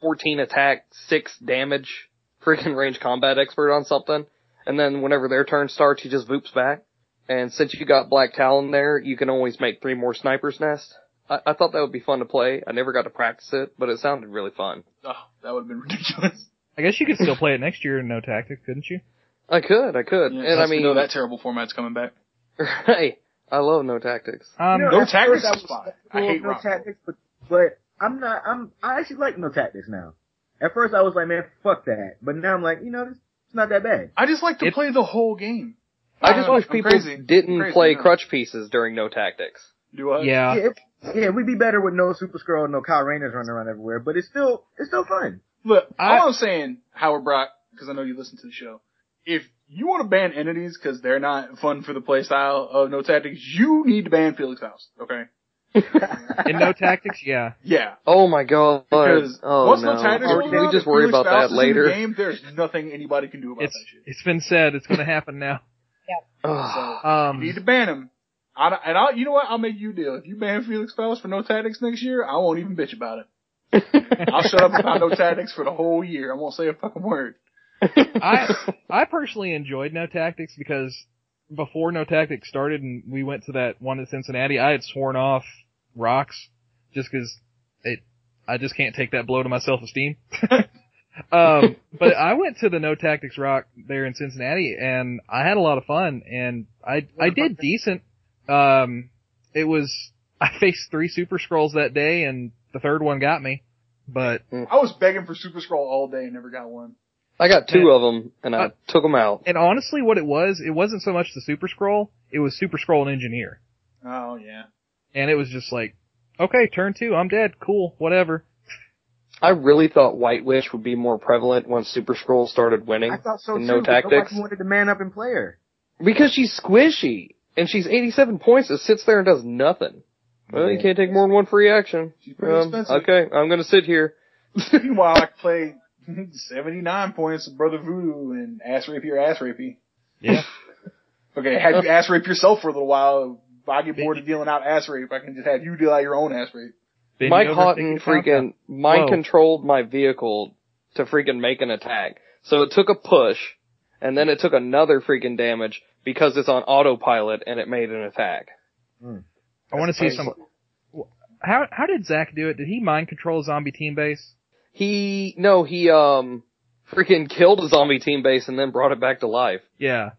S2: 14 attack, 6 damage, freaking range combat expert on something. And then whenever their turn starts, he just voops back. And since you got Black Talon there, you can always make three more Sniper's Nest. I, I thought that would be fun to play. I never got to practice it, but it sounded really fun.
S1: Oh, that would have been ridiculous.
S3: I guess you could still play it next year in no tactics, couldn't you?
S2: I could, I could.
S1: Yeah,
S2: and I
S1: nice to
S2: mean,
S1: know that terrible format's coming back.
S2: Hey, I love no tactics.
S3: Um,
S1: No
S7: at first
S1: tactics
S7: I
S1: is
S7: was
S1: fine.
S7: skeptical
S1: I
S7: of
S1: hate
S7: no
S1: Ron.
S7: tactics, but, but I'm not. I'm. I actually like no tactics now. At first, I was like, man, fuck that. But now I'm like, you know, this, it's not that bad.
S1: I just like to
S3: It-
S1: play the whole game.
S2: I just
S1: I'm-
S2: wish
S1: I'm
S2: people
S1: crazy. I'm
S2: didn't
S1: crazy,
S2: play
S1: yeah.
S2: crutch pieces during no tactics.
S1: Do I?
S3: yeah,
S7: yeah, it, yeah, we'd be better with no Super Scroll, no Kyle Rayner's running around everywhere. But it's still, it's still fun.
S1: Look,
S3: I-
S1: all I'm saying, Howard Brock, because I know you listen to the show, if you want to ban entities because they're not fun for the playstyle of no tactics, you need to ban Felix House. Okay? uh,
S3: in no tactics, yeah.
S1: Yeah.
S2: Oh my god!
S1: Because
S2: oh
S1: once
S2: no!
S1: no tactics
S2: Are-
S1: rolls
S2: we
S1: out,
S2: just
S1: if
S2: worry
S1: Felix
S2: about
S1: Faust
S2: that
S1: is in the
S2: later.
S1: game, there's nothing anybody can do about
S3: It's
S1: that shit.
S3: it's been said. It's going to happen now.
S2: Ugh.
S1: You
S3: Um,
S1: need to ban him. I, don't- and I'll, you know what? I'll make you a deal. If you ban Felix Faust for no tactics next year, I won't even bitch about it. I'll shut up about no tactics for the whole year. I won't say a fucking word.
S3: I I personally enjoyed No Tactics because before No Tactics started and we went to that one in Cincinnati, I had sworn off rocks just because it I just can't take that blow to my self esteem. um, but I went to the No Tactics Rock there in Cincinnati and I had a lot of fun and I I did decent. Um, it was I faced three Super Scrolls that day and the third one got me, but
S1: I was begging for Super Scroll all day and never got one.
S2: I got two of them, and I
S3: Uh,
S2: took them out.
S3: And honestly, what it was, it wasn't so much the Super Scroll, it was Super Scroll and Engineer.
S1: Oh yeah.
S3: And it was just like, okay, turn two, I'm dead, cool, whatever.
S2: I really thought White Witch would be more prevalent once Super Scroll started winning
S7: I thought so
S2: in
S7: too.
S2: no
S7: but nobody
S2: tactics
S7: wanted to man up and play her.
S2: because she's squishy and she's 87 points. It sits there and does nothing. Well, you
S7: Yeah.
S2: can't take more than one free action.
S1: She's pretty
S2: Um,
S1: expensive.
S2: okay, I'm gonna sit here.
S1: Meanwhile, I play 79 points of Brother Voodoo and ass rape your ass rapey.
S3: Yeah.
S1: Okay, have you ass rape yourself for a little while. If I get bored of dealing out ass rape, I can just have you deal out your own ass rape.
S3: Bending
S2: Mike
S3: over,
S2: Houghton
S3: taking a
S2: freaking
S3: count
S2: mind
S3: Whoa.
S2: controlled my vehicle to freaking make an attack. So it took a push, and then it took another freaking damage because it's on autopilot and it made an attack.
S3: down. I want to see some. How how did Zach do it? Did he mind control a zombie team base?
S2: He no, he um freaking killed a zombie team base and then brought it back to life.
S3: Yeah.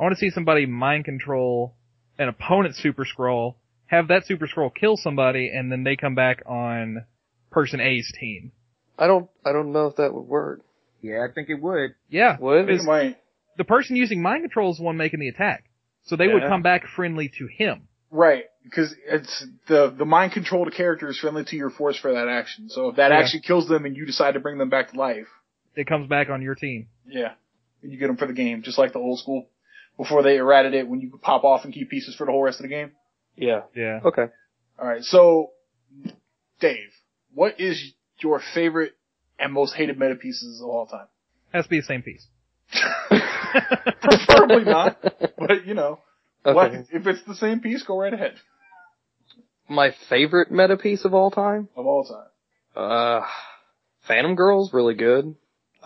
S3: I want to see somebody mind control an opponent super scroll, have that super scroll kill somebody, and then they come back on person A's team.
S2: I don't I don't know if that would work.
S7: Yeah, I think it would.
S3: Yeah.
S2: Would
S3: It's-
S1: It might.
S3: The person using mind control is the one making the attack. So they would
S1: Yeah.
S3: come back friendly to him.
S1: Right, because it's the the mind controlled character is friendly to your force for that action. So if that
S3: Yeah.
S1: action kills them and you decide to bring them back to life,
S3: It comes back on your team.
S1: yeah, you get them for the game, just like the old school before they errated it when you could pop off and keep pieces for the whole rest of the game.
S2: Yeah.
S3: Yeah.
S2: Okay.
S1: All right, so Dave, what is your favorite and most hated meta pieces of all time?
S3: Has to be the same piece.
S1: Preferably not, but you know,
S2: Okay.
S1: what, if it's the same piece, go right ahead.
S2: My favorite meta piece of all time?
S1: Of all time,
S2: Uh, Phantom Girl's really good.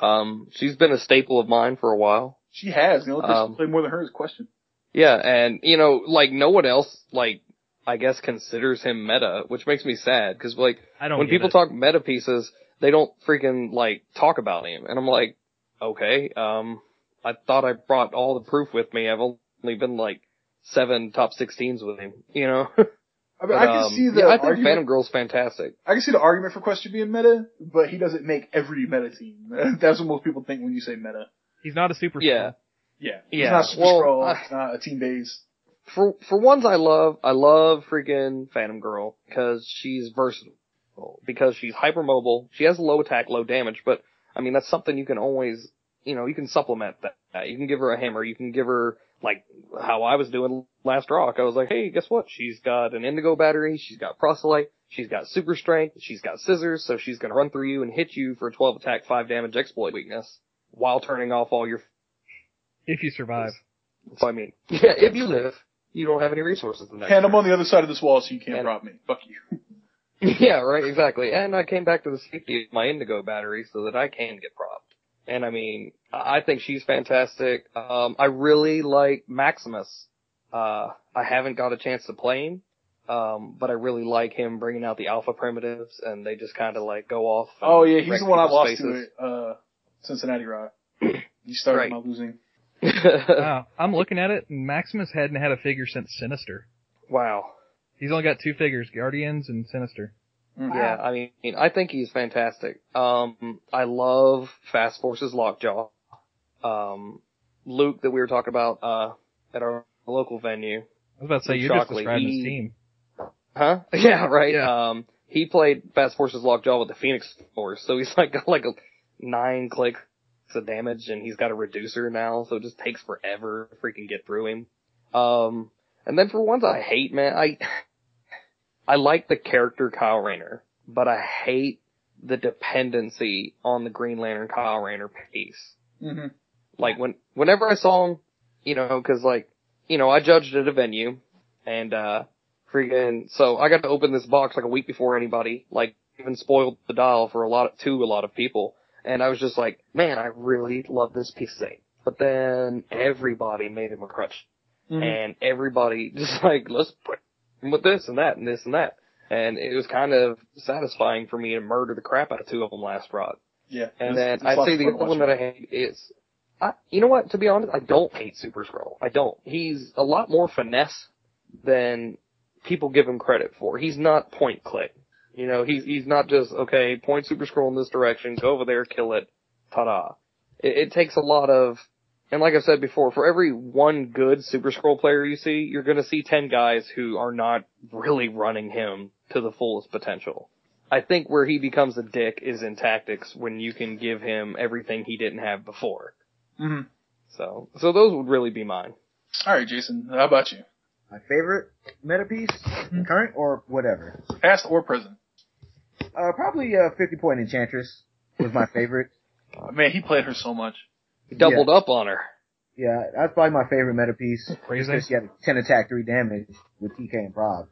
S2: Um, she's been a staple of mine for a while.
S1: she has the only person
S2: Um,
S1: who played more than her is question.
S2: Yeah, and you know, like no one else, like I guess considers him meta, which makes me sad because like
S3: I don't
S2: when
S3: get
S2: people
S3: it.
S2: talk meta pieces, they don't freaking like talk about him, and I'm like, okay, um, I thought I brought all the proof with me. I've only been like seven top 16s with him, you know.
S1: I mean,
S2: But,
S1: I can
S2: um,
S1: see the
S2: yeah, I think
S1: argument-
S2: Phantom Girl's fantastic.
S1: I can see the argument for Question being meta, but he doesn't make every meta team. That's what most people think when you say meta.
S3: He's not a super
S2: Yeah.
S3: scroll.
S1: Yeah. He's
S2: Yeah,
S1: not Super
S2: well,
S1: Scroll,
S2: I-
S1: he's not a team base.
S2: for for ones I love, I love freaking Phantom Girl because she's versatile, because she's hypermobile. She has low attack, low damage, but I mean that's something you can always, you know, you can supplement that. You can give her a hammer. You can give her like how I was doing last rock. I was like, hey, guess what? She's got an indigo battery. She's got proselyte. She's got super strength. She's got scissors, so she's gonna run through you and hit you for a 12 attack, 5 damage exploit weakness while turning off all your.
S3: If you survive.
S2: So I mean, yeah, if you live, you don't have any resources. The next
S1: And I'm
S2: turn.
S1: on the other side of this wall, so you can't
S2: And-
S1: rob me. Fuck you.
S2: Yeah, right, exactly. And I came back to the safety of my indigo battery so that I can get propped. And I mean, I I think she's fantastic. Um, I really like Maximus. Uh, I haven't got a chance to play him, um, but I really like him bringing out the alpha primitives and they just kind of like go off. and
S1: Oh yeah, he's
S2: wreck
S1: the one I
S2: people's
S1: lost
S2: faces.
S1: to at uh, Cincinnati Rock. You started
S2: Right.
S1: my losing.
S3: Wow. Uh, I'm looking at it, and Maximus hadn't had a figure since Sinister.
S2: wow.
S3: He's only got two figures, Guardians and Sinister.
S1: Mm.
S2: Yeah, I mean, I think he's fantastic. Um, I love Fast Force's Lockjaw. Um, Luke that we were talking about, uh, at our local venue.
S3: I was about to say,
S2: Luke
S3: you just
S2: Shockley,
S3: described his
S2: he-
S3: team.
S2: Huh? Yeah, right.
S3: Yeah.
S2: Um, he played Fast Force's Lockjaw with the Phoenix Force, so he's like got like a nine clicks of damage and he's got a reducer now, so it just takes forever to freaking get through him. Um, and then for ones I hate, man, I, I like the character Kyle Rayner, but I hate the dependency on the Green Lantern Kyle Rayner piece.
S1: hmm
S2: Like when, whenever I saw him, you know, cause like, you know, I judged at a venue and, uh, freaking, so I got to open this box like a week before anybody, like even spoiled the dial for a lot, to a lot of people. And I was just like, man, I really love this piece of thing. But then everybody made him a crutch and everybody just like, let's put him with this and that and this and that. And it was kind of satisfying for me to murder the crap out of two of them last rod.
S1: Yeah.
S2: And
S1: It's- it's
S2: then I'd
S1: lots
S2: say
S1: of
S2: the
S1: fun
S2: other one
S1: watching.
S2: that I hate is, I, you know what? To be honest, I don't hate Super Scroll. I don't. He's a lot more finesse than people give him credit for. He's not point click. You know, he's he's not just okay. Point Super Scroll in this direction. Go over there, kill it. Ta-da! It, it takes a lot of, and like I said before, for every one good Super Scroll player you see, you're going to see ten guys who are not really running him to the fullest potential. I think where he becomes a dick is in tactics when you can give him everything he didn't have before.
S1: Mhm.
S2: So, so those would really be mine.
S1: All right, Jason, how about you?
S7: My favorite meta piece, current or whatever.
S1: Past or present?
S7: Uh, probably uh, fifty point enchantress was my favorite.
S1: Oh, man, he played her so much.
S2: Doubled up on her.
S7: Yeah, that's probably my favorite meta piece.
S3: Crazy.
S7: Because she had a ten attack, three damage with TK and Prob.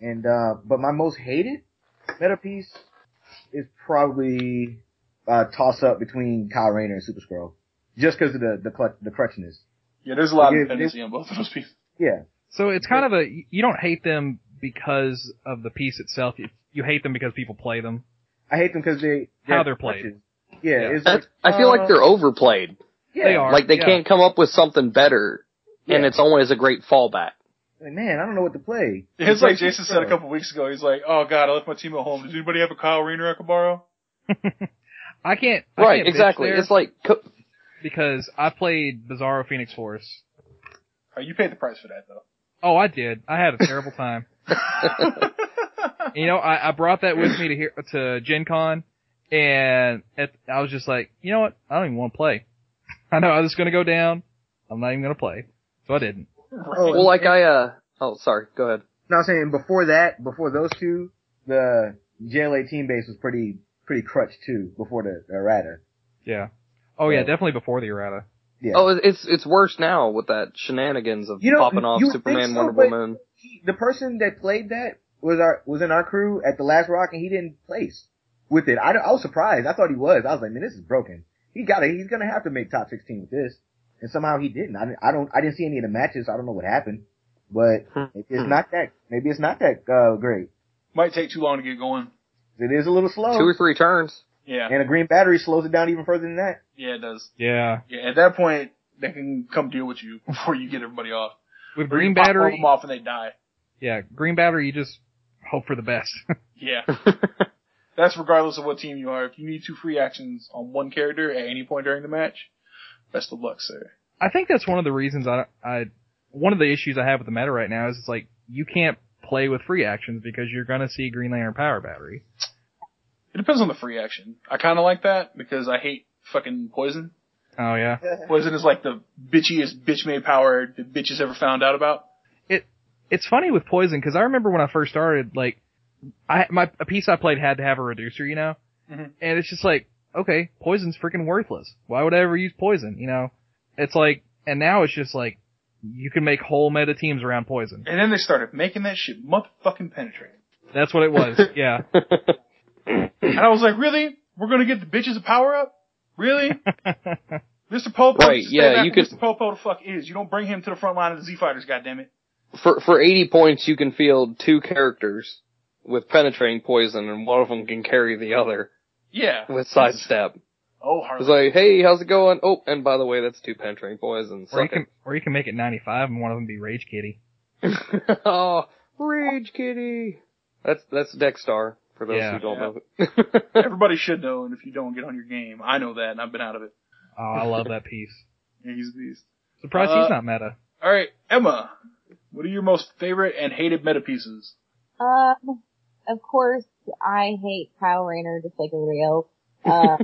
S7: And uh, but my most hated meta piece is probably uh, toss up between Kyle Rayner and Super Scroll, just because of the the, clutch, the crutchness.
S1: Yeah, there's a lot of
S7: Yeah,
S1: dependency on both of those pieces.
S7: Yeah,
S3: So it's kind of a, you don't hate them because of the piece itself. You, you hate them because people play them.
S7: I hate them because they
S3: How
S7: their
S3: they're played.
S7: crutches. Yeah,
S3: Yeah.
S7: it's
S2: That's,
S7: like,
S2: I feel
S7: uh,
S2: like they're overplayed.
S7: yeah,
S3: They are.
S2: Like they
S3: yeah.
S2: can't come up with something better and it's always a great fallback.
S7: Like, man, I don't know what to play.
S1: It's like
S7: Jason
S1: Jason said a couple weeks ago. He's like, "Oh God, I left my team at home. Does anybody have a Kyle Rayner I can borrow?"
S3: I can't. I
S2: Right,
S3: can't bitch
S2: exactly.
S3: there
S2: It's like co-
S3: because I played Bizarro Phoenix Force.
S1: Oh, you paid the price for that though.
S3: Oh, I did. I had a terrible time. you know, I, I brought that with me to here to Gen Con, and at, I was just like, you know what? I don't even want to play. I know I'm just gonna go down. I'm not even gonna play. So I didn't.
S7: Oh,
S2: well, like I uh oh sorry, go ahead.
S7: No, I'm saying before that, before those two, the JLA team base was pretty pretty crutched too. Before the errata,
S3: Yeah. Oh yeah,
S7: Yeah.
S3: definitely before the errata.
S7: yeah.
S2: Oh, it's it's worse now with that shenanigans of
S7: You know,
S2: popping off
S7: you would
S2: Superman,
S7: think so,
S2: Wonder
S7: but-
S2: Woman.
S7: He- the person that played that was our was in our crew at the Last Rock, and he didn't place with it. I, don't- I was surprised. I thought he was. I was like, man, this is broken. He got it. He's gonna have to make top sixteen with this, and somehow he didn't. I, didn't- I don't. I didn't see any of the matches. I don't know what happened, but
S2: Hmm.
S7: maybe it's not that. Maybe it's not that uh, great.
S1: Might take too long to get going.
S7: It is a little slow,
S2: Two or three turns.
S1: Yeah,
S7: and a green battery slows it down even further than that.
S1: yeah, it does.
S3: Yeah.
S1: Yeah, at that point, they can come deal with you before you get everybody off.
S3: With
S1: Or you
S3: Green
S1: pop all of
S3: Battery.
S1: them off and they die.
S3: Yeah, Green Battery. You just hope for the best.
S1: Yeah, that's regardless of what team you are. If you need two free actions on one character at any point during the match, best of luck, sir.
S3: I think that's one of the reasons I, I, one of the issues I have with the meta right now is it's like you can't play with free actions because you're gonna see Green Lantern Power Battery.
S1: It depends on the free action. I kind of like that because I hate fucking poison.
S3: Oh yeah,
S1: Poison is like the bitchiest bitch made power that bitches ever found out about.
S3: it's funny with Poison because I remember when I first started, like, I my a piece I played had to have a reducer, you know,
S1: Mhm.
S3: and it's just like, okay, Poison's freaking worthless. Why would I ever use Poison? You know, it's like, and now it's just like you can make whole meta teams around Poison.
S1: And then they started making that shit motherfucking penetrate.
S3: That's what it was. yeah,
S1: And I was like, really? We're gonna get the bitches a power up? Really? Mr. Popo,
S2: Right,
S1: stay
S2: yeah,
S1: back where
S2: you could-
S1: Mr. Popo the fuck is. You don't bring him to the front line of the Z Fighters, goddammit.
S2: For for eighty points, you can field two characters with penetrating poison, and one of them can carry the other
S1: Yeah.
S2: with sidestep.
S1: Oh,
S2: It's
S1: Harley.
S2: like, hey, how's it going? Oh, and by the way, that's two penetrating poison.
S3: or you
S2: Suck
S3: can or you can make it 95 and one of them be Rage Kitty.
S2: it. oh, rage kitty. That's that's Dexstar for those
S3: Yeah.
S2: who don't know. it.
S1: Everybody should know, and if you don't, get on your game. I know that, and I've been out of it.
S3: Oh, I love that piece.
S1: Yeah, he's a beast.
S3: Surprised
S1: Uh,
S3: he's not meta.
S1: Alright, Emma. What are your most favorite and hated meta pieces?
S5: Um, of course, I hate Kyle Rayner just like everybody else. Uh,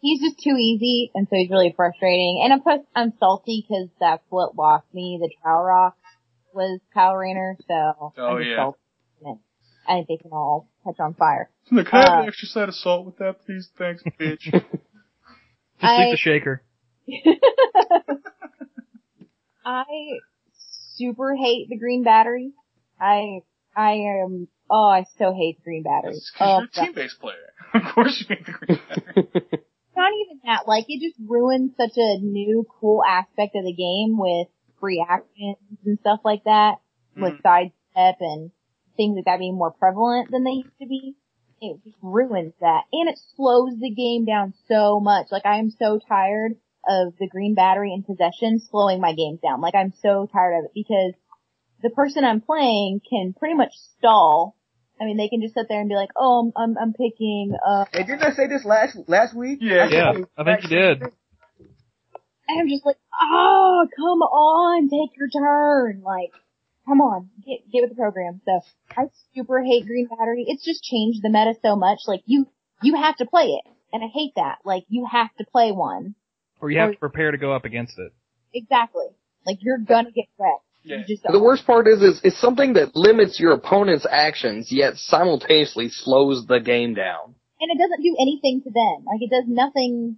S5: he's just too easy, and so he's really frustrating. And of course, I'm salty because that's what lost me the Trial Rock was Kyle Rayner, so
S1: Oh,
S5: I'm just
S1: yeah.
S5: salty. I think they can all catch on fire.
S1: Look, can I have
S5: Uh,
S1: an extra side of salt with that, please? Thanks, bitch.
S3: Just
S5: I-
S3: leave the shaker.
S5: I super hate the green battery. I I am oh I so hate the green battery.
S1: That's 'cause
S5: Oh,
S1: you're a team-based player. Of course you hate the green banner.
S5: not even that. Like it just ruins such a new cool aspect of the game with free actions and stuff like that,
S1: Hmm.
S5: with
S1: Mm.
S5: sidestep and things like that being more prevalent than they used to be. It just ruins that, and it slows the game down so much. Like I am so tired of the green battery and possession slowing my games down. Like I'm so tired of it because the person I'm playing can pretty much stall. I mean, they can just sit there and be like, "Oh, I'm I'm, I'm picking uh,
S7: Hey, didn't I say this last last week?
S1: Yeah.
S3: Yeah, I think you did.
S5: And I'm just like, oh, come on, take your turn. Like, come on, get, get with the program. So I super hate green battery. It's just changed the meta so much. Like you, you have to play it. And I hate that. Like you have to play one.
S3: Or you have to prepare to go up against it.
S5: Exactly. Like you're gonna get wrecked.
S1: Yeah.
S5: You just
S2: The worst part is, is it's something that limits your opponent's actions, yet simultaneously slows the game down.
S5: and it doesn't do anything to them. Like it does nothing.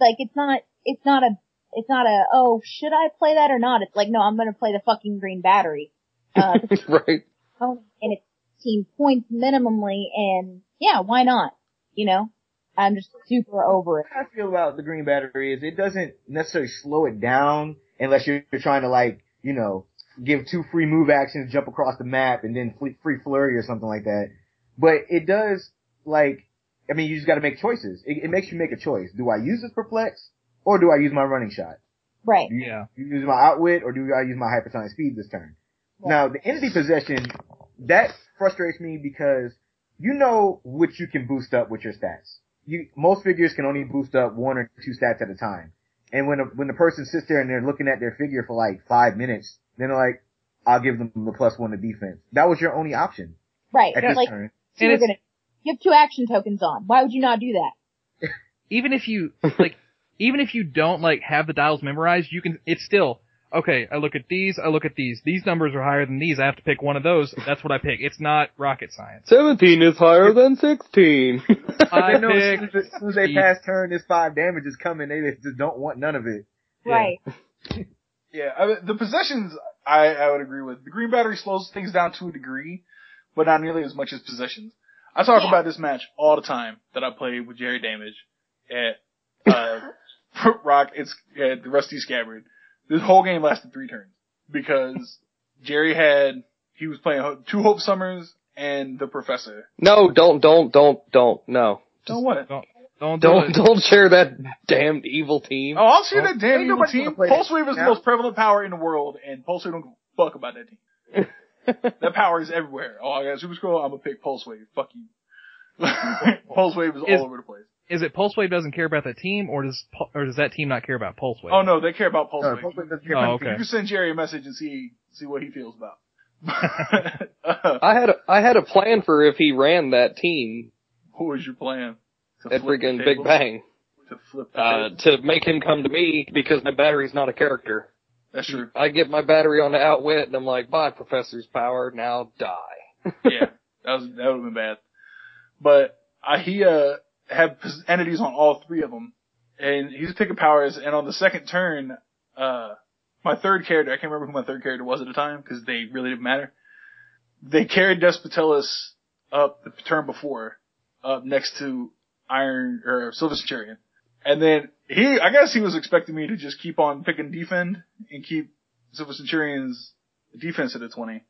S5: Like it's not. It's not a. It's not a. Oh, should I play that or not? It's like no, I'm gonna play the fucking green battery. Uh,
S2: right?
S5: opponent Oh. and it's 15 points minimally and yeah, why not? You know, I'm just super over it.
S7: How I feel about the green battery is it doesn't necessarily slow it down unless you're, you're trying to like, you know, give two free move actions, jump across the map, and then free, free flurry or something like that. But it does like, I mean, you just got to make choices. It, it makes you make a choice. Do I use this perplex or do I use my running shot?
S5: Right.
S3: Yeah.
S7: Do you use my outwit or do I use my hypersonic speed this turn? Now the entity possession, that frustrates me because you know what you can boost up with your stats. You, most figures can only boost up one or two stats at a time. And when a, when the person sits there and they're looking at their figure for like five minutes, then they're like, I'll give them the plus one to defense. That was your only option
S5: Right.
S7: at this
S5: Like,
S7: turn.
S5: so
S3: And
S5: you're
S3: it's-
S5: gonna, you have two action tokens on. Why would you not do that?
S3: even if you like even if you don't like have the dials memorized, you can it's still okay, I look at these, I look at these. These numbers are higher than these. I have to pick one of those. That's what I pick. It's not rocket science.
S2: 17 is higher than 16.
S3: I
S7: You know, as soon
S3: pick
S7: as, as soon as they
S3: speed.
S7: pass turn, this five damage is coming. They just don't want none of it.
S3: Yeah.
S5: Right.
S1: Yeah, I mean, the possessions I, I would agree with. The green battery slows things down to a degree, but not nearly as much as possessions. I talk
S5: Yeah.
S1: about this match all the time that I played with Jerry Damage at uh, Rock. It's at the Rusty Scabbard. This whole game lasted three turns because Jerry had he was playing Ho- two Hope Summers and the Professor.
S2: no, don't, don't, don't, don't, no.
S1: Don't what?
S3: don't do
S2: Don't,
S3: it.
S2: don't share that damned evil team.
S1: Oh, I'll see that damn
S7: Ain't
S1: evil
S7: nobody gonna
S1: team.
S7: play
S1: Pulse
S7: that
S1: Wave is the
S7: now.
S1: most prevalent power in the world, and Pulse Wave don't give a fuck about that team. that power is everywhere. Oh, I got Super Scroll, I'm gonna pick Pulse Wave. Fuck you. Pulse Wave is,
S3: Is-
S1: all over the place.
S3: Is it Pulsewave doesn't care about that team or does Pul- or does that team not care about Pulsewave?
S1: Oh no, they care about Pulse
S7: No,
S1: Wave.
S7: Pulse Wave doesn't
S1: You
S7: care
S1: can-
S3: Oh, okay.
S1: You can send Jerry a message and see see what he feels about. uh,
S2: I had, a, I had a plan for if he ran that team
S1: what was your plan? To
S2: at
S1: flip the
S2: freaking
S1: table?
S2: Big Bang,
S1: To flip the
S2: uh,
S1: table.
S2: to make him come to me because my battery's not a character.
S1: That's true.
S2: I get my battery on the outwit and I'm like, bye, Professor's power, now die.
S1: yeah, that was that would have been bad. But I, he uh had pos- entities on all three of them, and he was picking powers. And on the second turn, uh, my third character—I can't remember who my third character was at the time because they really didn't matter. They carried Despotellus up the turn before, up next to Iron or Silver Centurion, and then he—I guess he was expecting me to just keep on picking defend and keep Silver Centurion's defense at a twenty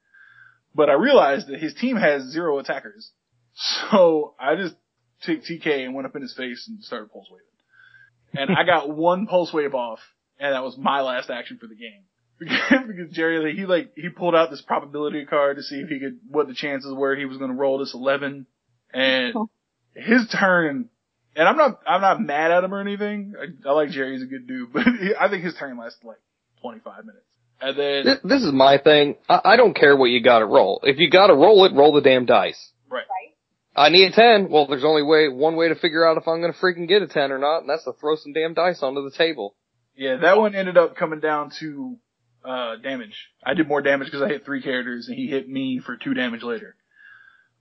S1: but I realized that his team has zero attackers. So I just took TK and went up in his face and started pulse waving. And I got one pulse wave off, and that was my last action for the game. because Jerry, like, he like he pulled out this probability card to see if he could what the chances were he was going to roll this eleven, and
S5: Oh.
S1: his turn. And I'm not I'm not mad at him or anything. I, I like Jerry; he's a good dude, but he, I think his turn lasted like 25 minutes. And then
S2: This, this is my thing. I, I don't care what you gotta roll. If you gotta roll it, roll the damn dice.
S1: Right.
S5: Right.
S2: I need a 10. Well, there's only way, one way to figure out if I'm gonna freaking get a 10 or not, and that's to throw some damn dice onto the table.
S1: Yeah, that one ended up coming down to uh damage. I did more damage because I hit three characters and he hit me for two damage later.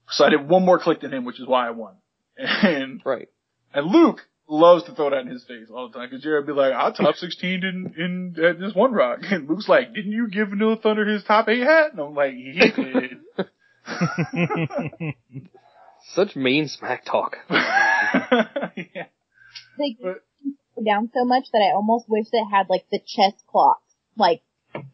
S1: So I did one more click than him, which is why I won. And
S2: Right.
S1: and Luke loves to throw that in his face all the time because Jared would be like, "I top sixteen in in at this one rock," and Luke's like, "Didn't you give Vanilla Thunder his top eight hat?" And I'm like, "He did."
S2: Such mean smack talk.
S1: yeah.
S5: They
S1: But-
S5: go down so much that I almost wish they had like the chess clocks. Like,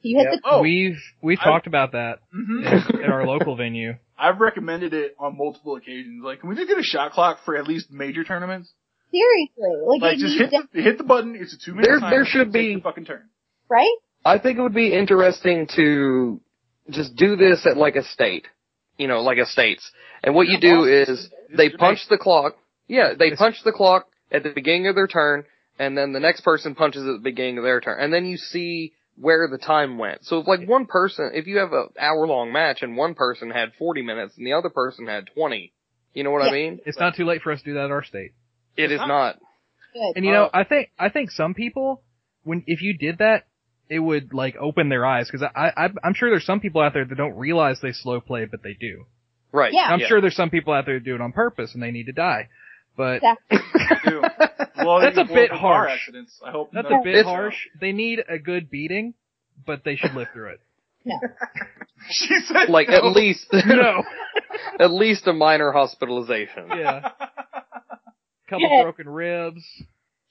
S5: you hit the
S1: Oh,
S3: We've we
S1: I-
S3: talked about that
S1: mhm.
S3: at our local venue.
S1: I've recommended it on multiple occasions. Like, can we just get a shot clock for at least major tournaments?
S5: seriously, like,
S1: Like,
S5: it
S1: just
S5: needs
S1: hit
S5: that,
S1: the, hit the button. It's a two minute
S2: There-
S1: timer.
S2: there should
S1: Take
S2: be-
S1: your fucking turn.
S5: right?
S2: I think it would be interesting to just do this at like a state. You know, like a states. And what you do is they punch the clock. Yeah, they punch the clock at the beginning of their turn, and then the next person punches at the beginning of their turn. And then you see where the time went. So if like one person, if you have an hour long match and one person had 40 minutes and the other person had 20, you know what I
S5: Yeah.
S2: mean?
S3: It's not too late for us to do that at our state.
S2: It is
S1: not.
S2: not.
S5: Good.
S3: And you know, I think I think some people, when if you did that, it would like open their eyes because I, I I'm sure there's some people out there that don't realize they slow play, but they do.
S2: Right.
S5: Yeah.
S3: I'm sure there's some people out there that do it on purpose and they need to die. But
S5: Exactly.
S1: Ew. Well,
S3: That's a
S1: well,
S3: bit
S1: car
S3: harsh.
S1: Accidents. I hope
S3: that's
S1: none
S3: a
S1: of
S3: bit
S1: them-
S3: harsh. They need a good beating, but they should live through it.
S1: she said
S2: Like
S1: no.
S2: at least, at least a minor hospitalization.
S3: Yeah. Couple
S5: Yeah.
S3: broken ribs.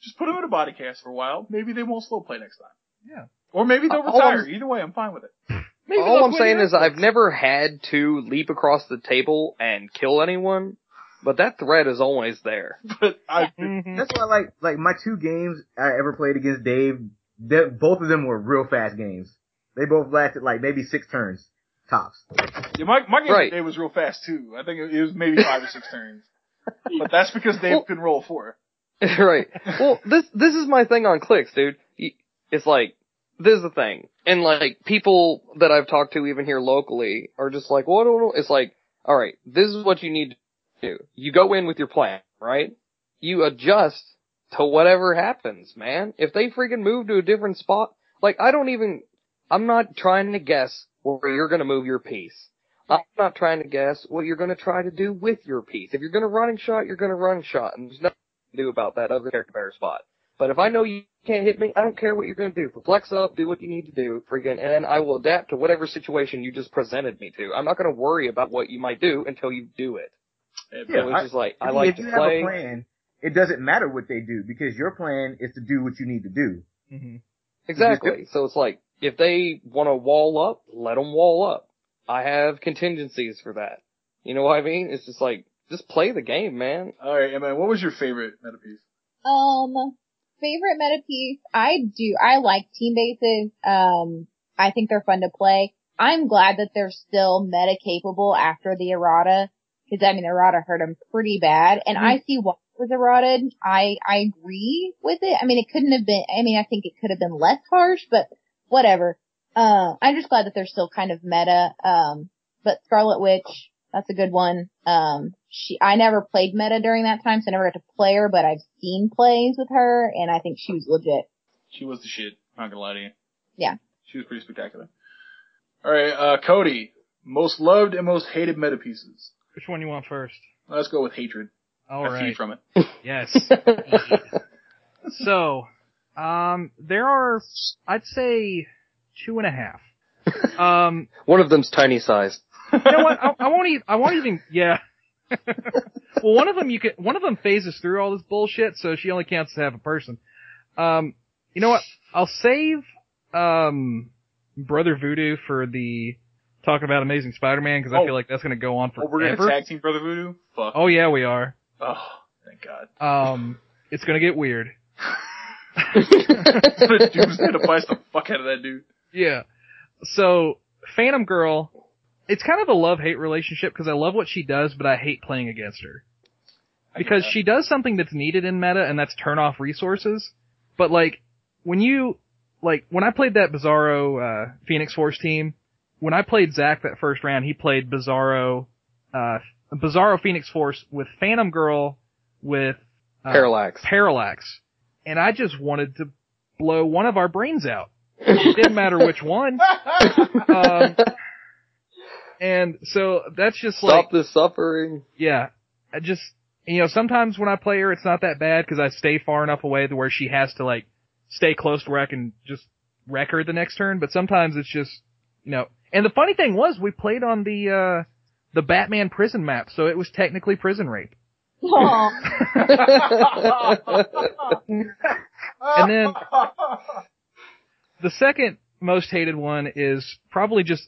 S1: Just put them in a body cast for a while. Maybe they won't slow play next time.
S3: Yeah.
S1: Or maybe they'll
S2: Uh, all
S1: retire.
S2: I'm-
S1: Either way, I'm fine with it.
S2: All I'm saying is I've never had to leap across the table and kill anyone, but that threat is always there.
S1: But I,
S3: Mhm.
S7: That's why, like, like my two games I ever played against Dave They're, both of them were real fast games. They both lasted like maybe six turns tops.
S1: Yeah, my, my game
S2: Right.
S1: today was real fast too. I think it it was maybe five or six turns. But that's because Dave
S2: Well-
S1: can roll four.
S2: right. Well, this this is my thing on clicks, dude. Y- It's like this is the thing, and like people that I've talked to even here locally are just like, well, I don't know. It's like, all right, this is what you need to do. You go in with your plan, right? You adjust to whatever happens, man. If they freaking move to a different spot, like I don't even, I'm not trying to guess where you're gonna move your piece. I'm not trying to guess what you're gonna try to do with your piece. If you're gonna running shot, you're gonna running shot, and there's no do about that other character bear spot. But if I know you can't hit me, I don't care what you're gonna do. Flex up, do what you need to do, friggin', and I will adapt to whatever situation you just presented me to. I'm not gonna worry about what you might do until you do it.
S7: Yeah,
S2: so it's
S7: I-
S2: just like, I
S7: If-
S2: like
S7: if you
S2: to
S7: have
S2: play.
S7: a plan, it doesn't matter what they do because your plan is to do what you need to do.
S3: Mhm.
S2: Exactly. So it's like, if they wanna wall up, let them wall up. I have contingencies for that. You know what I mean? It's just like, just play the game, man.
S1: Alright, and then what was your favorite meta piece?
S5: Um, favorite meta piece? I do. I like team bases. Um, I think they're fun to play. I'm glad that they're still meta capable after the errata. Cause I mean, errata hurt them pretty bad. And I see why it was errated. I, I agree with it. I mean, it couldn't have been, I mean, I think it could have been less harsh, but whatever. Uh, I'm just glad that they're still kind of meta. Um, but Scarlet Witch, that's a good one. Um, she, I never played meta during that time, so I never got to play her, but I've seen plays with her, and I think she was legit.
S1: She was the shit. Not gonna lie to you.
S5: Yeah.
S1: She was pretty spectacular. Alright, uh, Cody. Most loved and most hated meta pieces.
S3: Which one you want first?
S1: Let's go with hatred.
S3: All
S1: I flee
S3: right.
S1: from it.
S3: Yes. so, um, there are, I'd say, two and a half. Um,
S2: One of them's tiny sized.
S3: you know what? I, I won't even. I won't even. Yeah. well, one of them you could. One of them phases through all this bullshit, so she only counts as half a person. Um, you know what? I'll save um Brother Voodoo for the talk about Amazing Spider-Man because I
S1: Oh.
S3: feel like that's going to go on
S1: Oh, we're
S3: forever.
S1: gonna tag team Brother Voodoo? Fuck.
S3: oh yeah, we are.
S1: Oh, thank God.
S3: Um, it's going to get weird.
S1: That dude's gonna punch the fuck out of that dude.
S3: Yeah. So, Phantom Girl, it's kind of a love-hate relationship because I love what she does, but I hate playing against her.
S1: I get
S3: Because
S1: that.
S3: she does something that's needed in meta, and that's turn off resources. But like, when you, like, when I played that Bizarro, uh, Phoenix Force team, when I played Zach that first round, he played Bizarro, uh, Bizarro Phoenix Force with Phantom Girl with, uh,
S2: Parallax.
S3: Parallax. And I just wanted to blow one of our brains out. It didn't matter which one. Um, and so that's just
S2: Stop
S3: like,
S2: the suffering.
S3: yeah, I just, you know, sometimes when I play her, it's not that bad because I stay far enough away to where she has to like stay close to where I can just wreck her the next turn. But sometimes it's just, you know, and the funny thing was we played on the, uh, the Batman prison map, so it was technically prison rape.
S5: Aw.
S3: And then the second most hated one is probably just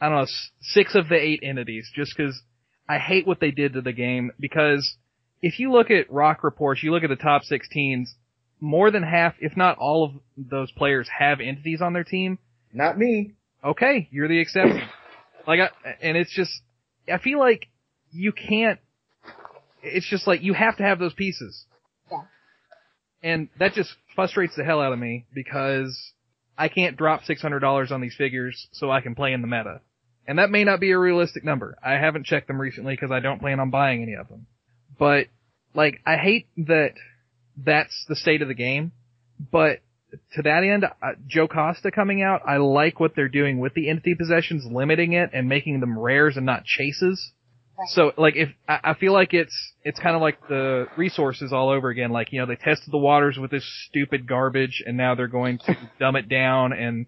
S3: I don't know s- six of the eight entities, just because I hate what they did to the game. Because if you look at rock reports, you look at the top 16s, more than half, if not all of those players, have entities on their team.
S7: Not me.
S3: Okay, you're the exception. like, I, and it's just I feel like you can't. It's just like you have to have those pieces.
S5: Yeah.
S3: And that just frustrates the hell out of me because I can't drop $600 on these figures so I can play in the meta. And that may not be a realistic number. I haven't checked them recently because I don't plan on buying any of them. But, like, I hate that that's the state of the game. But to that end, uh, Joe Costa coming out, I like what they're doing with the entity possessions, limiting it and making them rares and not chases.
S5: Right.
S3: So, like, if I, I feel like it's it's kind of like the resources all over again. Like, you know, they tested the waters with this stupid garbage, and now they're going to dumb it down and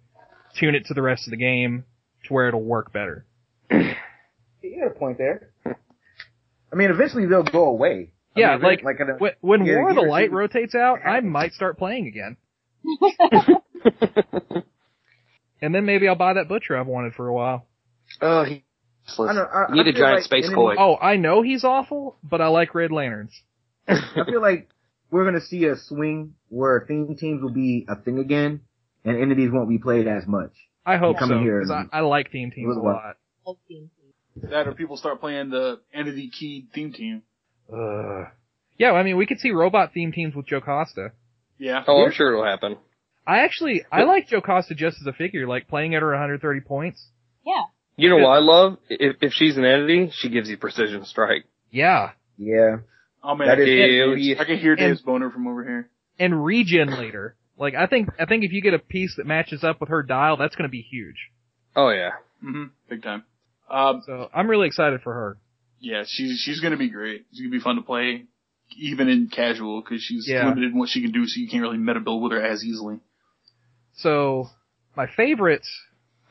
S3: tune it to the rest of the game to where it'll work better.
S7: You had a point there. I mean, eventually they'll go away. I
S3: yeah,
S7: mean,
S3: like,
S7: like in a-
S3: when, when
S7: yeah,
S3: War of the
S7: years
S3: Light
S7: you-
S3: rotates out, I might start playing again. and then maybe I'll buy that butcher I've wanted for a while.
S2: Oh, he.
S7: I don't- I-
S2: Need
S7: I
S2: a
S7: feel
S2: giant
S7: like
S2: space
S7: in
S2: koi.
S3: Oh, I know he's awful, but I like Red Lanterns.
S7: I feel like we're gonna see a swing where theme teams will be a thing again, and entities won't be played as much.
S3: I hope so
S7: coming here
S3: because I, I like theme teams a
S7: little while.
S3: lot.
S5: All teams.
S1: That or people start playing the Entity Key theme team.
S3: Ugh. Yeah, I mean we could see robot theme teams with Joe Costa.
S1: Yeah.
S2: Oh, I'm sure it'll happen.
S3: I actually I like Joe Costa just as a figure, like playing at her 130 points.
S2: You know what I love? If, if she's an entity, she gives you precision strike.
S3: Yeah,
S7: Yeah.
S1: Oh man,
S7: That
S1: I can,
S7: is-
S1: hear
S2: Yeah.
S1: Dave's- I can hear Dave's boner from over here.
S3: and regen later. Like I think I think if you get a piece that matches up with her dial, that's going to be huge.
S2: Oh yeah.
S1: hmm Big time. Um,
S3: So I'm really excited for her.
S1: yeah, she's she's gonna be great. She's gonna be fun to play, even in casual, because she's
S3: Yeah.
S1: limited in what she can do, so you can't really meta build with her as easily.
S3: So my favorites,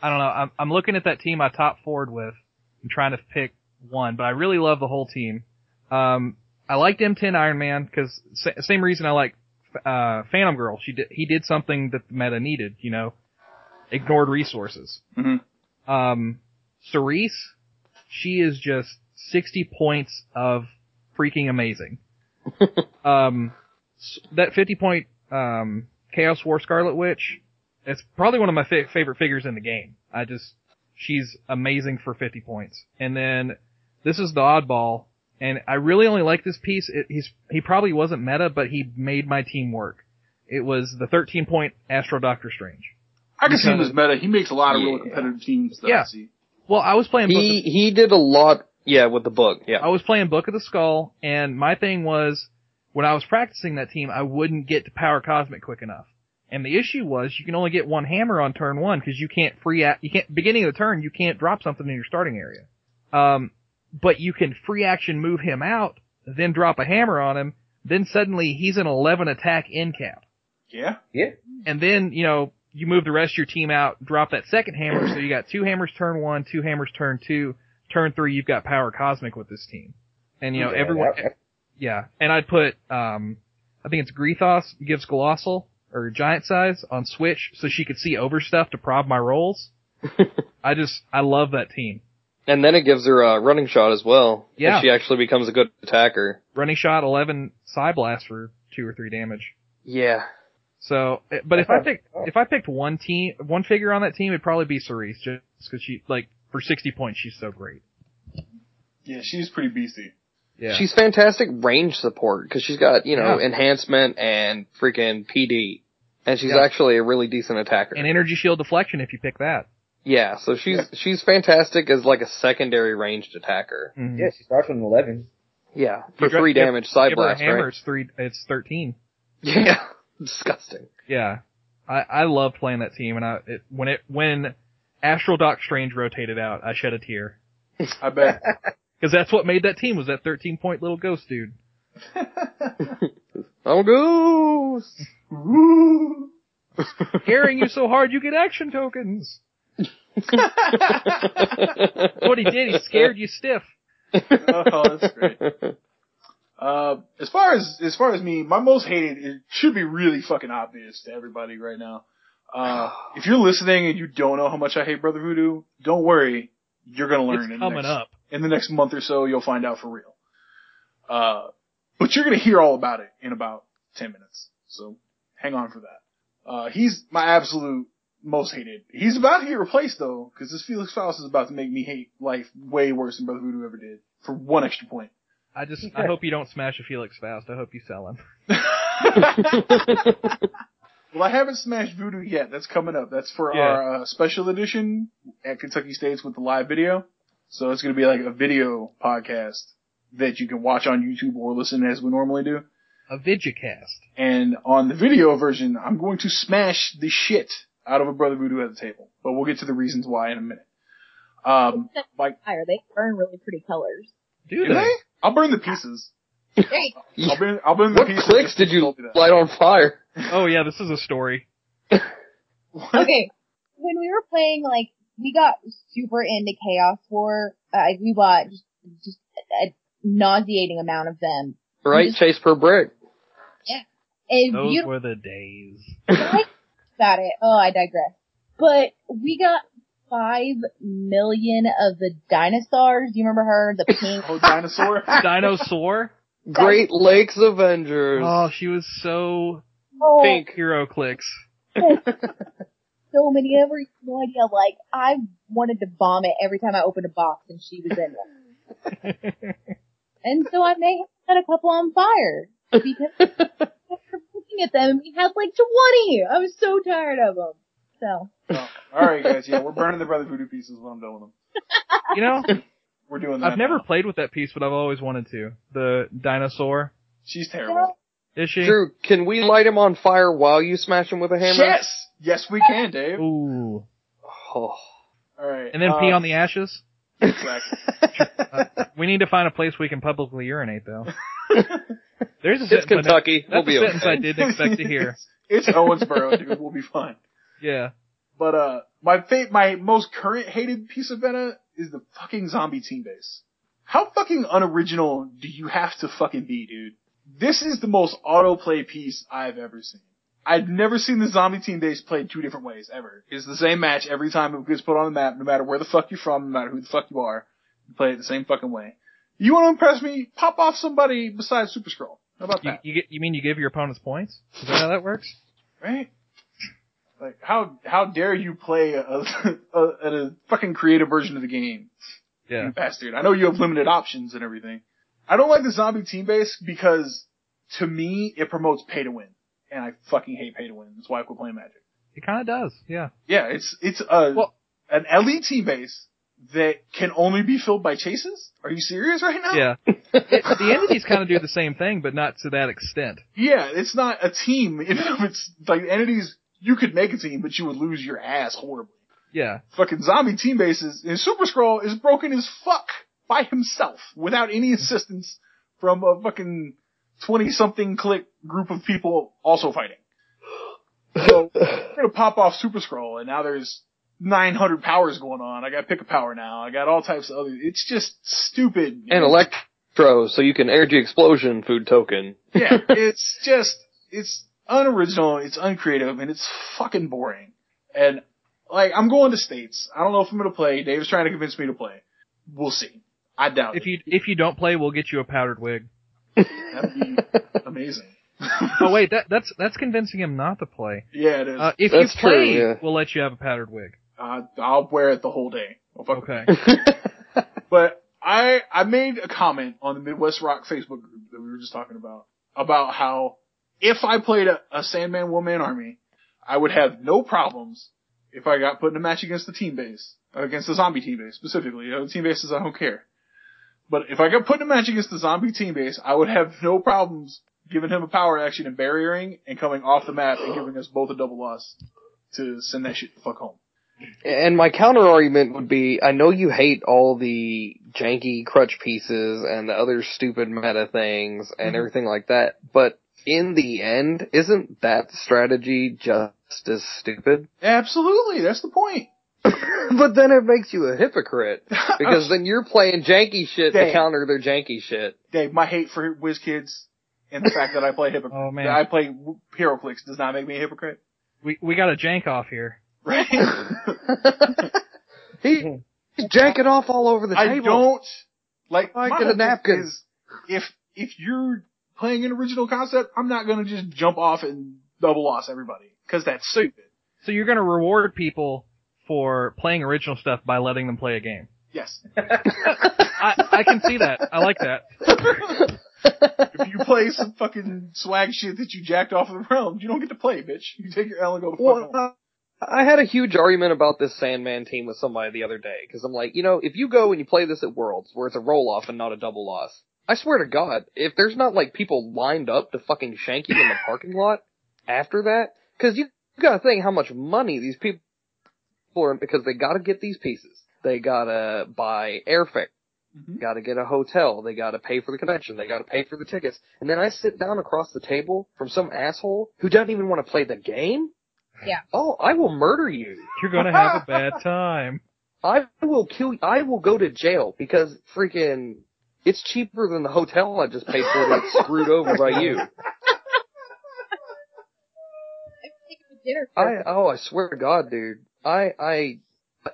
S3: I don't know. I'm, I'm looking at that team I top forward with. I'm trying to pick one, but I really love the whole team. Um, I liked M10 Iron Man because sa- same reason I like uh, Phantom Girl. She did he did something that the meta needed. You know, ignored resources.
S1: Mhm.
S3: Um, Cerise, she is just 60 points of freaking amazing. um, s- that 50 point um, Chaos War Scarlet Witch. It's probably one of my fa- favorite figures in the game. I just, she's amazing for 50 points. And then this is the oddball, and I really only like this piece. It, he's he probably wasn't meta, but he made my team work. It was the 13 point Astro Doctor Strange.
S1: I can see him
S3: Because-
S1: as meta. He makes a lot of really
S2: Yeah.
S1: competitive teams that I
S3: Yeah.
S1: see.
S3: Well, I was playing. Book of- Oh.
S2: He he did a lot. Yeah, with the book. Yeah.
S3: I was playing Book of the Skull, and my thing was when I was practicing that team, I wouldn't get to Power Cosmic quick enough. And the issue was you can only get one hammer on turn one because you can't free act. You can't beginning of the turn you can't drop something in your starting area. Um, but you can free action move him out, then drop a hammer on him. Then suddenly he's an 11 attack end cap.
S1: Yeah.
S3: And then, you know, you move the rest of your team out, drop that second hammer, so you got two hammers turn one, two hammers turn two, turn three, you've got power cosmic with this team. And you know,
S7: Yeah,
S3: everyone,
S7: that- that-
S3: yeah. And I'd put, um, I think it's Grethos gives Colossal, or Giant Size, on Switch, so she could see over stuff to prob my rolls. I just, I love that team.
S2: And then it gives her a running shot as well. if
S3: Yeah.
S2: she actually becomes a good attacker.
S3: Running shot, 11 Psy Blast for two or three damage.
S2: Yeah.
S3: So, uh, but if I
S7: Okay.
S3: pick if I picked one team, one figure on that team, it'd probably be Cerise, just because she like for sixty points, she's so great.
S1: Yeah, she's pretty beastie.
S3: Yeah,
S2: She's fantastic range support because she's got you know
S3: Yeah.
S2: enhancement and freaking PD, and she's
S3: Yeah.
S2: actually a really decent attacker.
S3: and energy shield deflection if you pick that.
S2: yeah, so she's she's fantastic as like a secondary ranged attacker.
S3: Mhm.
S7: Yeah, she starts with an 11.
S2: Yeah, for
S3: You got-
S2: three
S3: give-
S2: damage side
S3: Give her a
S2: blast,
S3: hammer,
S2: right?
S3: it's three, it's thirteen.
S2: Yeah, disgusting.
S3: Yeah, I I love playing that team, and I it, when it when Astral Doc Strange rotated out, I shed a tear
S1: I bet.
S3: because that's what made that team was that thirteen point little ghost dude.
S2: Oh, goose.
S1: Woo.
S3: Carrying you so hard, you get action tokens. What he did, he scared you stiff.
S1: oh, that's great. Uh, as far as as far as me, my most hated it should be really fucking obvious to everybody right now. Uh, if you're listening and you don't know how much I hate Brother Voodoo, don't worry, you're gonna learn.
S3: It's
S1: in
S3: coming
S1: the next,
S3: up.
S1: in the next month or so, you'll find out for real. Uh, but you're gonna hear all about it in about ten minutes, so hang on for that. Uh, he's my absolute most hated. He's about to get replaced though, because this Felix Faust is about to make me hate life way worse than Brother Voodoo ever did for one extra point.
S3: I just I hope you don't smash a Felix Faust. I hope you sell him.
S1: Well, I haven't smashed Voodoo yet. That's coming up. That's for
S3: Yeah.
S1: our uh, special edition at Kentucky States with the live video. So it's going to be like a video podcast that you can watch on YouTube or listen as we normally do.
S3: A Vigicast.
S1: And on the video version, I'm going to smash the shit out of a Brother Voodoo at the table. But we'll get to the reasons why in a minute. Um, like,
S5: Fire. They burn really pretty colors.
S3: Do
S1: do they?
S3: they?
S1: I'll burn the pieces. I'll burn, I'll burn the
S2: what
S1: pieces.
S2: clicks did you light on fire?
S3: Oh yeah, this is a story.
S5: okay. When we were playing, like, we got super into Chaos War. Uh, we bought just, just a nauseating amount of them.
S2: Right,
S5: Just-
S2: chase per brick.
S5: It's
S3: Those
S5: beautiful
S3: were the days.
S5: about it. Oh, I digress. But we got five million of the dinosaurs. You remember her? The pink.
S1: Oh, dinosaur?
S3: Dinosaur.
S2: Great Lakes Avengers.
S3: Oh, she was so
S5: Oh,
S2: Pink.
S3: hero clicks.
S5: so many of her. You have no idea. Like I wanted to vomit every time I opened a box and she was in it. And so I may have set a couple on fire because after looking at them, we had like 20. I was so tired of them. So
S1: Oh, all right, guys. Yeah, we're burning the brother voodoo pieces when I'm done with them.
S3: you know,
S1: We're doing that.
S3: I've never
S1: now.
S3: played with that piece, but I've always wanted to. The dinosaur.
S1: She's
S5: you
S1: terrible.
S5: know,
S3: Is she?
S2: Drew, can we light him on fire while you smash him with a hammer?
S1: Yes, yes, we can, Dave.
S3: Ooh.
S2: Oh.
S1: All right,
S3: And then pee
S1: uh,
S3: on the ashes?
S1: exactly.
S3: We need to find a place we can publicly urinate, though. There's a
S2: It's
S3: sentence I didn't-
S2: Kentucky. We'll
S3: that's
S2: be
S3: a sentence I
S2: okay.
S3: didn't expect to hear.
S1: It's Owensboro, dude. We'll be fine.
S3: Yeah.
S1: But uh, my fa- my most current hated piece of Vena is the fucking zombie team base. How fucking unoriginal do you have to fucking be, dude? This is the most autoplay piece I've ever seen. I've never seen the zombie team base played two different ways ever. It's the same match every time it gets put on the map, no matter where the fuck you're from, no matter who the fuck you are. You play it the same fucking way. You want to impress me? Pop off somebody besides Super Scroll. How about
S3: You,
S1: that?
S3: you, get, you mean you give your opponents points? Is that how that works?
S1: right? Like how how dare you play a, a, a fucking creative version of the game,
S3: Yeah.
S1: you bastard! I know you have limited options and everything. I don't like the zombie team base because to me it promotes pay to win, and I fucking hate pay to win. That's why I quit playing Magic.
S3: It kind of does. Yeah.
S1: Yeah, it's it's a
S3: Well-
S1: an LE team base that can only be filled by chases. Are you serious right now?
S3: Yeah. It- the entities kind of do the same thing, but not to that extent.
S1: Yeah, it's not a team. You know, it's like entities. You could make a team, but you would lose your ass horribly.
S3: Yeah.
S1: fucking zombie team bases, and Super Scroll is broken as fuck by himself without any assistance from a fucking 20 something click group of people also fighting. So, we're gonna pop off Super Scroll, and now there's 900 powers going on. I gotta pick a power now. I got all types of other, it's just stupid.
S2: And electro, so you can energy explosion food token.
S1: yeah, it's just it's unoriginal, it's uncreative, and it's fucking boring. And like I'm going to states. I don't know if I'm gonna play. Dave's trying to convince me to play. We'll see. I doubt
S3: If
S1: it.
S3: you if you don't play, we'll get you a powdered wig.
S1: That'd be amazing.
S3: Oh wait, that that's that's convincing him not to play.
S1: Yeah, it is.
S3: Uh, if
S2: That's
S3: you play,
S2: true, yeah.
S3: we'll let you have a powdered wig.
S1: Uh, I'll wear it the whole day. Oh, fuck.
S3: Okay.
S1: But I I made a comment on the Midwest Rock Facebook group that we were just talking about about how if I played a, a Sandman One Man Army, I would have no problems if I got put in a match against the team base against the zombie team base specifically. The other team bases I don't care. But if I got put in a match against the zombie team base, I would have no problems giving him a power action and barriering and coming off the map and giving us both a double loss to send that shit the fuck home.
S2: And my counter argument would be, I know you hate all the janky crutch pieces and the other stupid meta things and
S1: Mm-hmm.
S2: everything like that, but in the end, isn't that strategy just as stupid?
S1: Absolutely, that's the point.
S2: but then it makes you a hypocrite because then you're playing janky shit
S1: Dang.
S2: to counter their janky shit.
S1: Dave, my hate for Whiz Kids and the fact that I play hypocrite,
S3: Oh, man.
S1: that I play HeroClix does not make me a hypocrite,
S3: We we got a jank off here.
S1: right?
S2: He, he's janking off all over the
S1: I
S2: table.
S1: don't like
S2: Like
S1: my
S2: in a
S1: whole thing
S2: napkin.
S1: Is if if you're playing an original concept, I'm not gonna just jump off and double loss everybody because that's stupid.
S3: So you're gonna reward people for playing original stuff by letting them play a game.
S1: Yes,
S3: I, I can see that. I like that.
S1: if you play some fucking swag shit that you jacked off of the realm, you don't get to play, bitch. You take your L and go to fuck
S2: Well,
S1: home.
S2: uh, I had a huge argument about this Sandman team with somebody the other day because I'm like, you know, if you go and you play this at Worlds where it's a roll off and not a double loss, I swear to God, if there's not like people lined up to fucking shank you in the parking lot after that, because you, you got to think how much money these people are because they got to get these pieces, they gotta buy airfare.
S1: Mhm.
S2: Gotta get a hotel, they gotta pay for the convention, they gotta pay for the tickets, and then I sit down across the table from some asshole who doesn't even want to play the game? Oh, I will murder you.
S3: You're gonna have a bad time.
S2: I will kill you. I will go to jail because freaking it's cheaper than the hotel I just paid for to get screwed over by you.
S5: I'm taking a dinner.
S2: I oh I swear to God, dude. I I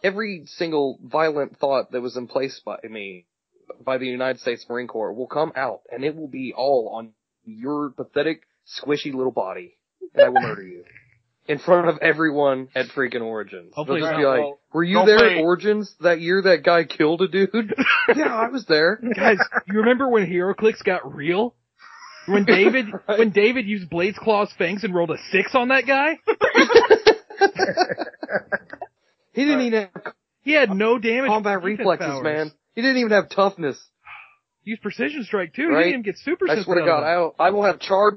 S2: every single violent thought that was in place by me by the United States Marine Corps will come out and it will be all on your pathetic, squishy little body. And I will murder you. in front of everyone at freaking Origins.
S3: Hopefully
S2: They'll just
S3: it's
S2: be
S3: not-
S2: like,
S1: well,
S2: were you
S1: don't
S2: there
S1: play-
S2: at Origins that year that guy killed a dude? yeah, I was there.
S3: Guys, you remember when HeroClix got real? When David
S2: Right.
S3: when David used Blades Claws Fangs and rolled a six on that guy?
S2: He didn't even have
S3: He had no damage.
S2: combat
S3: or defense
S2: reflexes,
S3: powers.
S2: man. He didn't even have toughness.
S3: He used precision strike too.
S2: Right?
S3: He didn't even get super
S2: I
S3: sense
S2: swear to
S3: out of
S2: God,
S3: it.
S2: I'll, I will have charge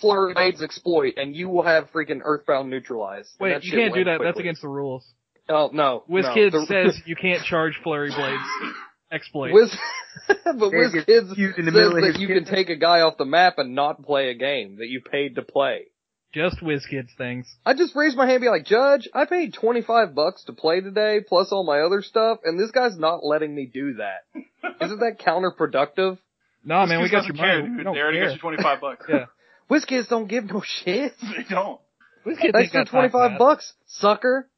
S2: flurry blades exploit, and you will have freaking earthbound neutralized. And
S3: Wait,
S2: that
S3: you
S2: shit
S3: can't do
S2: went
S3: that. That's
S2: quickly.
S3: against the rules.
S2: Oh no, no.
S3: WizKid
S2: The-
S3: says you can't charge Flurry Blades exploit.
S2: Wiz, but
S7: There's
S2: Wiz
S7: your
S2: Kids
S7: huge in the
S2: says
S7: middle of
S2: that
S7: his
S2: you
S7: kid-
S2: can take a guy off the map and not play a game that you paid to play.
S3: Just WizKids things.
S2: I just raised my hand and be like, Judge, I paid 25 bucks to play today plus all my other stuff and this guy's not letting me do that. Isn't that counterproductive?
S3: Nah,
S1: This
S3: man,
S1: dude
S3: we got your
S1: doesn't care,
S3: money. We
S1: dude.
S3: don't
S1: They already
S3: care.
S1: got you 25 bucks.
S3: Yeah.
S2: WizKids don't give no shit.
S1: They don't.
S3: WizKids
S2: Thanks
S3: ain't
S2: for
S3: got time
S2: 25
S3: that.
S2: bucks, sucker.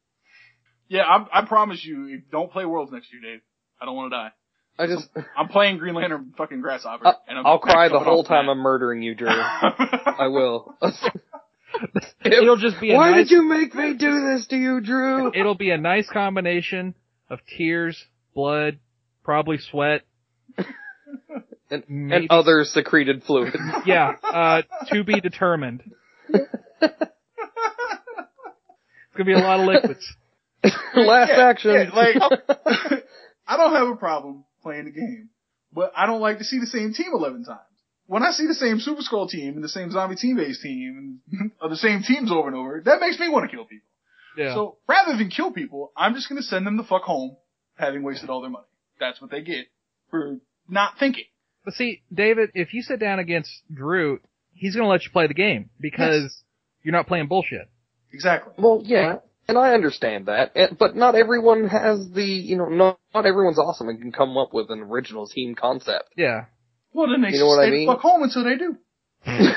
S1: Yeah, I'm, I promise you, don't play Worlds next year, Dave. I don't want to die.
S2: I just,
S1: I'm playing Green Lantern fucking Grasshopper.
S2: I,
S1: and I'm
S2: will Uh, cry the
S1: coming
S2: whole
S1: off
S2: time
S1: that.
S2: I'm murdering you, Drew. I will.
S3: It'll just be a
S2: Why
S3: nice,
S2: did you make me do this to you, Drew?
S3: it'll be a nice combination of tears, blood, probably sweat.
S2: And, oh. and
S3: Maybe.
S2: other secreted fluids.
S3: Yeah, uh, to be determined. It's gonna be a lot of liquids.
S2: Last
S1: Yeah,
S2: action.
S1: yeah, like, I don't have a problem playing the game, but I don't like to see the same team 11 times. When I see the same Super Skull team and the same Zombie Team Base team and or the same teams over and over, that makes me want to kill people.
S3: Yeah.
S1: So rather than kill people, I'm just going to send them the fuck home, having wasted all their money. That's what they get for not thinking.
S3: But see, David, if you sit down against Drew, he's gonna let you play the game because you're not playing bullshit.
S1: Exactly.
S2: Well, yeah, and I understand that, and, but not everyone has the, you know, not, not everyone's awesome and can come up with an original team concept.
S3: Yeah.
S1: Well, then they
S2: You know what
S1: stay
S2: I mean?
S1: the fuck home until they do.
S3: Hmm.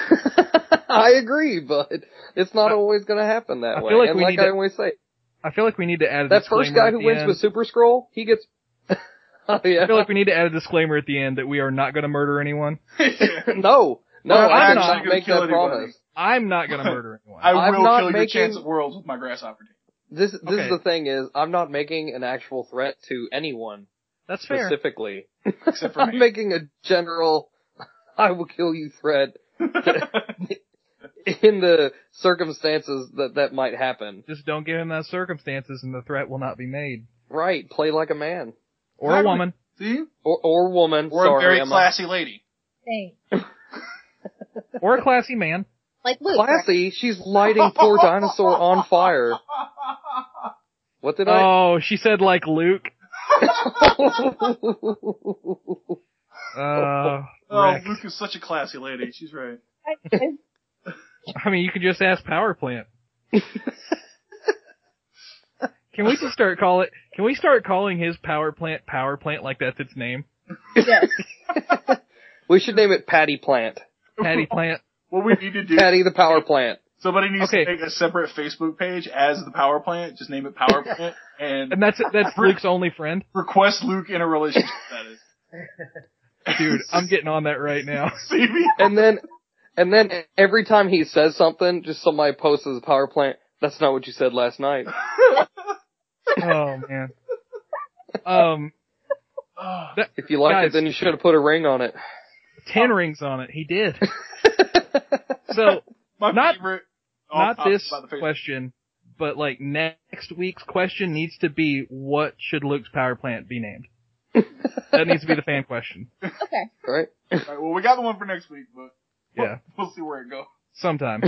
S2: I agree, but it's not always going to happen that
S3: I
S2: way.
S3: feel like
S2: and
S3: we
S2: like
S3: need
S2: I
S3: to-
S2: always say,
S3: I feel like we need to add a
S2: that
S3: disclaimer
S2: first guy
S3: at
S2: who
S3: the
S2: wins
S3: end.
S2: with Super Scroll, he gets. oh yeah.
S3: I feel like we need to add a disclaimer at the end that we are not gonna murder anyone.
S2: no, no,
S1: Well,
S2: I
S1: I'm not
S2: did not
S1: gonna
S2: make
S1: kill
S2: that
S1: anybody.
S2: promise.
S3: I'm not gonna murder anyone.
S1: I
S2: I'm
S1: will
S2: not
S1: kill your
S2: making-
S1: chance at Worlds with my Grasshopper team.
S2: This, this
S3: Okay.
S2: is the thing is, I'm not making an actual threat to anyone
S3: That's fair.
S2: specifically.
S1: Except for
S2: I'm
S1: me.
S2: making a general, I will kill you threat in the circumstances that that might happen.
S3: Just don't give him those circumstances and the threat will not be made.
S2: Right, play like a man
S3: Or
S1: Exactly.
S3: a woman.
S1: See?
S2: or or woman.
S1: Or
S2: Sorry,
S1: a very
S2: Emma.
S1: classy lady.
S5: Thanks.
S3: Or a classy man.
S5: Like Luke. right?
S2: Classy, she's lighting poor dinosaur on fire. What did I?
S3: Oh, she said like Luke. Uh,
S1: Oh,
S3: wrecked.
S1: Luke is such a classy lady. She's right.
S3: I mean, you could just ask Power Plant. can we just start call it? Can we start calling his Power Plant Power Plant like that's its name?
S5: Yes.
S2: we should name it Patty Plant.
S3: Patty Plant.
S1: What we need to do,
S2: Patty the power plant.
S1: somebody needs
S3: Okay.
S1: to make a separate Facebook page as the Power Plant. Just name it Power Plant and
S3: And that's that's Luke's only friend.
S1: request Luke in a relationship. That is.
S3: Dude, I'm getting on that right now.
S1: See me?
S2: And then, and then every time he says something, just somebody posts as a power plant. That's not what you said last night.
S3: Oh man. Um,
S1: Oh,
S2: If you like
S3: Guys.
S2: it, then you should have put a ring on it.
S3: ten rings on it. He did. So
S1: my
S3: Not-
S1: favorite. Oh,
S3: not
S1: I'll-
S3: this
S1: about the Facebook.
S3: question, but like next week's question needs to be what should Luke's power plant be named? that needs to be the fan question.
S5: Okay.
S2: Right?
S1: All right, well, we got the one for next week, but
S3: Yeah,
S1: we'll see where it goes.
S3: sometime.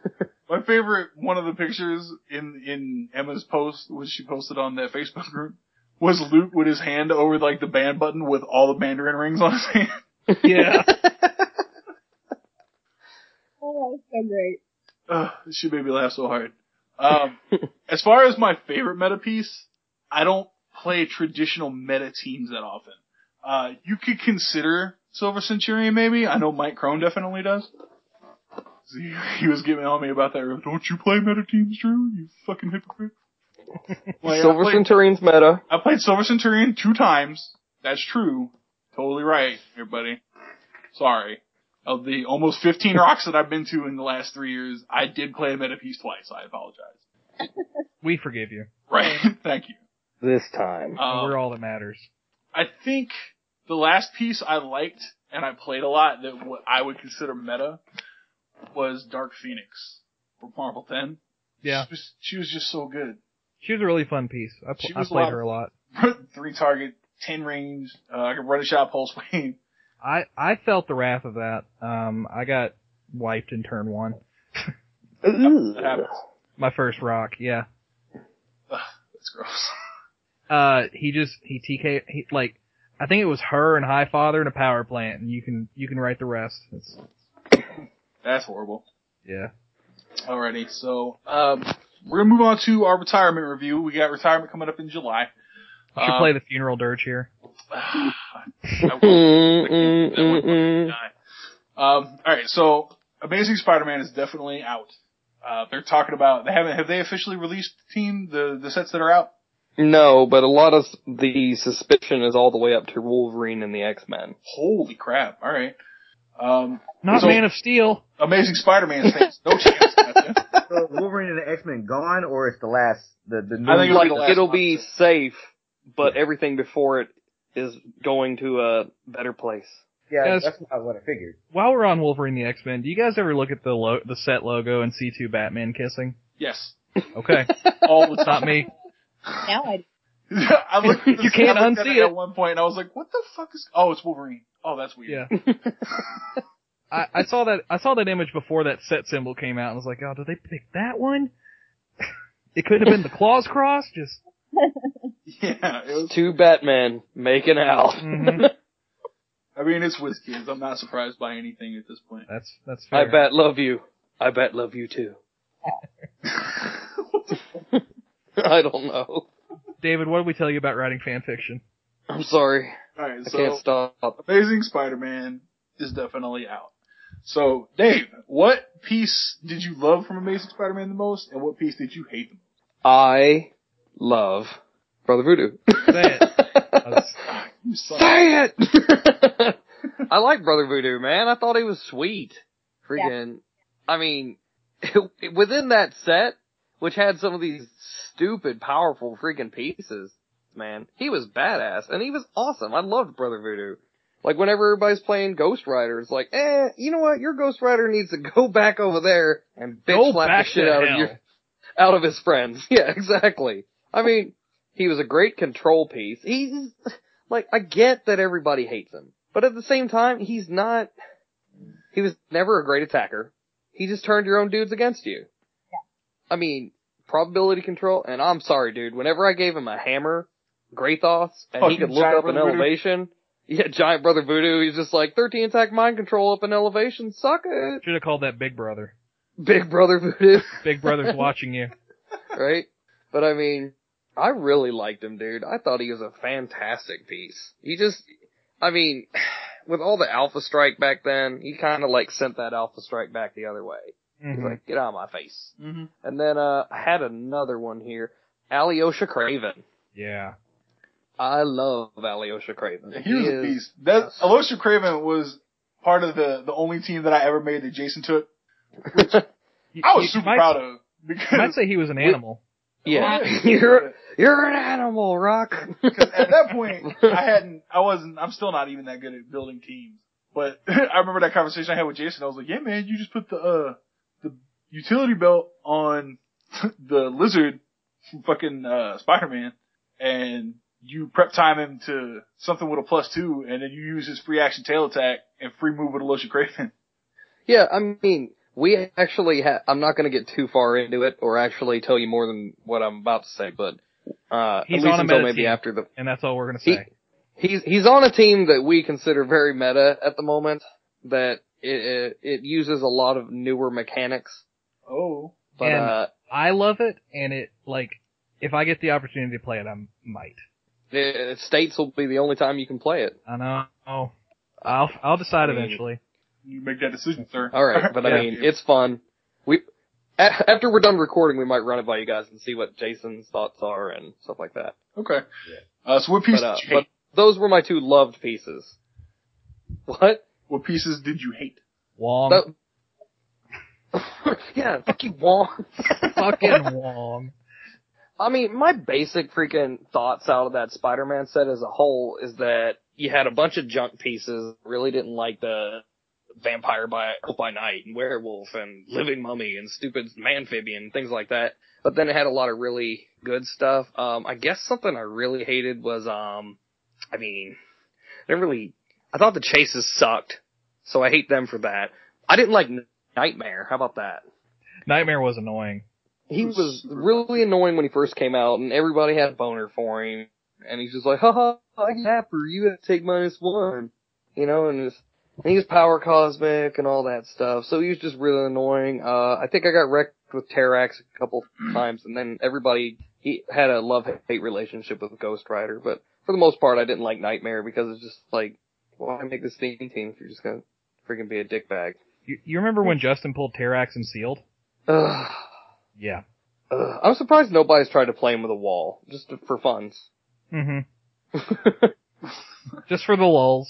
S1: My favorite one of the pictures in in Emma's post, which she posted on that Facebook group, was Luke with his hand over like the band button with all the Mandarin rings on his hand.
S3: Yeah.
S5: Oh, that was so great.
S1: Ugh, she made me laugh so hard. Um, as far as my favorite meta piece, I don't play traditional meta teams that often. Uh, you could consider Silver Centurion maybe. I know Mike Crone definitely does. He, he was getting on me about that. Don't you play meta teams, Drew? You fucking hypocrite. Like, I
S2: Silver
S1: played-
S2: Centurion's meta.
S1: I played Silver Centurion two times. That's true. Totally right, everybody. Sorry. Of the almost 15 rocks that I've been to in the last three years, I did play a meta piece twice. I apologize.
S3: We forgive you.
S1: Right. Thank you.
S2: This time.
S3: And
S1: Um,
S3: we're all that matters.
S1: I think the last piece I liked and I played a lot that what I would consider meta was Dark Phoenix from Marvel 10.
S3: Yeah.
S1: She was, she was just so good.
S3: She was a really fun piece. I, pl-
S1: She
S3: I
S1: was a
S3: played
S1: lot
S3: her a lot.
S1: Three target, 10 range, uh, I could run a shot, pulse wave.
S3: I, I felt the wrath of that. Um, I got wiped in turn one.
S2: Ooh.
S1: That happens.
S3: My first rock, yeah.
S1: That's gross.
S3: Uh, he just, he TK, he, like, I think it was her and High Father and a power plant, and you can, you can write the rest. It's,
S1: That's horrible.
S3: yeah.
S1: Alrighty, so, um, we're gonna move on to our retirement review. We got retirement coming up in July.
S3: You should
S1: Um,
S3: play the funeral dirge here.
S1: I will.
S2: Mm, mm,
S1: That one
S2: mm,
S1: fucking
S2: mm.
S1: guy. Um, all right, so Amazing Spider-Man is definitely out. Uh, they're talking about they haven't have they officially released the team the the sets that are out?
S2: No, but a lot of s- the suspicion is all the way up to Wolverine and the X-Men.
S1: Holy crap! All right, um,
S3: Not
S1: So-
S3: Man of Steel.
S1: Amazing Spider-Man stands no chance. gotcha.
S7: So Wolverine and the X Men gone, or it's the last the the new
S1: I think it'll be
S2: Like,
S1: the last
S2: it'll
S1: one.
S2: be safe, but everything before it is going to a better place.
S7: yeah
S3: Yes.
S7: that's not what I figured.
S3: While we're on Wolverine the X Men, do you guys ever look at the lo- the set logo and see two Batman kissing?
S1: Yes,
S3: Okay,
S1: all the
S3: not
S1: time.
S3: me.
S5: Now I
S1: I looked at
S3: You can't
S1: I looked at
S3: unsee
S1: at
S3: it.
S1: one point, and I was like, "What the fuck is? Oh, it's Wolverine. Oh, that's weird.
S3: Yeah, I, I saw that I saw that image before that set symbol came out, and I was like, oh, did they pick that one? it could have been the claws crossed. Just
S1: yeah. It was,
S2: Two Batman making out.
S1: Mm-hmm.
S3: Mhm.
S1: I mean, it's with kids. I'm not surprised by anything at this point.
S3: that's that's fair.
S2: I bet love you. I bet love you too. I don't know.
S3: David, what did we tell you about writing fan fiction?
S2: I'm sorry.
S1: All right,
S2: I
S1: so
S2: can't stop.
S1: Amazing Spider-Man is definitely out. So, Dave, what piece did you love from Amazing Spider-Man the most, and what piece did you hate the most?
S2: I love Brother Voodoo.
S3: Say it. I was-
S1: Ah, you son of a-
S2: Say it! I like Brother Voodoo, man. I thought he was sweet. Freaking. I mean, within that set, which had some of these stupid, powerful freaking pieces, man, he was badass and he was awesome. I loved Brother Voodoo. Like whenever everybody's playing Ghost Rider, it's like, eh, you know what? Your Ghost Rider needs to go back over there and bitch
S3: Go
S2: slap
S3: back
S2: the shit
S3: to
S2: out of
S3: hell.
S2: your, out of his friends. Yeah, exactly. I mean, he was a great control piece. He's like, I get that everybody hates him, but at the same time, he's not. He was never a great attacker. He just turned your own dudes against you. I mean, probability control, and I'm sorry, dude. Whenever I gave him a hammer, Grathos, and he
S1: Fucking
S2: could look
S1: Giant
S2: up an
S1: Brother Voodoo.
S2: elevation. Yeah, giant brother voodoo. He's just like 13 attack mind control up an elevation. Suck it,
S3: Should have called that Big Brother.
S2: big brother voodoo.
S3: Big Brother's watching you.
S2: right? But I mean, I really liked him, dude. I thought he was a fantastic piece. He just, I mean, with all the Alpha Strike back then, he kind of like sent that Alpha Strike back the other way. He's
S1: Mm-hmm.
S3: Mhm.
S2: like, get out of my face.
S1: Mhm.
S2: And then, uh, I had another one here. Alyosha Craven.
S3: Yeah,
S2: I love Alyosha Craven.
S1: He was a
S2: is-
S1: piece. That Alicia Craven was part of the the only team that I ever made that Jason took.
S3: You-
S1: I was
S3: you
S1: super
S3: might-
S1: proud of
S3: You might
S1: because
S3: say he was an animal.
S2: Yeah.
S1: Yeah.
S2: you're, you're an animal, Rock.
S1: at that point I hadn't, I wasn't, I'm still not even that good at building teams. But I remember that conversation I had with Jason. I was like, "Yeah, man, you just put the uh the utility belt on the lizard from fucking uh, Spider-Man, and you prep time him to something with a plus two, and then you use his free action tail attack and free move with Alicia Craven."
S2: Yeah, I mean, we actually ha- I'm not going to get too far into it or actually tell you more than what I'm about to say, but uh, at least
S3: He's on a
S2: until
S3: meta
S2: maybe
S3: team.
S2: after the
S3: and that's all we're gonna
S2: He-
S3: say.
S2: he's he's on a team that we consider very meta at the moment that it it, it uses a lot of newer mechanics,
S1: Oh,
S2: but
S3: And-
S2: uh,
S3: I love it, and it like if I get the opportunity to play it, I might.
S2: it, it- states will be the only time you can play it.
S3: I know. Oh, I'll I'll decide
S2: I mean-
S3: eventually.
S1: you make that decision, sir.
S2: All right, but I mean, it's fun. We a- after we're done recording, we might run it by you guys and see what Jason's thoughts are and stuff like that.
S1: okay. Uh, so what piece
S2: But, uh,
S1: did you
S2: but
S1: hate?
S2: those were my two loved pieces. What?
S1: What pieces did you hate?
S3: Wong.
S2: That- yeah, fuck you, Wong.
S3: Fucking Wong.
S2: I mean, my basic freaking thoughts out of that Spider-Man set as a whole is that you had a bunch of junk pieces. Really didn't like the vampire by by night and werewolf and living mummy and stupid amphibian things like that. But then it had a lot of really good stuff. Um, I guess something I really hated was, um, I mean, I didn't really. I thought the chases sucked, so I hate them for that. I didn't like Nightmare. How about that?
S3: Nightmare was annoying.
S2: he was really annoying when he first came out, and everybody had a boner for him. And he's just like, "Ha ha, I'm Napper. You have to take minus one," you know. And, it's, and he was power cosmic and all that stuff. So he was just really annoying. Uh, I think I got wrecked with Terax a couple times, and then everybody he had a love hate relationship with Ghost Rider. But for the most part, I didn't like Nightmare because it's just like, why make this theme team if you're just gonna freaking be a dickbag?
S3: You, you remember when Justin pulled Terax and sealed?
S2: Ugh.
S3: Yeah.
S2: Ugh. Uh, I'm surprised nobody's tried to play him with a wall just to- for funs.
S3: hmm Just for the lulls.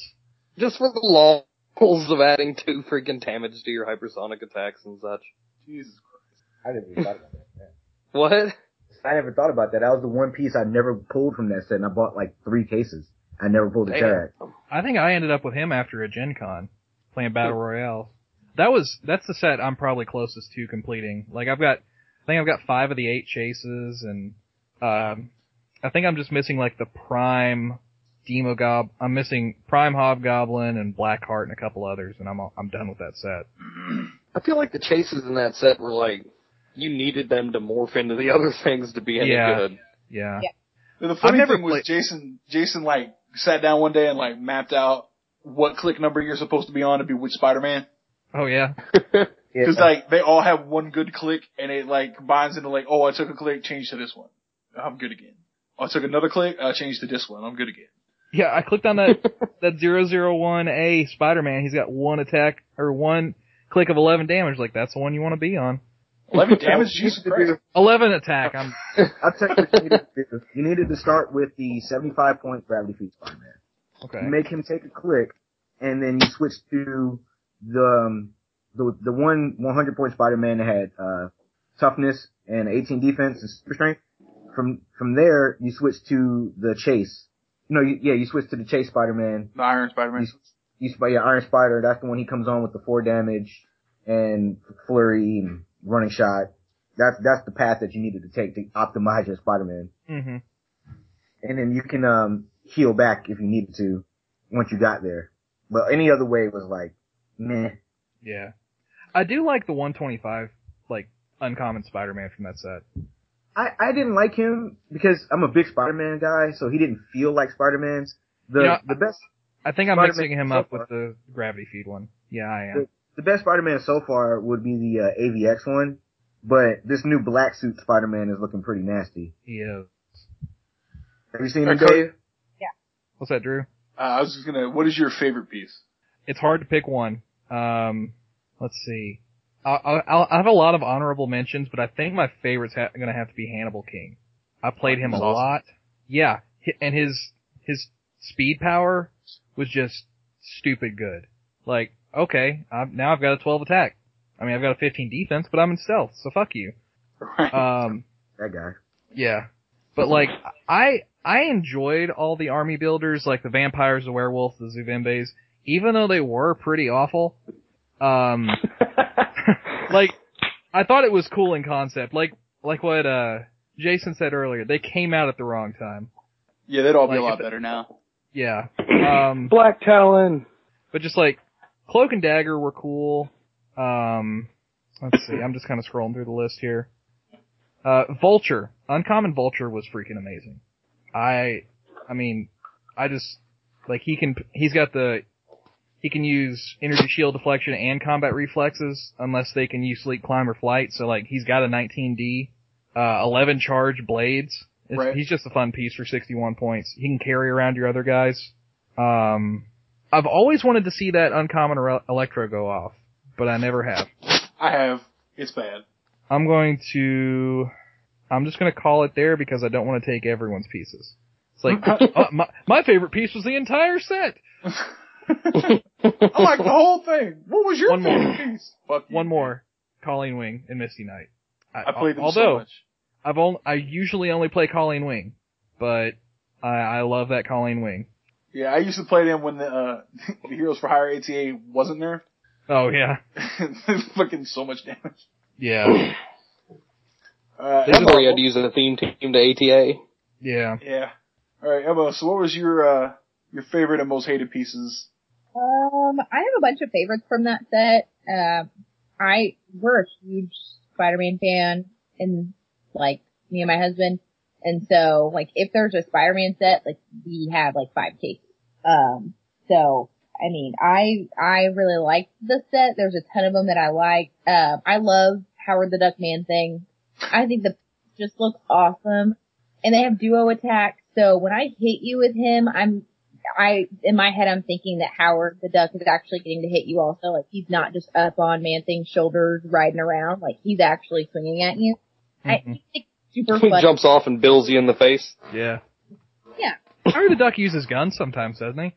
S2: just for the lulls of adding two freaking damage to your hypersonic attacks and such.
S1: Jesus Christ.
S7: I never even thought about that.
S2: What?
S7: I never thought about that. That was the one piece I never pulled from that set, and I bought like three cases. I never pulled a
S2: Damn.
S7: tag.
S3: I think I ended up with him after a Gen Con, playing Battle Royale. That was that's the set I'm probably closest to completing. Like I've got, I think I've got five of the eight chases, and um, I think I'm just missing like the Prime Demogob. I'm missing Prime Hobgoblin and Blackheart and a couple others, and I'm all, I'm done with that set.
S2: I feel like the chases in that set were like, you needed them to morph into the other things to be any
S3: Yeah.
S2: good.
S3: Yeah,
S5: Yeah.
S1: The funny
S3: never
S1: thing was
S3: played-
S1: Jason, Jason like sat down one day and like mapped out what click number you're supposed to be on to be which Spider-Man.
S3: Oh yeah,
S7: Yeah.
S1: Cause like they all have one good click and it like combines into like, oh, I took a click, change to this one. I'm good again. I took another click, I changed to this one. I'm good again.
S3: yeah. I clicked on that that 001A Spider-Man. He's got one attack or one click of 11 damage. Like that's the one you want to be on.
S1: 11 damage, Jesus
S7: You
S1: Christ.
S3: 11 attack. I'm
S7: I'll tell you what you needed to do. You needed to start with the 75 point gravity feed Spider-Man.
S3: okay.
S7: You make him take a click, and then you switch to the, um, the, the one 100 point Spider-Man that had, uh, toughness and 18 defense and super strength. From, from there, you switch to the chase. No, you, yeah, you switch to the chase Spider-Man.
S1: The Iron Spider-Man.
S7: You, sp- yeah, Iron Spider, that's the one he comes on with the four damage and flurry and running shot. That's, that's the path that you needed to take to optimize your Spider-Man
S3: Mm-hmm.
S7: and then you can um heal back if you needed to once you got there. But any other way was like, meh.
S3: Yeah. I do like the 125, like, uncommon Spider-Man from that set.
S7: I I didn't like him because I'm a big Spider-Man guy, so he didn't feel like Spider-Man's. The
S3: You know,
S7: the best
S3: I think I'm
S7: Spider-Man
S3: mixing him
S7: so
S3: up
S7: far.
S3: with the Gravity Feed one. Yeah, I am.
S7: the best Spider-Man so far would be the uh, AVX one, but this new black suit Spider-Man is looking pretty nasty.
S3: He is.
S7: Have you seen
S1: Uh,
S7: him,
S1: Cody-
S7: Dave?
S3: What's that, Drew?
S1: Uh, I was just gonna, what is your favorite piece?
S3: It's hard to pick one. Um, let's see. I, I, I have a lot of honorable mentions, but I think my favorite's ha- gonna have to be Hannibal King. I played him a
S1: That's awesome.
S3: lot. Yeah, hi- and his his speed power was just stupid good. Like, okay, I'm, now I've got a 12 attack. I mean, I've got a 15 defense, but I'm in stealth, so fuck you.
S1: Right.
S3: Um,
S7: That guy.
S3: Yeah. But like I I enjoyed all the army builders, like the vampires, the werewolves, the Zuvimbes, even though they were pretty awful. Um like I thought it was cool in concept. Like like what uh Jason said earlier, they came out at the wrong time.
S1: yeah, they'd all be a
S3: like,
S1: lot
S3: if it-
S1: better now.
S3: Yeah. Um
S2: Black Talon.
S3: but just like Cloak and Dagger were cool. Um, let's see. I'm just kind of scrolling through the list here. Uh, Vulture, Uncommon Vulture was freaking amazing. I, I mean, I just like he can. He's got the. He can use energy shield deflection and combat reflexes unless they can use sleep, climb, or flight. So like he's got a 19D, uh, 11 charge blades. It's-
S1: Right.
S3: He's just a fun piece for 61 points. He can carry around your other guys. Um, I've always wanted to see that uncommon Ele- electro go off, but I never have.
S1: I have, it's bad.
S3: I'm going to, I'm just going to call it there because I don't want to take everyone's uh, pieces. It's like uh, my, my favorite piece was the entire set.
S1: I like the whole thing. What was your
S3: One more.
S1: favorite piece? Fuck you.
S3: One more, Colleen Wing and Misty Knight.
S1: I played them
S3: although
S1: so much.
S3: I've only I usually only play Colleen Wing, but I, I love that Colleen Wing.
S1: Yeah, I used to play them when the, uh, the Heroes for Hire ATA wasn't there.
S3: Oh yeah,
S1: Fucking so much damage.
S3: yeah,
S1: Uh,
S2: This is
S1: Emma,
S2: where you had to use the theme team to ATA.
S3: yeah.
S1: Yeah. All right, Emma. So, what was your uh, your favorite and most hated pieces?
S5: Um, I have a bunch of favorites from that set. Um, I we're a huge Spider-Man fan, and like me and my husband, and so like if there's a Spider-Man set, like we have like five cases. Um, so I mean, I I really like the set. There's a ton of them that I like. Um, I love Howard the Duck Man thing. I think the just looks awesome, and they have duo attacks. So when I hit you with him, I'm I in my head I'm thinking that Howard the Duck is actually getting to hit you also. Like he's not just up on Man Thing's shoulders riding around. Like he's actually swinging at you.
S3: Mhm.
S5: I think super
S2: He
S5: fun.
S2: jumps off and bills you in the face.
S3: Yeah.
S5: Yeah.
S3: Howard the Duck uses guns sometimes, doesn't he?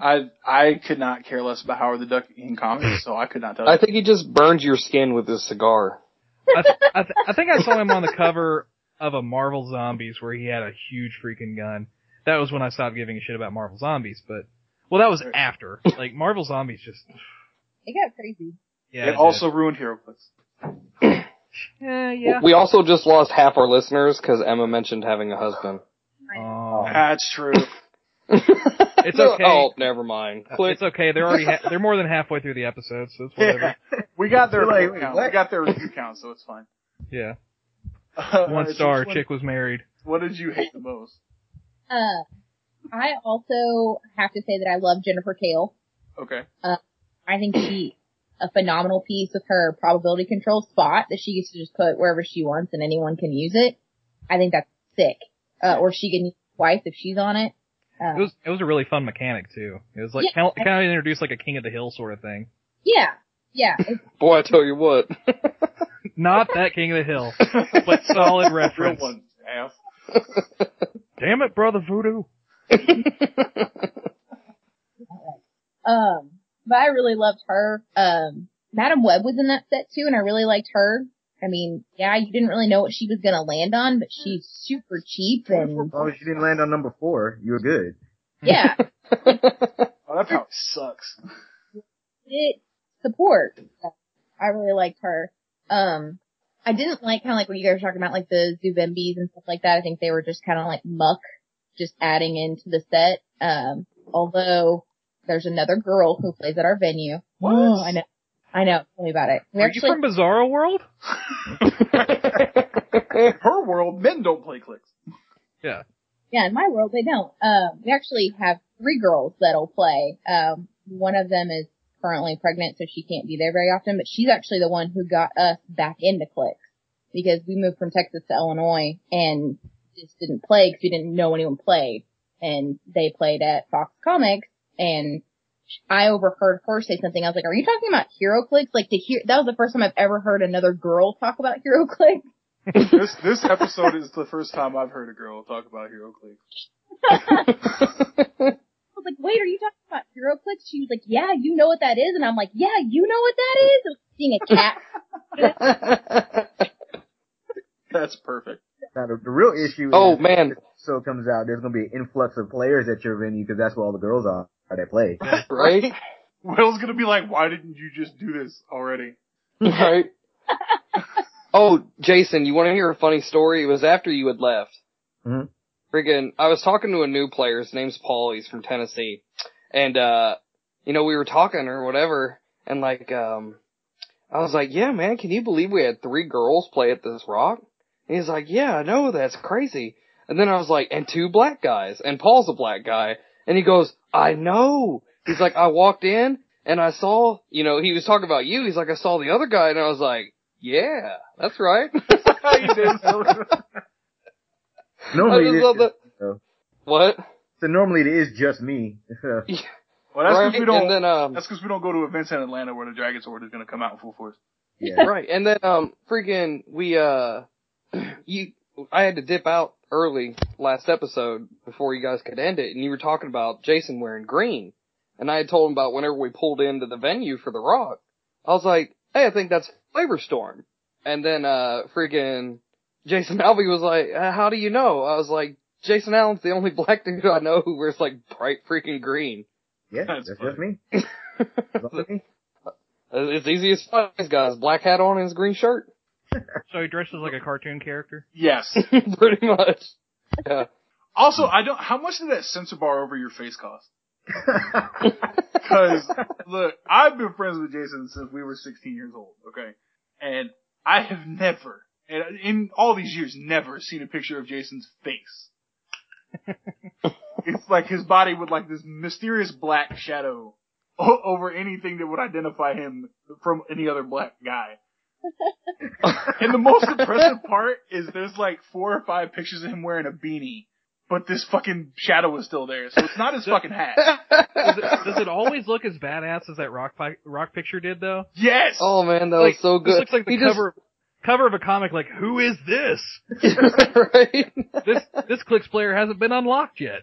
S1: I I could not care less about Howard the Duck in comics, so I could not tell.
S3: Uh-huh.
S2: I
S1: you.
S2: think he just burns your skin with his cigar.
S3: I, th- I, th- I think I saw him on the cover of a Marvel Zombies where he had a huge freaking gun. That was when I stopped giving a shit about Marvel Zombies, but well, that was
S1: Right.
S3: after. Like Marvel Zombies, just
S5: It got crazy.
S3: yeah.
S1: it
S3: did.
S1: also ruined HeroClix.
S3: yeah, yeah.
S2: We also just lost half our listeners because Emma mentioned having a husband.
S7: Um,
S3: Aw.
S1: That's true.
S3: Um, It's
S2: No-
S3: okay.
S2: Oh, never mind. Click.
S3: It's okay. They're already ha- they're more than halfway through the episode, so it's whatever.
S1: We got their
S7: You're like,
S1: review
S7: wait,
S1: count.
S7: what?
S1: We got their review count, so it's fine.
S3: Yeah.
S1: Uh,
S3: One
S1: so
S3: star.
S1: which one-
S3: Chick was married.
S1: What did you hate the most?
S5: Uh, I also have to say that I love Jennifer Kale.
S1: Okay.
S5: I think she a phenomenal piece with her probability control spot that she gets to just put wherever she wants and anyone can use it. I think that's sick. Uh, or she can use it twice if she's on it. Uh,
S3: It was it was a really fun mechanic too. It was like
S5: Yeah.
S3: kind of, kind of introduced like a King of the Hill sort of thing.
S5: yeah, yeah. It's
S2: Boy, I tell you what.
S3: Not that King of the Hill, but solid
S1: Real
S3: reference.
S1: one. Ass.
S3: Damn it, brother Voodoo.
S5: Um, but I really loved her. Um, Madam Web was in that set too, and I really liked her. I mean, yeah, you didn't really know what she was gonna land on, but she's super cheap and
S7: As long as you didn't land on number four, you were good.
S5: yeah,
S1: Oh, that probably sucks.
S5: it support. I really liked her. Um, I didn't like kind of like what you guys were talking about, like the Zubimbis and stuff like that. I think they were just kind of like muck, just adding into the set. Um, although there's another girl who plays at our venue.
S1: What?
S5: Oh, I know. I know. Tell me about it. We
S3: Are
S5: actually
S3: you from Bizarro World?
S1: In her world, men don't play clicks.
S5: Yeah, in my world they don't. Um, we actually have three girls that'll play. Um, one of them is currently pregnant, so she can't be there very often, but she's actually the one who got us back into clicks because we moved from Texas to Illinois and just didn't play because we didn't know anyone played. And they played at Fox Comics and I overheard her say something. I was like, are you talking about HeroClix? Like to hear, that was the first time I've ever heard another girl talk about HeroClix.
S1: This this episode is the first time I've heard a girl talk about HeroClix.
S5: I was like, wait, are you talking about HeroClix? She was like, yeah, you know what that is. And I'm like, yeah, you know what that is? It was seeing a cat.
S1: That's perfect.
S7: Now, the, the real issue is
S2: oh man,
S7: so it comes out, there's gonna be an influx of players at your venue because that's where all the girls are, are that play.
S2: right?
S1: Will's gonna be like, why didn't you just do this already?
S2: Right? Oh, Jason, you want to hear a funny story? It was after you had left.
S7: Mhm.
S2: Friggin', I was talking to a new player. His name's Paul. He's from Tennessee, and uh, you know, we were talking or whatever, and like, um, I was like, "Yeah, man, can you believe we had three girls play at this rock?" And he's like, "Yeah, I know. That's crazy." And then I was like, "And two black guys." And Paul's a black guy, and he goes, "I know." He's like, "I walked in." And I saw, you know, he was talking about you. He's like, I saw the other guy, and I was like, yeah, that's right.
S1: You did. Oh,
S7: Normally,
S2: I
S7: it
S2: just
S7: is,
S2: love that-
S7: so.
S2: What?
S7: so normally it is just me.
S1: Well, that's
S2: right?
S1: because we don't.
S2: And then, um,
S1: that's 'cause we don't go to events in Atlanta where the Dragon Sword is gonna come out in full force.
S7: yeah.
S2: right. And then, um, freaking, we, uh, you, I had to dip out early last episode before you guys could end it, and you were talking about Jason wearing green. And I had told him about whenever we pulled into the venue for the Rock. I was like, hey, I think that's Flavor Storm. And then, uh, freaking Jason Alvey was like, uh, how do you know? I was like, Jason Allen's the only black dude I know who wears like bright freaking green.
S7: Yeah,
S1: That's
S7: that's, just me. That's
S2: it's
S7: just me.
S2: easy as fuck. This guy's black hat on and his green shirt.
S3: So he dresses like a cartoon character.
S1: Yes.
S2: Pretty much. Yeah.
S1: Also, I don't. How much did that sensor bar over your face cost? Because look, I've been friends with Jason since we were 16 years old. Okay, and I have never, and in all these years, never seen a picture of Jason's face. it's like his body with like this mysterious black shadow o- over anything that would identify him from any other black guy. and the most impressive part is there's like four or five pictures of him wearing a beanie, but this fucking shadow is still there, so it's not his fucking hat.
S3: Does it, does it always look as badass as that rock fi- rock picture did though?
S1: Yes.
S2: oh man, that
S3: like,
S2: was so good.
S3: This looks like the
S2: He just-
S3: cover cover of a comic. Like, who is this?
S2: right?
S3: This this clicks player hasn't been unlocked yet.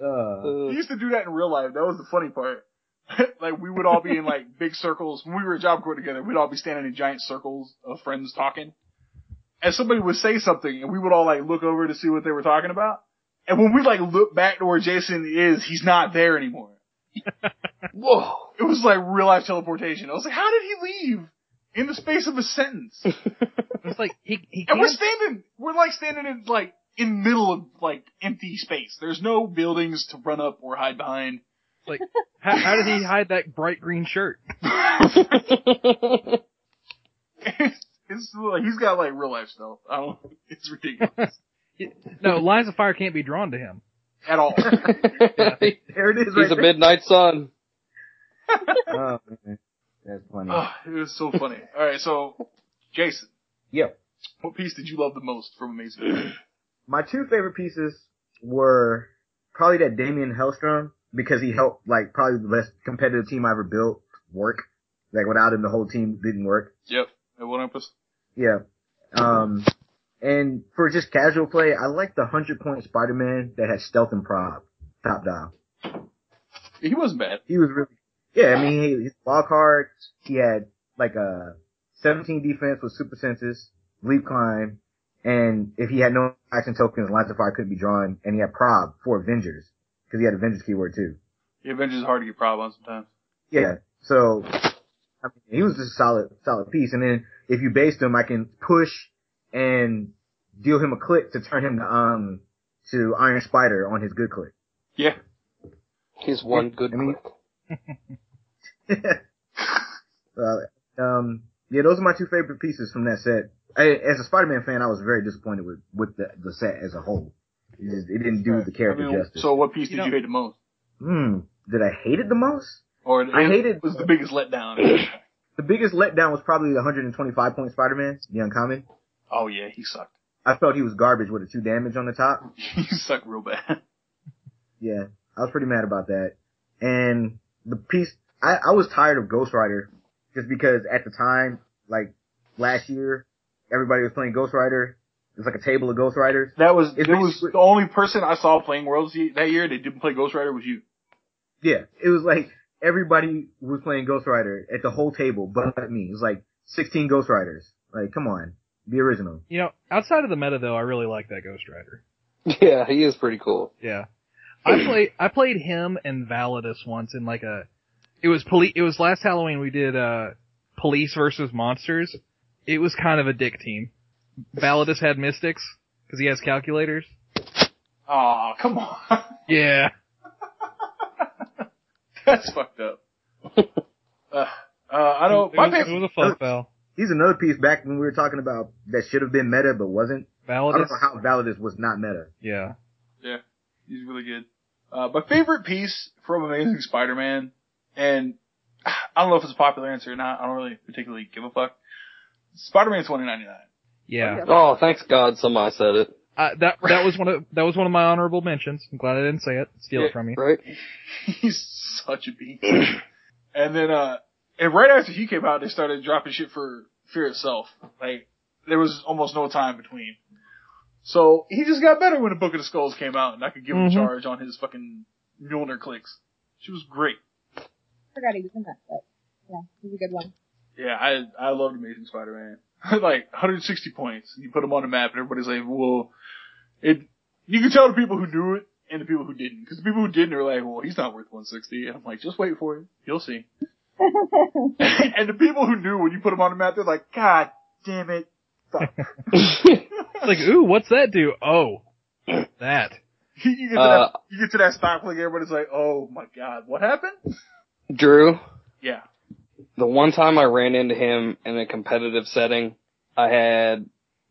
S7: Uh,
S1: We
S2: Uh,
S1: used to do that in real life. That was the funny part. like we would all be in like big circles. When we were at job corps together, we'd all be standing in giant circles of friends talking. And somebody would say something and we would all like look over to see what they were talking about. And when we like look back to where Jason is, he's not there anymore.
S2: whoa.
S1: It was like real life teleportation. I was like, how did he leave in the space of a sentence?
S3: It's like he he
S1: And we're
S3: can't.
S1: standing, we're like standing in like in middle of like empty space. There's no buildings to run up or hide behind.
S3: How, how did he hide that bright green shirt?
S1: it's like he's got like real life stuff. I don't. It's ridiculous
S3: No, lines of fire can't be drawn to him.
S1: at all.
S7: there it is.
S2: He's a
S7: right
S2: midnight sun.
S7: there. Oh, man. That's funny.
S1: Ugh, it was so funny. All right, so Jason,
S7: Yep.
S1: what piece did you love the most from Amazing? Spider-Man?
S7: my two favorite pieces were probably that Damien Hellstrom because he helped like probably the best competitive team I ever built work. Like without him, the whole team didn't work.
S1: yep. At what emphasis?
S7: Yeah. Um, and for just casual play, I like the hundred point Spider-Man that had stealth and prob top down.
S1: He wasn't bad.
S7: He was really, yeah. I mean, he, his log hard. He had like a 17 defense with super senses, leap climb, and if he had no action tokens, lines of fire couldn't be drawn, and he had prob for Avengers because he had Avengers keyword too.
S1: The Avengers is hard to get prob on sometimes.
S7: Yeah. So I mean, he was just a solid, solid piece. And then if you based him, I can push and deal him a click to turn him to um to Iron Spider on his good click.
S1: Yeah.
S2: He's one good
S7: I mean-
S2: clip.
S7: Uh, um, yeah, those are my two favorite pieces from that set. I, as a Spider-Man fan, I was very disappointed with with the, the set as a whole. It, just, it didn't do the character
S1: I mean,
S7: justice.
S1: so what piece
S3: You
S1: did you
S3: know-
S1: hate the most?
S7: Hmm. Did I hate it the most?
S1: Or
S7: I hated-
S1: was the biggest letdown.
S7: The biggest letdown was probably the 125 point Spider-Man, the uncommon.
S1: oh yeah, he sucked.
S7: I felt he was garbage with a two damage on the top.
S1: He sucked real bad.
S7: Yeah, I was pretty mad about that. And the piece, I, I was tired of Ghost Rider just because at the time, like last year, everybody was playing Ghost Rider. It was like a table of Ghost Riders.
S1: That was
S7: It
S1: it was
S7: basically-
S1: the only person I saw playing Worlds that year that didn't play Ghost Rider was you.
S7: Yeah, it was like everybody was playing Ghost Rider at the whole table, but me. It was like 16 Ghost Riders. Like, come on, be original.
S3: You know, outside of the meta though, I really like that Ghost Rider.
S2: Yeah, he is pretty cool.
S3: Yeah. I played I played him and Validus once in like a it was poli- it was last Halloween we did uh police versus monsters. It was kind of a dick team. Validus had mystics cuz he has calculators.
S1: Aw, come on.
S3: Yeah.
S1: That's fucked up. uh, uh, I don't. My
S3: it was, it
S1: favorite.
S3: was a
S7: er,
S3: fun foul.
S7: He's another piece back when we were talking about that should have been meta but wasn't. I don't
S3: Validus.
S7: know how Validus was not meta.
S3: Yeah.
S1: He's really good. Uh, my favorite piece from Amazing Spider-Man, and I don't know if it's a popular answer or not. I don't really particularly give a fuck. Spider-Man 2099.
S3: Yeah.
S2: Oh, thanks God somebody said it.
S3: Uh, that that was one of that was one of my honorable mentions. I'm glad I didn't say it. Steal it from you.
S2: Right?
S1: He's such a beast. and then, uh, and right after he came out, they started dropping shit for Fear itself. Like there was almost no time between. So he just got better when the Book of the Skulls came out, and I could give him
S3: Mhm.
S1: a charge on his fucking Mjolnir clicks. She was great.
S5: forgot he was in that, but yeah, he's a good one.
S1: Yeah, I I loved Amazing Spider-Man. like 160 points. You put him on the map, and everybody's like, "Well, it." You can tell the people who knew it and the people who didn't, because the people who didn't are like, "Well, he's not worth 160," and I'm like, "Just wait for it. You'll see." and the people who knew when you put him on the map, they're like, "God damn it, fuck."
S3: It's like, ooh, what's that do? Oh, that.
S1: you get to
S2: Uh,
S1: that, you get to that stock like everybody's like, "Oh my god, what happened?"
S2: Drew,
S1: Yeah.
S2: the one time I ran into him in a competitive setting, I had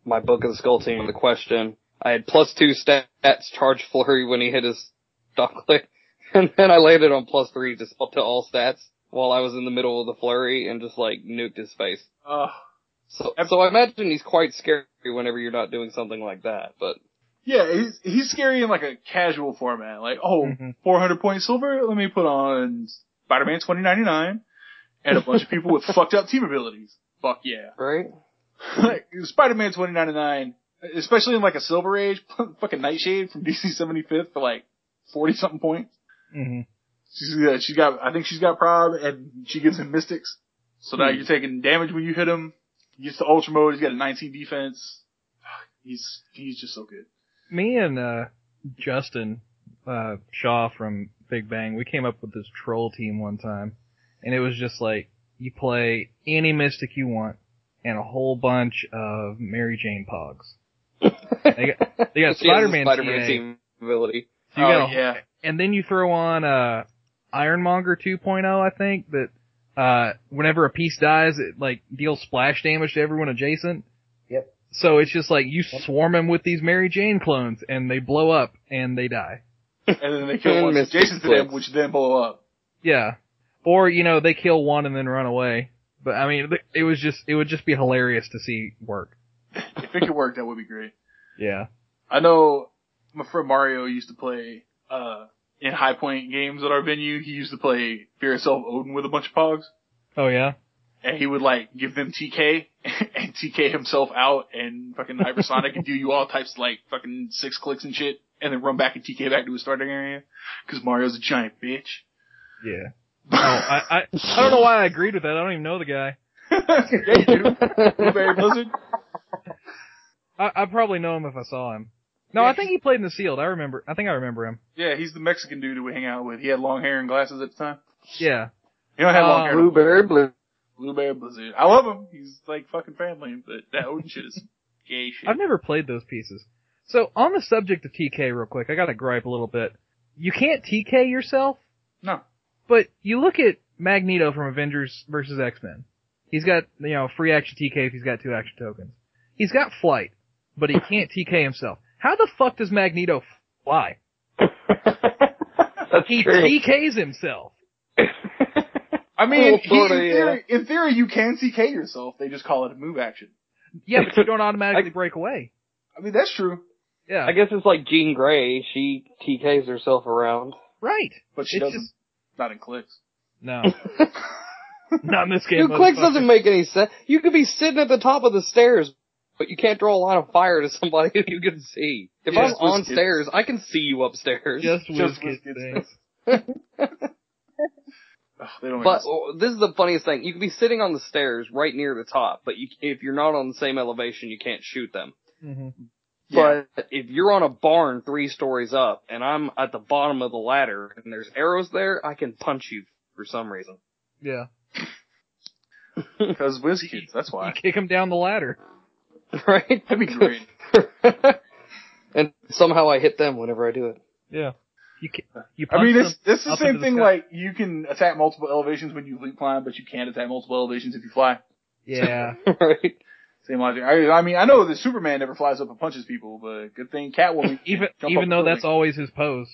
S2: my book of the skull team the question. I had plus two stats charge flurry when he hit his stock click, and then I landed on plus three just up to all stats while I was in the middle of the flurry and just like nuked his face.
S1: Uh,
S2: So, so I imagine he's quite scary whenever you're not doing something like that, but
S1: yeah, he's he's scary in like a casual format. Like, oh,
S3: Mhm.
S1: 400 point silver, let me put on Spider-Man 2099 and a bunch of people with fucked up team abilities. Fuck yeah.
S2: right?
S1: Like, Spider-Man 2099, especially in like a Silver Age, fucking Nightshade from DC 75th for like 40 something points.
S3: hmm
S1: She's, uh, she's got, I think she's got prob and she gives him mystics. So now
S2: Hmm.
S1: you're taking damage when you hit him. He gets to ultra mode, he's got a 19 defense. He's, he's just so good.
S3: Me and uh, Justin uh, Shaw from Big Bang, we came up with this troll team one time, and it was just like you play any mystic you want and a whole bunch of Mary Jane Pogs. they got, they got
S2: She has a
S3: Spider-Man,
S2: Spider-Man
S3: TA.
S2: team ability.
S3: You
S1: oh
S3: got a-
S1: yeah.
S3: and then you throw on uh Ironmonger 2.0, I think that uh whenever a piece dies, it like deals splash damage to everyone adjacent.
S7: Yep.
S3: So it's just like you swarm them with these Mary Jane clones, and they blow up and they die.
S1: And then they kill
S2: And
S1: one
S2: Mystic
S1: adjacent to them,
S2: Blitz.
S1: which then blow up.
S3: Yeah. Or you know they kill one and then run away. But I mean, th- it was just it would just be hilarious to see work.
S1: If it could work, that would be great.
S3: Yeah.
S1: I know my friend Mario used to play uh in high point games at our venue. He used to play Fear Itself Odin with a bunch of pogs,
S3: Oh yeah.
S1: and he would like give them TK and TK himself out and fucking hypersonic and do you all types of, like fucking six clicks and shit, and then run back and TK back to his starting area because Mario's a giant bitch.
S3: Yeah. Oh, I, I I don't know why I agreed with that. I don't even know the guy.
S1: yeah, you do. Blueberry Blizzard.
S3: I I probably know him if I saw him. No,
S1: Yeah,
S3: I think he played in the Sealed. I remember. I think I remember him.
S1: Yeah, he's the Mexican dude that we hang out with. He had long hair and glasses at the time.
S3: Yeah.
S1: He don't have long
S3: Uh,
S1: hair. no more.
S2: Blueberry blue.
S1: Blueberry Blizzard. I love him. He's like fucking family, but that Odin shit is gay shit.
S3: I've never played those pieces. So on the subject of TK real quick, I gotta gripe a little bit. You can't TK yourself,
S1: No.
S3: but you look at Magneto from Avengers versus X-Men. He's got, you know, free action TK if he's got two action tokens. He's got flight, but he can't TK himself. How the fuck does Magneto fly?
S2: That's
S3: He
S2: true.
S3: TKs himself.
S1: I
S3: oh,
S1: mean,
S2: Well,
S1: he-
S2: sorta,
S1: in, theory, in theory, you can TK yourself. They just call it a move action.
S3: Yeah, but you don't automatically break away.
S1: I mean, that's true,
S3: Yeah.
S2: I guess it's like Jean Grey. She TKs herself around.
S3: right.
S1: but she
S3: It's
S1: doesn't.
S3: just-
S1: Not in clicks.
S3: No. Not in this game.
S2: Dude, clicks
S3: motherfucker.
S2: doesn't make any sense. You could be sitting at the top of the stairs, but you can't draw a line of fire to somebody who you can see. If
S1: Yeah,
S2: I'm
S1: it's
S2: on
S1: just-
S2: stairs, I can see you upstairs.
S3: Just
S1: Just
S3: whiz
S1: whiz
S3: kids
S1: kids
S3: thing.
S1: things. Ugh, they don't.
S2: But
S1: make
S2: oh, this is the funniest thing. You can be sitting on the stairs right near the top, but you, if you're not on the same elevation, you can't shoot them.
S3: Mhm.
S1: Yeah.
S2: But if you're on a barn three stories up and I'm at the bottom of the ladder and there's arrows there, I can punch you for some reason.
S3: Yeah.
S1: because whiz kids. That's
S3: You
S1: why.
S3: kick him down the ladder.
S2: Right?
S1: That'd be great.
S2: and somehow I hit them whenever I do it.
S3: Yeah. You ki- you punch
S1: I mean,
S3: them.
S1: this this is the
S3: up
S1: same
S3: into the
S1: thing.
S3: sky.
S1: Like you can attack multiple elevations when you leap climb, but you can't attack multiple elevations if you fly.
S3: Yeah.
S2: right?
S1: Same logic. I, I mean, I know that Superman never flies up and punches people, but good thing Catwoman.
S3: Even
S1: Jump
S3: even
S1: up
S3: though
S1: the
S3: that's always his pose.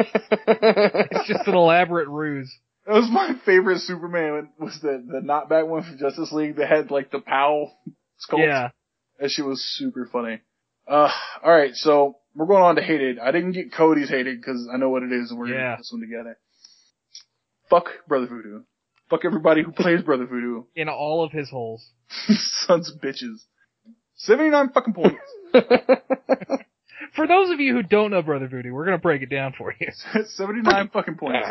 S3: It's just an elaborate ruse.
S1: That was my favorite Superman was the the knockback one from Justice League that had like the pow sculpt.
S3: Yeah.
S1: That shit was super funny. Uh, alright, so we're going on to hated. I didn't get Cody's hated because I know what it is and we're gonna
S3: Yeah.
S1: put this one together. Fuck Brother Voodoo. Fuck everybody who plays Brother Voodoo.
S3: In all of his holes.
S1: Sons of bitches. 79 fucking points.
S3: For those of you who don't know Brother Voodoo, we're gonna break it down for you.
S1: That's 79 fucking points.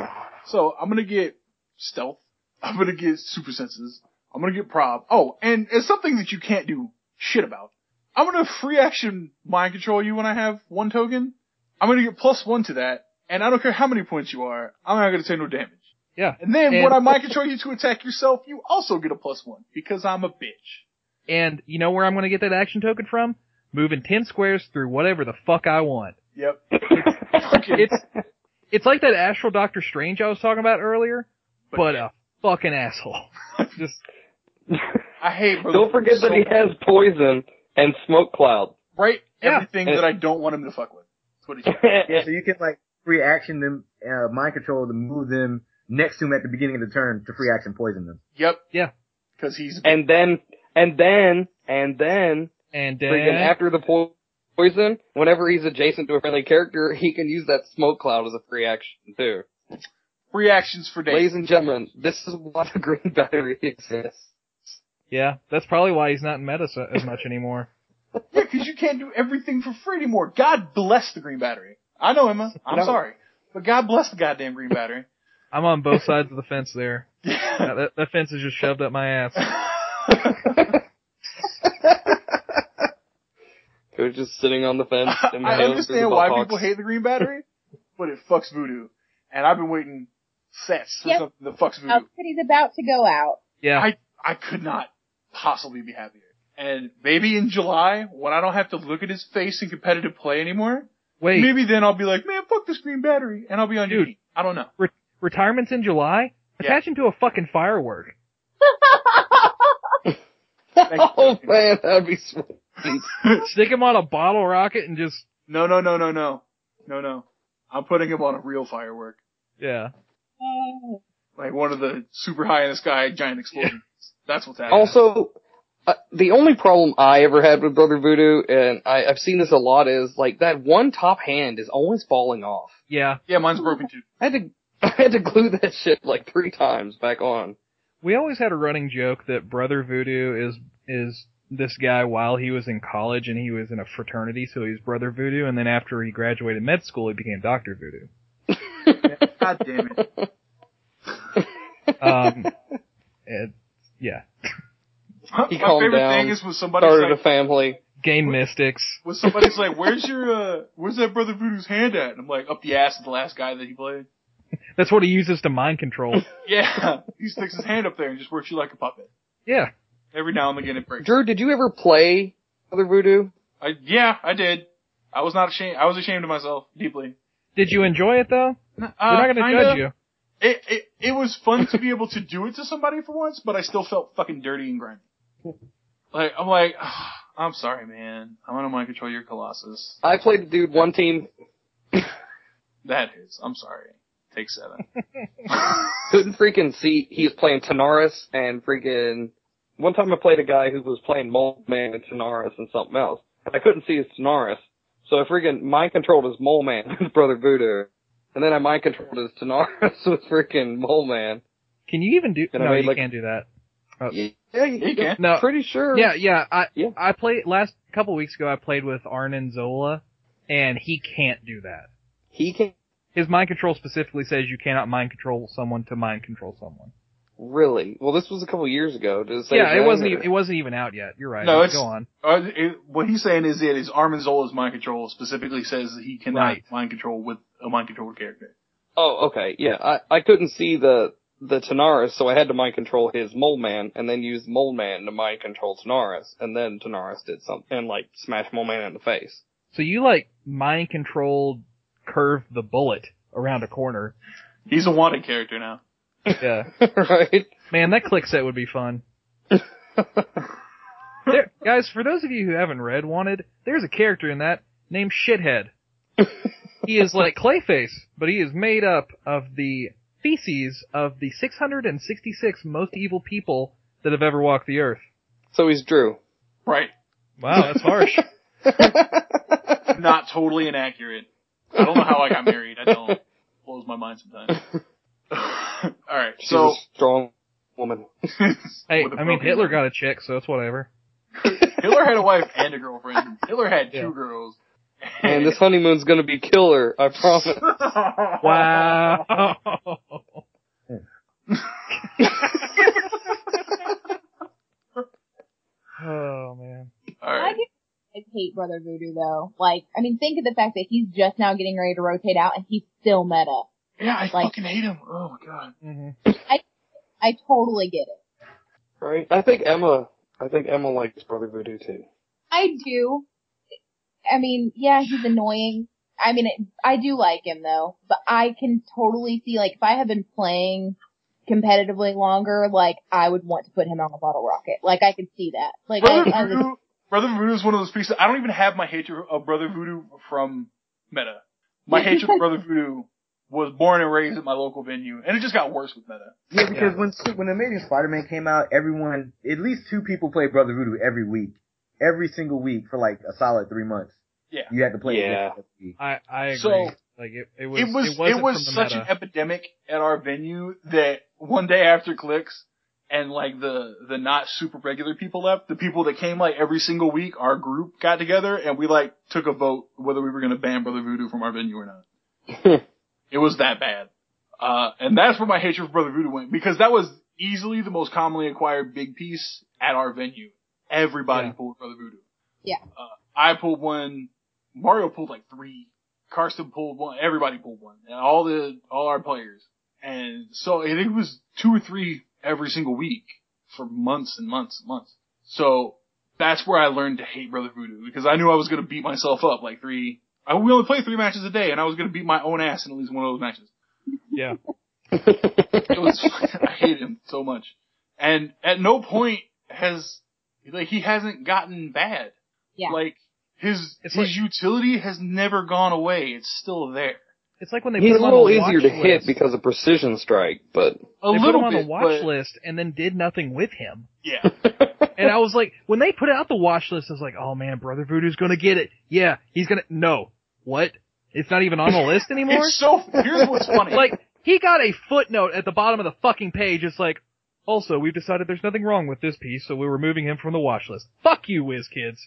S1: So I'm gonna get stealth. I'm gonna get super senses. I'm gonna get prob. Oh, and it's something that you can't do shit about. I'm gonna free action mind control you when I have one token. I'm gonna get plus one to that, and I don't care how many points you are, I'm not gonna take no damage.
S3: Yeah.
S1: And then
S3: And-
S1: when I mind control you to attack yourself, you also get a plus one, because I'm a bitch.
S3: And you know where I'm gonna get that action token from? Moving ten squares through whatever the fuck I want.
S1: Yep. Fucking-
S3: It's it's like that astral Doctor Strange I was talking about earlier, but, a fucking asshole. Just
S1: I hate Brother
S2: Don't forget
S1: Voodoo
S2: that
S1: so
S2: he
S1: much.
S2: has poison and smoke cloud.
S1: Right?
S3: Yeah.
S1: Everything that I don't want him to fuck with. That's what he said.
S7: Yeah, so you can like free action them, uh, mind control them, move them next to them at the beginning of the turn to free action poison them.
S1: Yep.
S3: Yeah.
S1: Cause he's,
S2: and then, and then, and then,
S3: and uh,
S2: friggin'
S3: then
S2: after the po- poison, whenever he's adjacent to a friendly character, he can use that smoke cloud as a free action too.
S1: free actions for days.
S2: Ladies and gentlemen, this is why the green battery exists.
S3: yeah, that's probably why he's not in meta so, as much anymore.
S1: Yeah, cause you can't do everything for free anymore. God bless the green battery. I know, Emma. I'm
S2: No.
S1: sorry. But God bless the goddamn green battery.
S3: I'm on both sides of the fence there.
S1: Yeah.
S3: That, that, that fence is just shoved up my ass.
S2: It was just sitting on the fence. and
S1: I
S2: hailing through
S1: understand
S2: the
S1: why
S2: Blackhawks.
S1: people hate the green battery, but it fucks voodoo. And I've been waiting sets for
S5: Yep.
S1: something that fucks voodoo.
S5: Outfit is about to go out.
S3: Yeah.
S1: I I could not possibly be happier. And maybe in July, when I don't have to look at his face in competitive play anymore,
S3: Wait,
S1: maybe then I'll be like, man, fuck this green battery, and I'll be on your
S3: Dude.
S1: team. I don't know.
S3: retirement's in July?
S1: Yeah.
S3: Attach him to a fucking firework.
S2: Oh man, that'd be sweet.
S3: Stick him on a bottle rocket and just,
S1: no, no, no, no, no, no, no. I'm putting him on a real firework,
S3: yeah.
S1: like one of the super high in the sky giant explosions. That's what's happening.
S2: Also, uh, the only problem I ever had with Brother Voodoo, and I, I've seen this a lot, is like that one top hand is always falling off.
S3: Yeah.
S1: yeah, mine's broken too.
S2: I had to, I had to glue that shit like three times back on.
S3: We always had a running joke that Brother Voodoo is, is this guy while he was in college and he was in a fraternity, so he was Brother Voodoo, and then after he graduated med school, he became Doctor Voodoo.
S1: God damn it.
S3: Um, it, yeah.
S1: My
S2: He calmed
S1: favorite
S2: down,
S1: thing is when somebody's
S2: Started a
S1: like,
S2: family.
S3: Game Mystics.
S1: when somebody's like, "Where's your, uh, where's that brother Voodoo's hand at?" And I'm like, "Up the ass of the last guy that he played."
S3: That's what he uses to mind control.
S1: Yeah, he sticks his hand up there and just works you like a puppet.
S3: yeah.
S1: Every now and again it breaks.
S2: Drew, did you ever play Brother Voodoo?
S1: I, yeah, I did. I was not ashamed. I was ashamed of myself deeply.
S3: Did you enjoy it though?
S1: Uh,
S3: We're not gonna judge you.
S1: It, it it was fun to be able to do it to somebody for once, but I still felt fucking dirty and grimy. Like I'm like, "Ah, I'm sorry, man. I'm gonna mind control your Colossus.
S2: I played a dude one team
S1: That is. I'm sorry. Take seven.
S2: couldn't freaking see he was playing Tanaris and freaking one time I played a guy who was playing Mole Man and Tanaris and something else. And I couldn't see his Tanaris. So I freaking mind controlled his Mole Man with his brother Voodoo. And then I mind controlled his Tanaris with freaking Mole Man.
S3: Can you even do?
S2: And I
S3: no,
S2: made,
S3: you
S2: like-
S3: can't do that.
S2: Yeah, you,
S1: You can.
S3: No.
S2: Pretty sure.
S3: Yeah, yeah. I
S2: Yeah.
S3: I played last couple weeks ago. I played with Arnon Zola, and he can't do that.
S2: He can
S3: His mind control specifically says you cannot mind control someone to mind control someone.
S2: really. Well, this was a couple years ago. Did it say
S3: yeah, it
S2: then,
S3: wasn't.
S2: or-
S3: Even, it wasn't even out yet. You're right.
S1: No, it's-
S3: go on.
S1: Uh, it, what he's saying is that his Armin Zola's mind control specifically says that he cannot
S3: Right.
S1: mind control with a mind controlled character.
S2: Oh, okay. Yeah, I, I couldn't see the the Tanaris, so I had to mind control his Mole Man, and then use Mole Man to mind control Tanaris, and then Tanaris did something and like smashed Mole Man in the face.
S3: So you like mind controlled curve the bullet around a corner.
S1: He's a wanted character now.
S3: Yeah.
S2: right?
S3: Man, that click set would be fun. there, guys, for those of you who haven't read Wanted, there's a character in that named Shithead. he is like Clayface, but he is made up of the feces of the 666 most evil people that have ever walked the earth.
S2: So he's Drew.
S1: Right.
S3: Wow, that's harsh.
S1: Not totally inaccurate. I don't know how I got married. I don't. It blows my mind sometimes. Alright,
S2: She's
S1: so.
S2: a strong woman.
S3: hey,
S1: With a
S3: I mean
S1: broken
S3: Hitler
S1: leg.
S3: got a chick, so it's whatever.
S1: Hitler had a wife and a girlfriend. Miller had two
S3: Yeah.
S1: girls.
S2: Man, this honeymoon's gonna be killer. I promise.
S3: Wow. oh man.
S1: All
S5: I
S1: right.
S5: do I hate Brother Voodoo though. Like, I mean, think of the fact that he's just now getting ready to rotate out and he's still meta.
S1: Yeah, I
S5: Like-
S1: fucking hate him. Oh my god.
S3: Mhm.
S5: I totally get it.
S2: Right? I think Emma. I think Emma likes Brother Voodoo too.
S5: I do. I mean, yeah, he's annoying. I mean, it, I do like him though, but I can totally see like if I had been playing competitively longer, like I would want to put him on a bottle rocket. Like I could see that. Like I,
S1: Brother
S5: I would-
S1: Voodoo, Brother Voodoo is one of those pieces. I don't even have my hatred of Brother Voodoo from Meta. My hatred of Brother Voodoo was born and raised at my local venue, and it just got worse with Meta.
S7: Yeah, because when when Amazing Spider-Man came out, everyone, at least two people played Brother Voodoo every week, every single week for like a solid three months.
S1: Yeah.
S7: you had to play.
S2: Yeah.
S7: it every week.
S3: I I agree.
S1: So,
S3: like it, it was
S1: It was it was,
S3: wasn't from the
S1: such an
S3: meta.
S1: epidemic at our venue that one day after clicks and like the the not super regular people left, the people that came like every single week, our group got together and we like took a vote whether we were going to ban Brother Voodoo from our venue or not. It was that bad. Uh, and that's where my hatred for Brother Voodoo went because that was easily the most commonly acquired big piece at our venue. Everybody
S3: Yeah.
S1: pulled Brother Voodoo.
S5: Yeah.
S1: Uh, I pulled one. Mario pulled like three. Carson pulled one. Everybody pulled one. And all the, all our players. And so and it was two or three every single week for months and months and months. So that's where I learned to hate Brother Voodoo because I knew I was going to beat myself up like three. I, we only played three matches a day and I was going to beat my own ass in at least one of those matches.
S3: yeah.
S1: It was, I hate him so much. And at no point has, like, he hasn't gotten bad.
S5: Yeah.
S1: Like, his,
S3: It's
S1: his
S3: like-
S1: utility has never gone away. It's still there.
S3: It's like when they
S2: He's a
S3: put him
S2: little
S3: on the
S2: easier to
S3: watch
S2: hit
S3: list.
S2: because of precision strike, but
S1: A
S3: they put
S1: little
S3: him on
S1: bit,
S3: the watch
S1: but-
S3: list and then did nothing with him.
S1: Yeah.
S3: And I was like, when they put out the watch list, I was like, oh man, Brother Voodoo's gonna get it. Yeah, he's gonna, no. What? It's not even on the list anymore?
S1: It's so, here's what's funny.
S3: like, he got a footnote at the bottom of the fucking page. It's like, also, we've decided there's nothing wrong with this piece, so we're removing him from the watch list. Fuck you, whiz kids.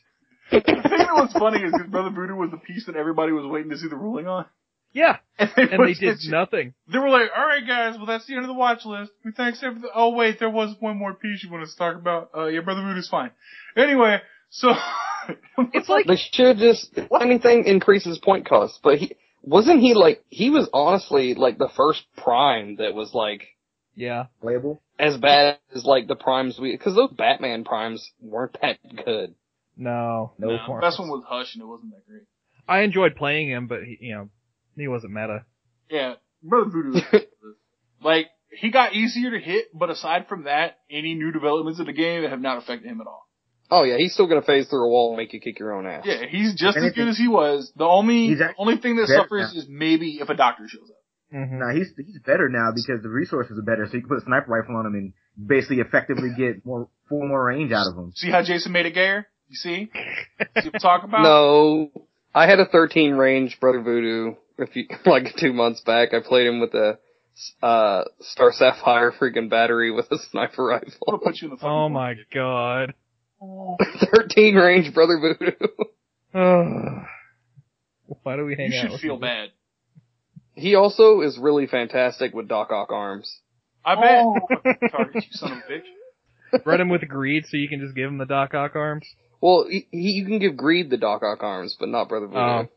S1: the thing that was funny is because Brother Voodoo was the piece that everybody was waiting to see the ruling on.
S3: Yeah,
S1: And they,
S3: and they
S1: pushed
S3: did
S1: it-
S3: nothing.
S1: They were like, alright guys, well that's the end of the watch list. We thanks everything. Oh wait, there was one more piece you wanted to talk about. Uh, yeah, Brother Voodoo's fine. Anyway, so.
S3: It's like,
S2: they should just if anything increases point cost. But he wasn't he like he was honestly like the first prime that was like
S3: yeah,
S7: Playable.
S2: as bad as like the primes we because those Batman primes weren't that good.
S3: no,
S7: No
S1: No, the
S7: form.
S1: best one was Hush, and it wasn't that great.
S3: I enjoyed playing him, but he, you know, he wasn't meta.
S1: Yeah, Brother Voodoo. was- like he got easier to hit, but aside from that, any new developments in the game have not affected him at all.
S2: Oh yeah, he's still gonna phase through a wall and make you kick your own ass.
S1: Yeah, he's just as
S7: Anything-
S1: good as he was. The only
S7: He's actually
S1: only thing that
S7: better
S1: suffers
S7: now.
S1: is maybe if a doctor shows up.
S3: Mm-hmm.
S7: Now he's he's better now because the resources are better, so you can put a sniper rifle on him and basically effectively get more four more range out of him.
S1: See how Jason made it gayer? You see? see what I'm talking about?
S2: No, I had a 13 range Brother Voodoo a few, like two months back. I played him with a uh, Star Sapphire freaking battery with a sniper
S1: I'm gonna
S2: rifle.
S1: put you in the fucking
S3: Oh my god.
S2: 13 range Brother Voodoo.
S3: Ugh. Why do we
S1: You
S3: hang out?
S1: should
S3: with
S1: feel
S3: people?
S1: bad.
S2: He also is really fantastic with Doc Ock arms.
S1: I bet.
S5: Oh.
S1: Target, you son of a bitch.
S3: Run him with greed so you can just give him the Doc Ock arms.
S2: Well, he, he, you can give Greed the Doc Ock arms, but not Brother Voodoo.
S3: Oh.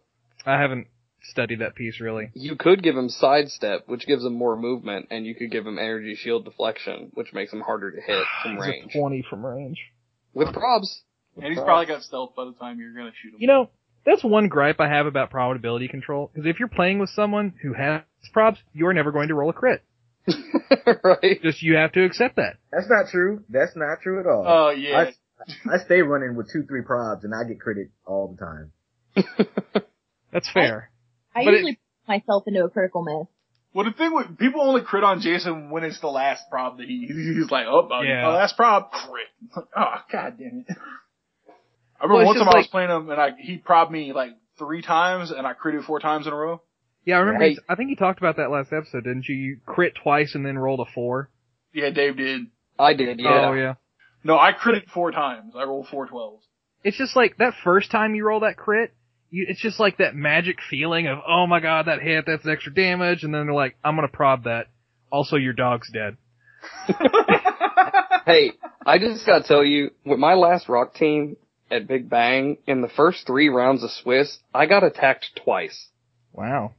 S3: I haven't studied that piece really.
S2: You could give him Sidestep, which gives him more movement, and you could give him Energy Shield Deflection, which makes him harder to hit from
S3: He's
S2: range.
S3: a 20 from range.
S2: With probs.
S1: And he's probably got stealth by the time you're gonna shoot him.
S3: You know, that's one gripe I have about probability control, because if you're playing with someone who has props, you're never going to roll a crit.
S2: right?
S3: Just you have to accept that.
S7: That's not true. That's not true at all.
S1: Oh yeah.
S7: I, I stay running with two three probs and I get credit all the time.
S3: That's fair.
S5: I
S3: But it-
S5: usually put myself into a critical miss.
S1: Well, the thing with people only crit on Jason when it's the last prob that he he's like, oh, oh,
S3: Yeah.
S1: oh, last prob crit. oh, god damn it! I remember
S3: Well, it's
S1: one time
S3: just
S1: I was
S3: like-
S1: playing him and I he probbed me like three times and I critted four times in a row.
S3: Yeah, I remember.
S2: Hey.
S3: you- I think you talked about that last episode, didn't you? You crit twice and then rolled a four.
S1: Yeah, Dave did.
S2: I did, yeah.
S3: Oh yeah.
S1: No, I critted four times. I rolled four twelves.
S3: it's just like that first time you roll that crit, you, it's just like that magic feeling of, oh my god, that hit, that's extra damage, and then they're like, I'm gonna prob that. Also, your dog's dead.
S2: Hey, I just gotta tell you, with my last rock team at Big Bang, in the first three rounds of Swiss, I got attacked twice.
S3: Wow.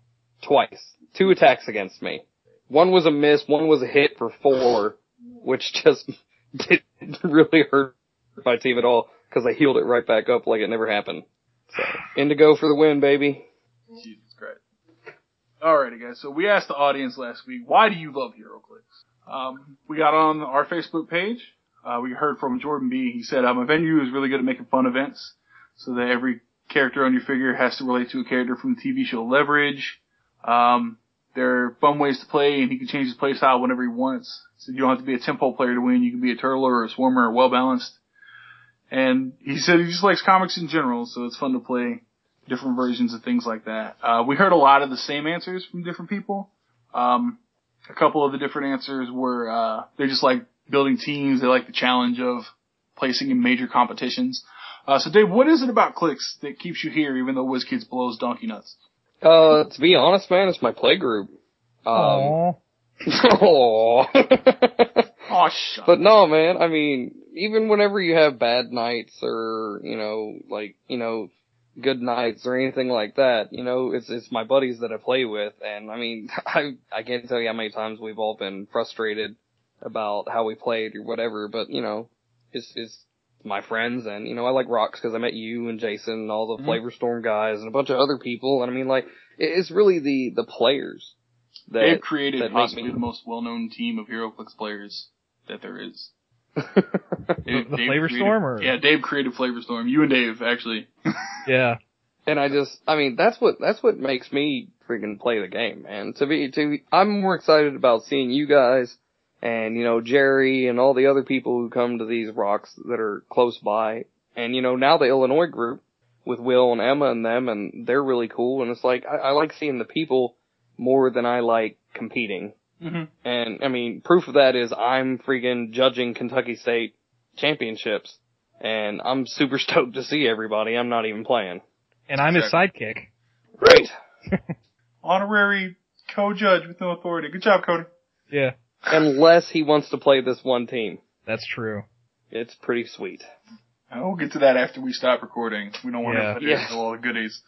S2: Twice. Two attacks against me. One was a miss, one was a hit for four, which just didn't really hurt my team at all, because I healed it right back up like it never happened. So, Indigo for the win, baby.
S1: Jesus Christ. Alrighty guys, so we asked the audience last week, why do you love HeroClix? Um, we got on our Facebook page. Uh, we heard from Jordan B. He said, um, a venue is really good at making fun events so that every character on your figure has to relate to a character from the TV show Leverage. Um, there are fun ways to play and he can change his play style whenever he wants. So you don't have to be a tempo player to win. You can be a turtle or a swarmer or well balanced. And he said he just likes comics in general, so it's fun to play different versions of things like that. Uh, we heard a lot of the same answers from different people. Um, a couple of the different answers were uh, they're just like building teams. They like the challenge of placing in major competitions. Uh, so Dave, what is it about clicks that keeps you here, even though WizKids blows donkey nuts?
S2: Uh, to be honest, man, it's my playgroup. Um,
S3: Aw.
S2: aw.
S1: Oh, shut.
S2: But no, man, I mean, even whenever you have bad nights or, you know, like, you know, good nights or anything like that, you know, it's, it's my buddies that I play with. And I mean, I, I can't tell you how many times we've all been frustrated about how we played or whatever, but you know, it's, it's my friends and, you know, I like rocks because I met you and Jason and all the
S1: Mhm.
S2: Flavor Storm guys and a bunch of other people. And I mean, like, it, it's really the, the players
S1: They've
S2: that, that
S1: created
S2: make
S1: possibly
S2: me-
S1: the most well-known team of HeroClix players that there is.
S3: The-
S1: Dave-
S3: the
S1: Dave
S3: Flavor
S1: created-
S3: Storm or-
S1: Yeah, Dave created Flavor Storm. You and Dave, actually.
S3: Yeah.
S2: And I just, I mean, that's what, that's what makes me freaking play the game, man. To be, to be, I'm more excited about seeing you guys and, you know, Jerry and all the other people who come to these rocks that are close by. And, you know, now the Illinois group with Will and Emma and them and they're really cool. And it's like, I, I like seeing the people more than I like competing.
S1: Mm-hmm.
S2: And I mean, proof of that is I'm freaking judging Kentucky State championships and I'm super stoked to see everybody. I'm not even playing.
S3: And I'm his sidekick.
S2: Right.
S1: Honorary co-judge with no authority. Good job, Cody.
S3: Yeah.
S2: unless he wants to play this one team.
S3: That's true.
S2: It's pretty sweet.
S1: Uh, We'll get to that after we stop recording. We don't want
S3: Yeah.
S1: to put
S2: Yeah.
S1: into all the goodies.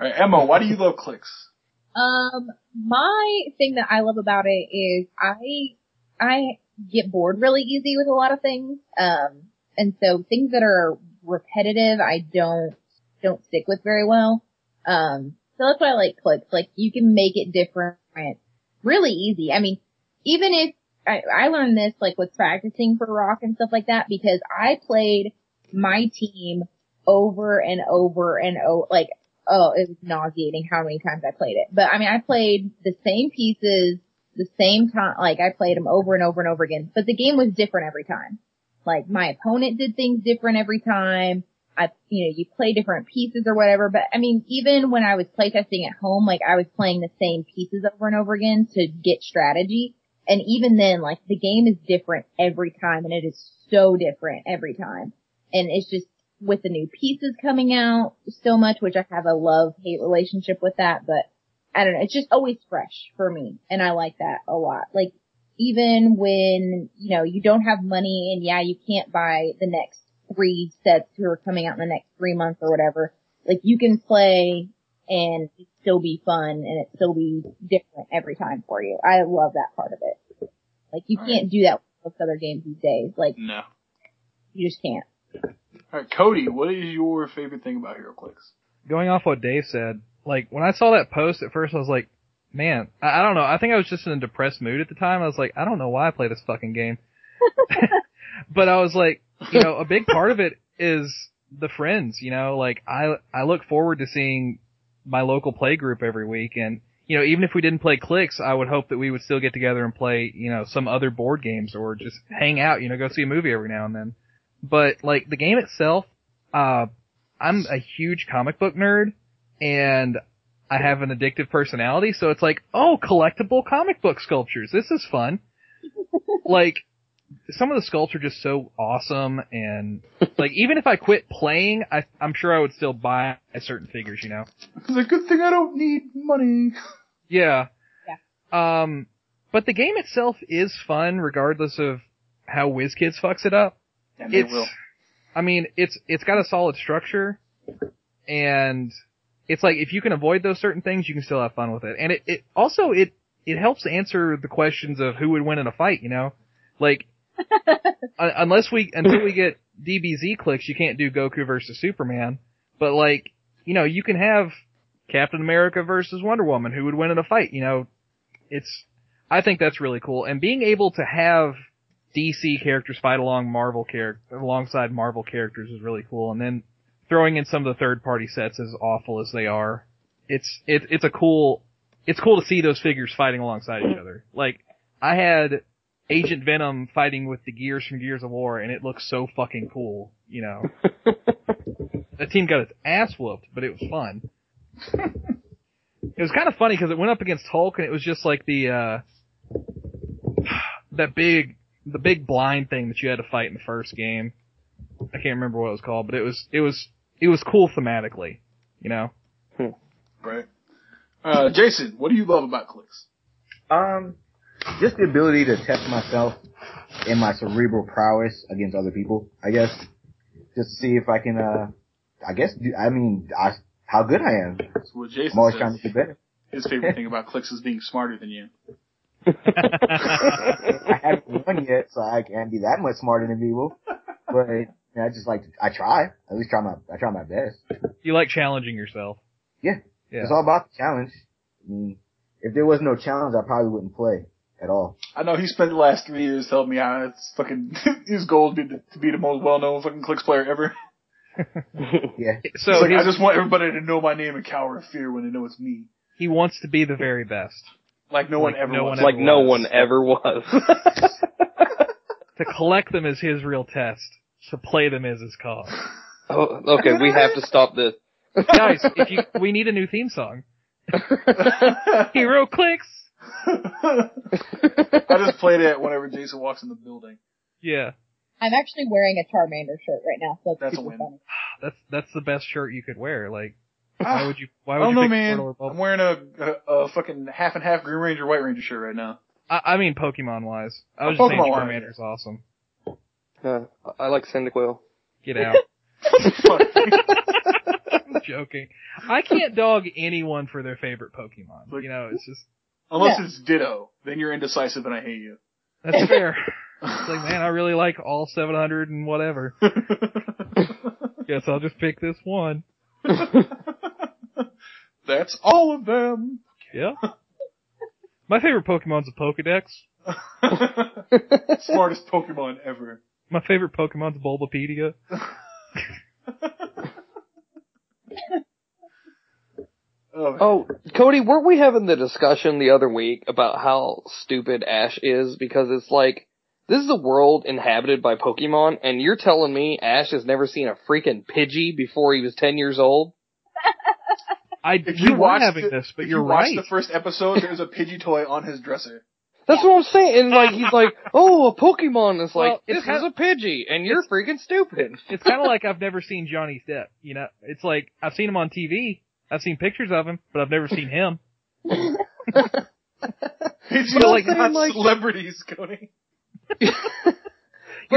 S1: All right, Emma, why do you love clicks?
S5: Um, my thing that I love about it is I, I get bored really easy with a lot of things. Um, and so things that are repetitive, I don't, don't stick with very well. Um, so that's why I like clicks. Like you can make it different really easy. I mean, even if I, I learned this like with practicing for rock and stuff like that because I played my team over and over and over, like oh, it was nauseating how many times I played it. But I mean, I played the same pieces, the same time, like I played them over and over and over again, but the game was different every time. Like my opponent did things different every time. I, you know, you play different pieces or whatever, but I mean, even when I was playtesting at home, like I was playing the same pieces over and over again to get strategy. And even then, like the game is different every time and it is so different every time. And it's just, with the new pieces coming out so much, which I have a love hate relationship with that, but I don't know. It's just always fresh for me. And I like that a lot. Like even when, you know, you don't have money and yeah, you can't buy the next three sets who are coming out in the next three months or whatever, like you can play and it still be fun and it still be different every time for you. I love that part of it. Like you
S1: All
S5: can't do that with most other games these days. Like
S1: No.
S5: you just can't.
S1: All right, Cody, what is your favorite thing about HeroClix?
S3: Going off what Dave said, like when I saw that post at first, I was like, man, I, I don't know. I think I was just in a depressed mood at the time. I was like, I don't know why I play this fucking game. but I was like, you know, a big part of it is the friends. You know, like I I look forward to seeing my local play group every week, and you know, even if we didn't play clicks, I would hope that we would still get together and play, you know, some other board games or just hang out. You know, go see a movie every now and then. But like the game itself, uh, I'm a huge comic book nerd, and I have an addictive personality, so it's like, oh, collectible comic book sculptures. This is fun. like some of the sculpts are just so awesome, and like even if I quit playing, I, I'm sure I would still buy certain figures. You know?
S1: It's a good thing I don't need money.
S3: Yeah. Yeah. Um, but the game itself is fun, regardless of how WizKids fucks it up.
S1: And they
S3: It's-
S1: will.
S3: I mean, it's it's got a solid structure, and it's like if you can avoid those certain things, you can still have fun with it. And it, it also it it helps answer the questions of who would win in a fight. You know, like un- unless we until we get DBZ clicks, you can't do Goku versus Superman. But like you know, you can have Captain America versus Wonder Woman. Who would win in a fight? You know, it's I think that's really cool. And being able to have DC characters fight along Marvel character alongside Marvel characters is really cool. And then throwing in some of the third party sets as awful as they are, it's it, it's a cool it's cool to see those figures fighting alongside each other. Like I had Agent Venom fighting with the Gears from Gears of War, and it looks so fucking cool. You know, that team got its ass whooped, but it was fun. it was kind of funny because it went up against Hulk, and it was just like the uh that big the big blind thing that you had to fight in the first game. I can't remember what it was called, but it was it was it was cool thematically, you know.
S1: Right. Uh, Jason, what do you love about clicks?
S7: Um, just the ability to test myself and my cerebral prowess against other people, I guess. Just to see if I can, uh, I guess, do- I mean, I, how good I am.
S1: That's what Jason
S7: I'm always trying
S1: says.
S7: to do better.
S1: His favorite thing about clicks is being smarter than you.
S7: I haven't won yet, so I can't be that much smarter than people. But you know, I just like, to, I try. At least try my, I try my best.
S3: you like challenging yourself.
S7: Yeah.
S3: Yeah.
S7: It's all about the challenge. I mean, if there was no challenge, I probably wouldn't play at all.
S1: I know he spent the last three years telling me how it's fucking his goal is be to, to be the most well-known fucking clicks player ever.
S7: Yeah.
S3: so
S1: It's like,
S3: he,
S1: I just want everybody to know my name and cower in fear when they know it's me.
S3: he wants to be the very best.
S1: Like no one
S3: Like
S1: ever.
S3: no
S1: was.
S3: one
S2: like no
S3: was.
S2: one ever was.
S3: To collect them is his real test. To play them is his cause.
S2: oh, okay, we have to stop this.
S3: Guys, if you we need a new theme song. Hero clicks.
S1: I just play that whenever Jason walks in the building.
S3: Yeah,
S5: I'm actually wearing a Charmander shirt right now, so
S1: That's
S5: that's
S1: a
S5: super
S1: win.
S5: funny.
S3: that's that's the best shirt you could wear. Like, why
S1: Ah,
S3: would you?
S1: I
S3: Why would
S1: don't
S3: you
S1: know,
S3: pick
S1: man.
S3: Portal or Bubble-
S1: I'm wearing a, a a fucking half and half Green Ranger White Ranger shirt right now.
S3: I, I mean, Pokemon wise. I
S1: Oh,
S3: was just saying
S1: Pokemon-wise,
S3: Charmander's awesome.
S2: Uh, I like Cyndaquil.
S3: Get out.
S1: Fuck.
S3: I'm joking. I can't dog anyone for their favorite Pokemon. You know, it's just
S1: Unless
S5: Yeah.
S1: it's Ditto, then you're indecisive and I hate you.
S3: that's fair. It's like, man, I really like all 700 and whatever. Guess I'll just pick this one.
S1: That's all of them.
S3: Yeah. My favorite Pokemon's a Pokedex.
S1: Smartest Pokemon ever.
S3: My favorite Pokemon's Bulbapedia.
S1: Oh,
S2: Oh, Cody, weren't we having the discussion the other week about how stupid Ash is? Because it's like, this is a world inhabited by Pokemon, and you're telling me Ash has never seen a freaking Pidgey before he was 10 years old?
S3: I
S1: if
S3: we
S1: you
S3: were
S1: watch
S3: having
S1: the,
S3: this, but
S1: if
S3: you're
S1: you watch
S3: right.
S1: the first episode, there's a Pidgey toy on his dresser.
S2: That's what I'm saying. And like, he's like, oh, a Pokemon. It's like,
S3: Well, it's
S2: this
S3: kind-
S2: is a Pidgey, and you're freaking stupid.
S3: it's kind of like I've never seen Johnny Depp. You know, it's like I've seen him on TV. I've seen pictures of him, but I've never seen him.
S1: Pidgey
S2: But I'm
S1: like
S2: saying,
S1: not
S2: like-
S1: celebrities, Cody.
S2: But
S3: You're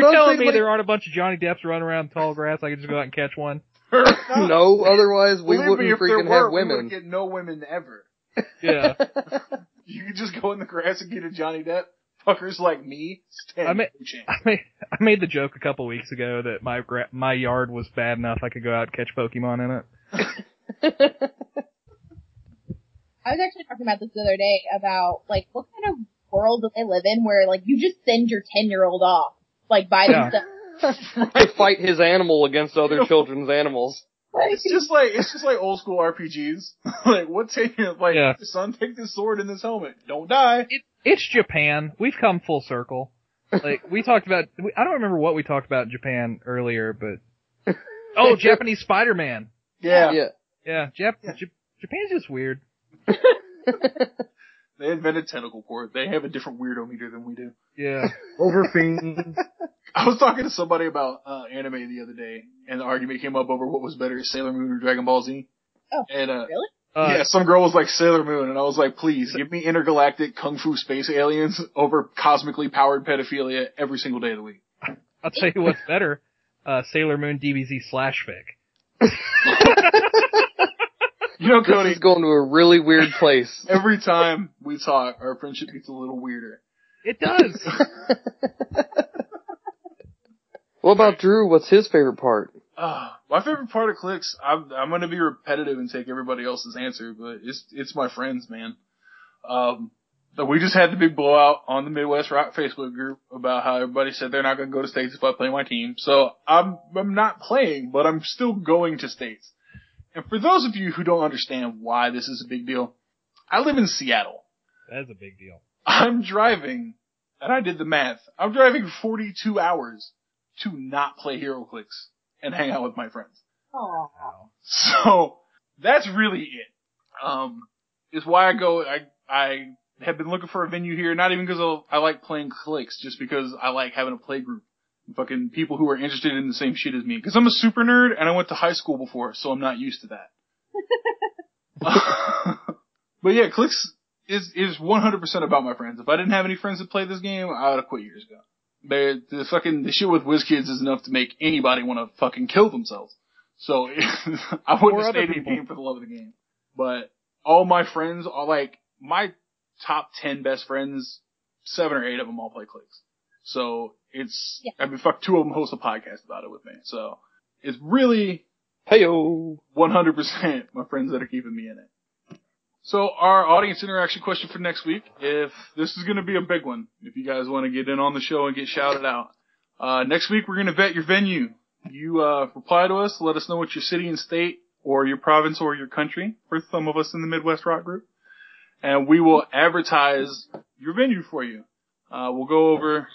S2: I'm
S3: telling
S2: saying,
S3: me
S2: like-
S3: there aren't a bunch of Johnny Depps running around in tall grass? I could just go out and catch one.
S2: No, otherwise we
S1: Believe me,
S2: wouldn't
S1: if there
S2: freaking
S1: were,
S2: have
S1: We would
S2: women.
S1: get no women ever.
S3: Yeah.
S1: You could just go in the grass and get a Johnny Depp. Fuckers like me stand
S3: I mean-
S1: no chance.
S3: I made, I made the joke a couple weeks ago that my gra- my yard was bad enough I could go out and catch Pokemon in it.
S5: I was actually talking about this the other day about like what kind of world do they live in where like you just send your ten year old off like by
S3: Yeah.
S5: themselves.
S2: to fight his animal against other children's animals.
S1: It's just like it's just like old school RPGs. like what take you like
S3: Yeah.
S1: son, take this sword and this helmet. Don't die.
S3: it. It's Japan. We've come full circle. Like we talked about, we, I don't remember what we talked about in Japan earlier, but oh, Japanese Spider Man.
S1: Yeah.
S2: Yeah.
S3: Yeah, Jap- Jap- Japan's just weird.
S1: They invented tentacle port. They have a different weirdo meter than we do.
S3: Yeah.
S7: Over fiends.
S1: I was talking to somebody about uh, anime the other day, and the argument came up over what was better, Sailor Moon or Dragon Ball Z.
S5: Oh,
S1: and uh,
S3: Uh,
S1: yeah, some girl was like Sailor Moon, and I was like, please give me intergalactic kung fu space aliens over cosmically powered pedophilia every single day of the week.
S3: I'll tell you what's better. Uh, Sailor Moon DBZ slash fic.
S1: You know,
S2: This
S1: Cody,
S2: is going to a really weird place.
S1: every time we talk, our friendship gets a little weirder.
S3: It does.
S2: What about Drew? What's his favorite part?
S1: Uh, my favorite part of clicks, I'm, I'm gonna be repetitive and take everybody else's answer, but it's, it's my friends, man. Um, but we just had the big blowout on the Midwest Rock Facebook group about how everybody said they're not gonna go to states if I play my team. So I'm, I'm not playing, but I'm still going to states. And for those of you who don't understand why this is a big deal, I live in Seattle.
S3: That's a big deal.
S1: I'm driving, and I did the math. I'm driving 42 hours to not play HeroClix and hang out with my friends.
S5: Aw.
S3: Wow.
S1: So that's really it. Um, is why I go. I I have been looking for a venue here, not even because I like playing clicks, just because I like having a play group, fucking people who are interested in the same shit as me. Because I'm a super nerd and I went to high school before, so I'm not used to that. but yeah, clicks is is 100% about my friends. If I didn't have any friends that played this game, I would have quit years ago. They, the fucking the shit with WizKids is enough to make anybody want to fucking kill themselves. So I wouldn't
S3: Or
S1: have
S3: other
S1: stayed in the
S3: people.
S1: game for the love of the game. But all my friends are like my top ten best friends. Seven or eight of them all play clicks. So it's
S5: Yeah.
S1: I mean fuck two of them host a podcast about it with me. So it's really
S2: Heyo.
S1: 100% my friends that are keeping me in it. So our audience interaction question for next week, if this is going to be a big one, if you guys want to get in on the show and get shouted out, uh, next week we're going to vet your venue. You, uh, reply to us, let us know what your city and state or your province or your country for some of us in the Midwest Rock group. And we will advertise your venue for you. Uh, we'll go over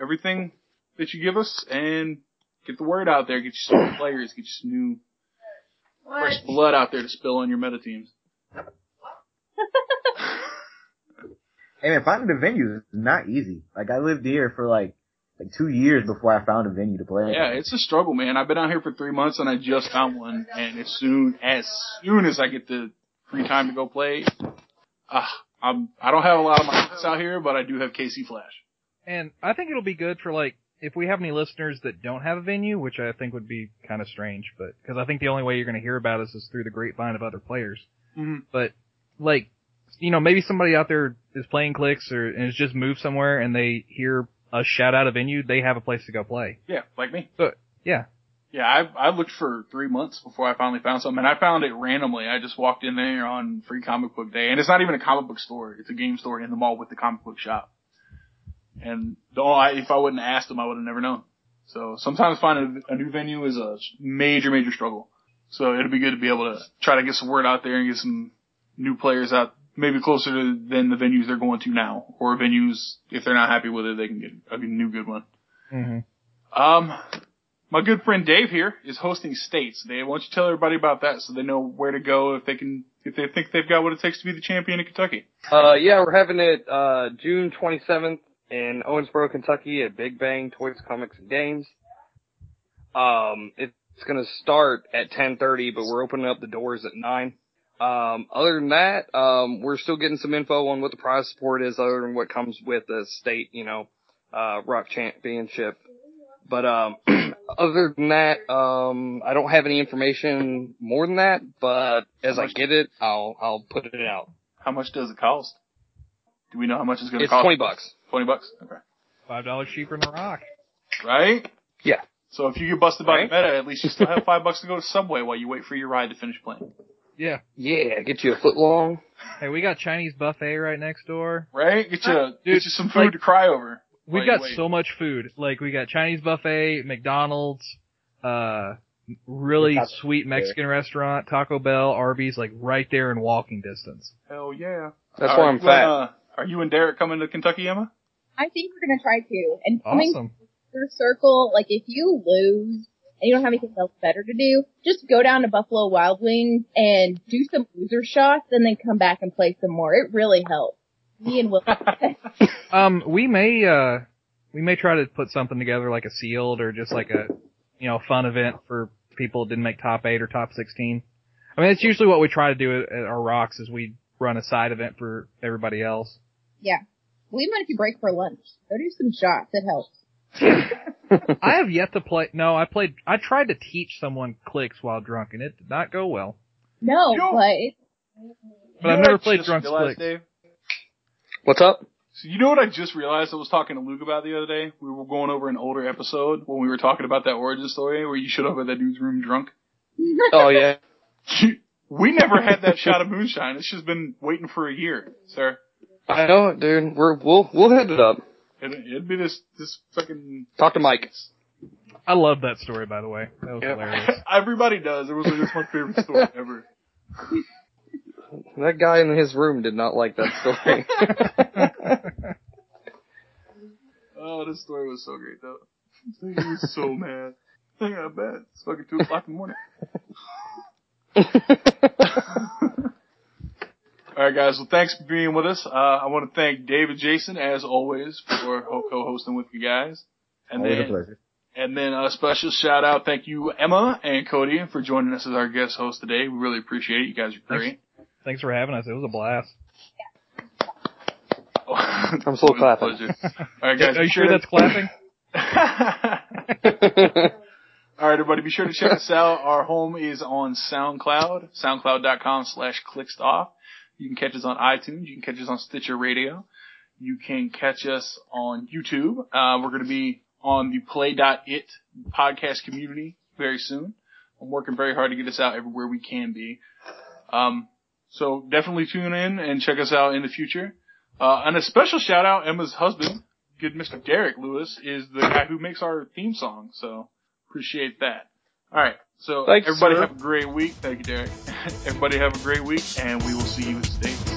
S1: everything that you give us and get the word out there, get you some new players, get you some new fresh blood out there to spill on your meta teams.
S7: And man, finding the venue is not easy. Like I lived here for like like two years before I found a venue to play. at.
S1: Yeah, it's a struggle, man. I've been out here for three months and I just found one. And as soon as soon as I get the free time to go play, uh, I'm I don't have a lot of my mates out here, but I do have KC Flash.
S3: And I think it'll be good for like if we have any listeners that don't have a venue, which I think would be kind of strange, but because I think the only way you're going to hear about us is through the grapevine of other players.
S1: Mhm.
S3: But like, you know, maybe somebody out there is playing clicks or and has just moved somewhere and they hear us shout out a venue, they have a place to go play.
S1: Yeah, like me.
S3: But yeah,
S1: Yeah, I I looked for three months before I finally found something, and I found it randomly. I just walked in there on free comic book day, and it's not even a comic book store; it's a game store in the mall with the comic book shop. And though I, if I wouldn't have asked them, I would have never known. So sometimes finding a new venue is a major, major struggle. So it'd be good to be able to try to get some word out there and get some new players out, maybe closer to than the venues they're going to now, or venues if they're not happy with it, they can get a new good one.
S3: Mhm.
S1: Um, my good friend Dave here is hosting states. They want you to tell everybody about that so they know where to go if they can if they think they've got what it takes to be the champion in Kentucky.
S2: Uh, yeah, we're having it, uh, June 27th in Owensboro, Kentucky at Big Bang Toys, Comics, and Games. Um, it's gonna start at 10.30, but we're opening up the doors at 9. Um, other than that, um, we're still getting some info on what the prize support is other than what comes with the state, you know, uh, rock championship. But, um, other than that, um, I don't have any information more than that, but as I get it, I'll, I'll put it out.
S1: How much does it cost? Do we know how much it's going to
S2: It's
S1: cost?
S2: 20 bucks.
S1: Twenty bucks. Okay.
S3: five dollars cheaper than rock.
S1: Right.
S2: Yeah.
S1: So if you get busted by
S2: Right?
S1: the meta, at least you still have five bucks to go to Subway while you wait for your ride to finish playing.
S3: Yeah.
S2: Yeah, get you a foot long.
S3: Hey, we got Chinese buffet right next door.
S1: Right? Get you
S3: Dude,
S1: get you some food
S3: like-
S1: to cry over.
S3: We've
S1: while you
S3: got
S1: wait.
S3: so much food. Like we got Chinese buffet, McDonald's, uh, really
S7: Taco
S3: sweet Mexican restaurant, Taco Bell, Arby's, like right there in walking distance.
S1: Hell yeah.
S2: That's
S1: Are
S2: why I'm
S1: you
S2: fat.
S1: and, uh, are you and Derek coming to Kentucky, Emma?
S5: I think we're gonna try to. And coming
S3: Awesome.
S5: your circle, like if you lose and you don't have anything else better to do, just go down to Buffalo Wild Wings and do some loser shots and then come back and play some more. It really helps. Me and Will.
S3: Um, we may uh, we may try to put something together like a sealed or just like a you know fun event for people that didn't make top eight or top sixteen. I mean, it's usually what we try to do at, at our rocks is we run a side event for everybody else.
S5: Even if you break for lunch, go do some shots. It helps.
S3: I have yet to play. No, I played. I tried to teach someone clicks while drunk, and it did not go well.
S5: No,
S9: You don't-
S5: but it,
S3: But
S1: You know
S3: I've
S1: what
S3: never
S1: I
S3: played
S1: just
S3: Drunk
S1: realized,
S3: Click.
S1: Dave?
S2: What's up?
S1: So you know what I just realized? I was talking to Luke about the other day. We were going over an older episode when we were talking about that origin story where you showed up at that dude's room drunk.
S2: Oh yeah.
S1: we never had that shot of moonshine. It's just been waiting for a year, sir.
S2: I know it, dude. We're, we'll, we'll hit it up.
S1: It, it'd be this this fucking.
S2: Talk to Mike.
S3: I love that story, by the way. That was hilarious.
S1: Everybody does. It was like it's my favorite story ever.
S2: That guy in his room did not like that story.
S1: Oh, this story was so great though. He was so mad. I got bad. It's fucking two o'clock in the morning. All right, guys. Well, thanks for being with us. Uh, I want to thank David Jason, as always, for ho- co-hosting with you guys. And
S7: Always a
S1: then,
S7: pleasure.
S1: and then a special shout out. Thank you, Emma and Cody, for joining us as our guest host today. We really appreciate it. You guys are great.
S3: Thanks for having us. It was a blast.
S2: I'm
S1: Always
S2: still
S1: a
S2: clapping.
S1: pleasure. All right, guys.
S3: Are
S1: be
S3: you sure that's clapping?
S1: that's? All right, everybody, be sure to check us out. Our home is on SoundCloud, soundcloud.com slash clickstoff. You can catch us on iTunes. You can catch us on Stitcher Radio. You can catch us on YouTube. Uh, we're going to be on the play.it podcast community very soon. I'm working very hard to get us out everywhere we can be. Um, so definitely tune in and check us out in the future. Uh, and a special shout out, Emma's husband, good Mr. Derek Lewis, is the guy who makes our theme song. So appreciate that. All right. So
S2: Thanks,
S1: everybody
S2: sir.
S1: have a great week. Thank you, Derek. everybody have a great week, and we will see you in state.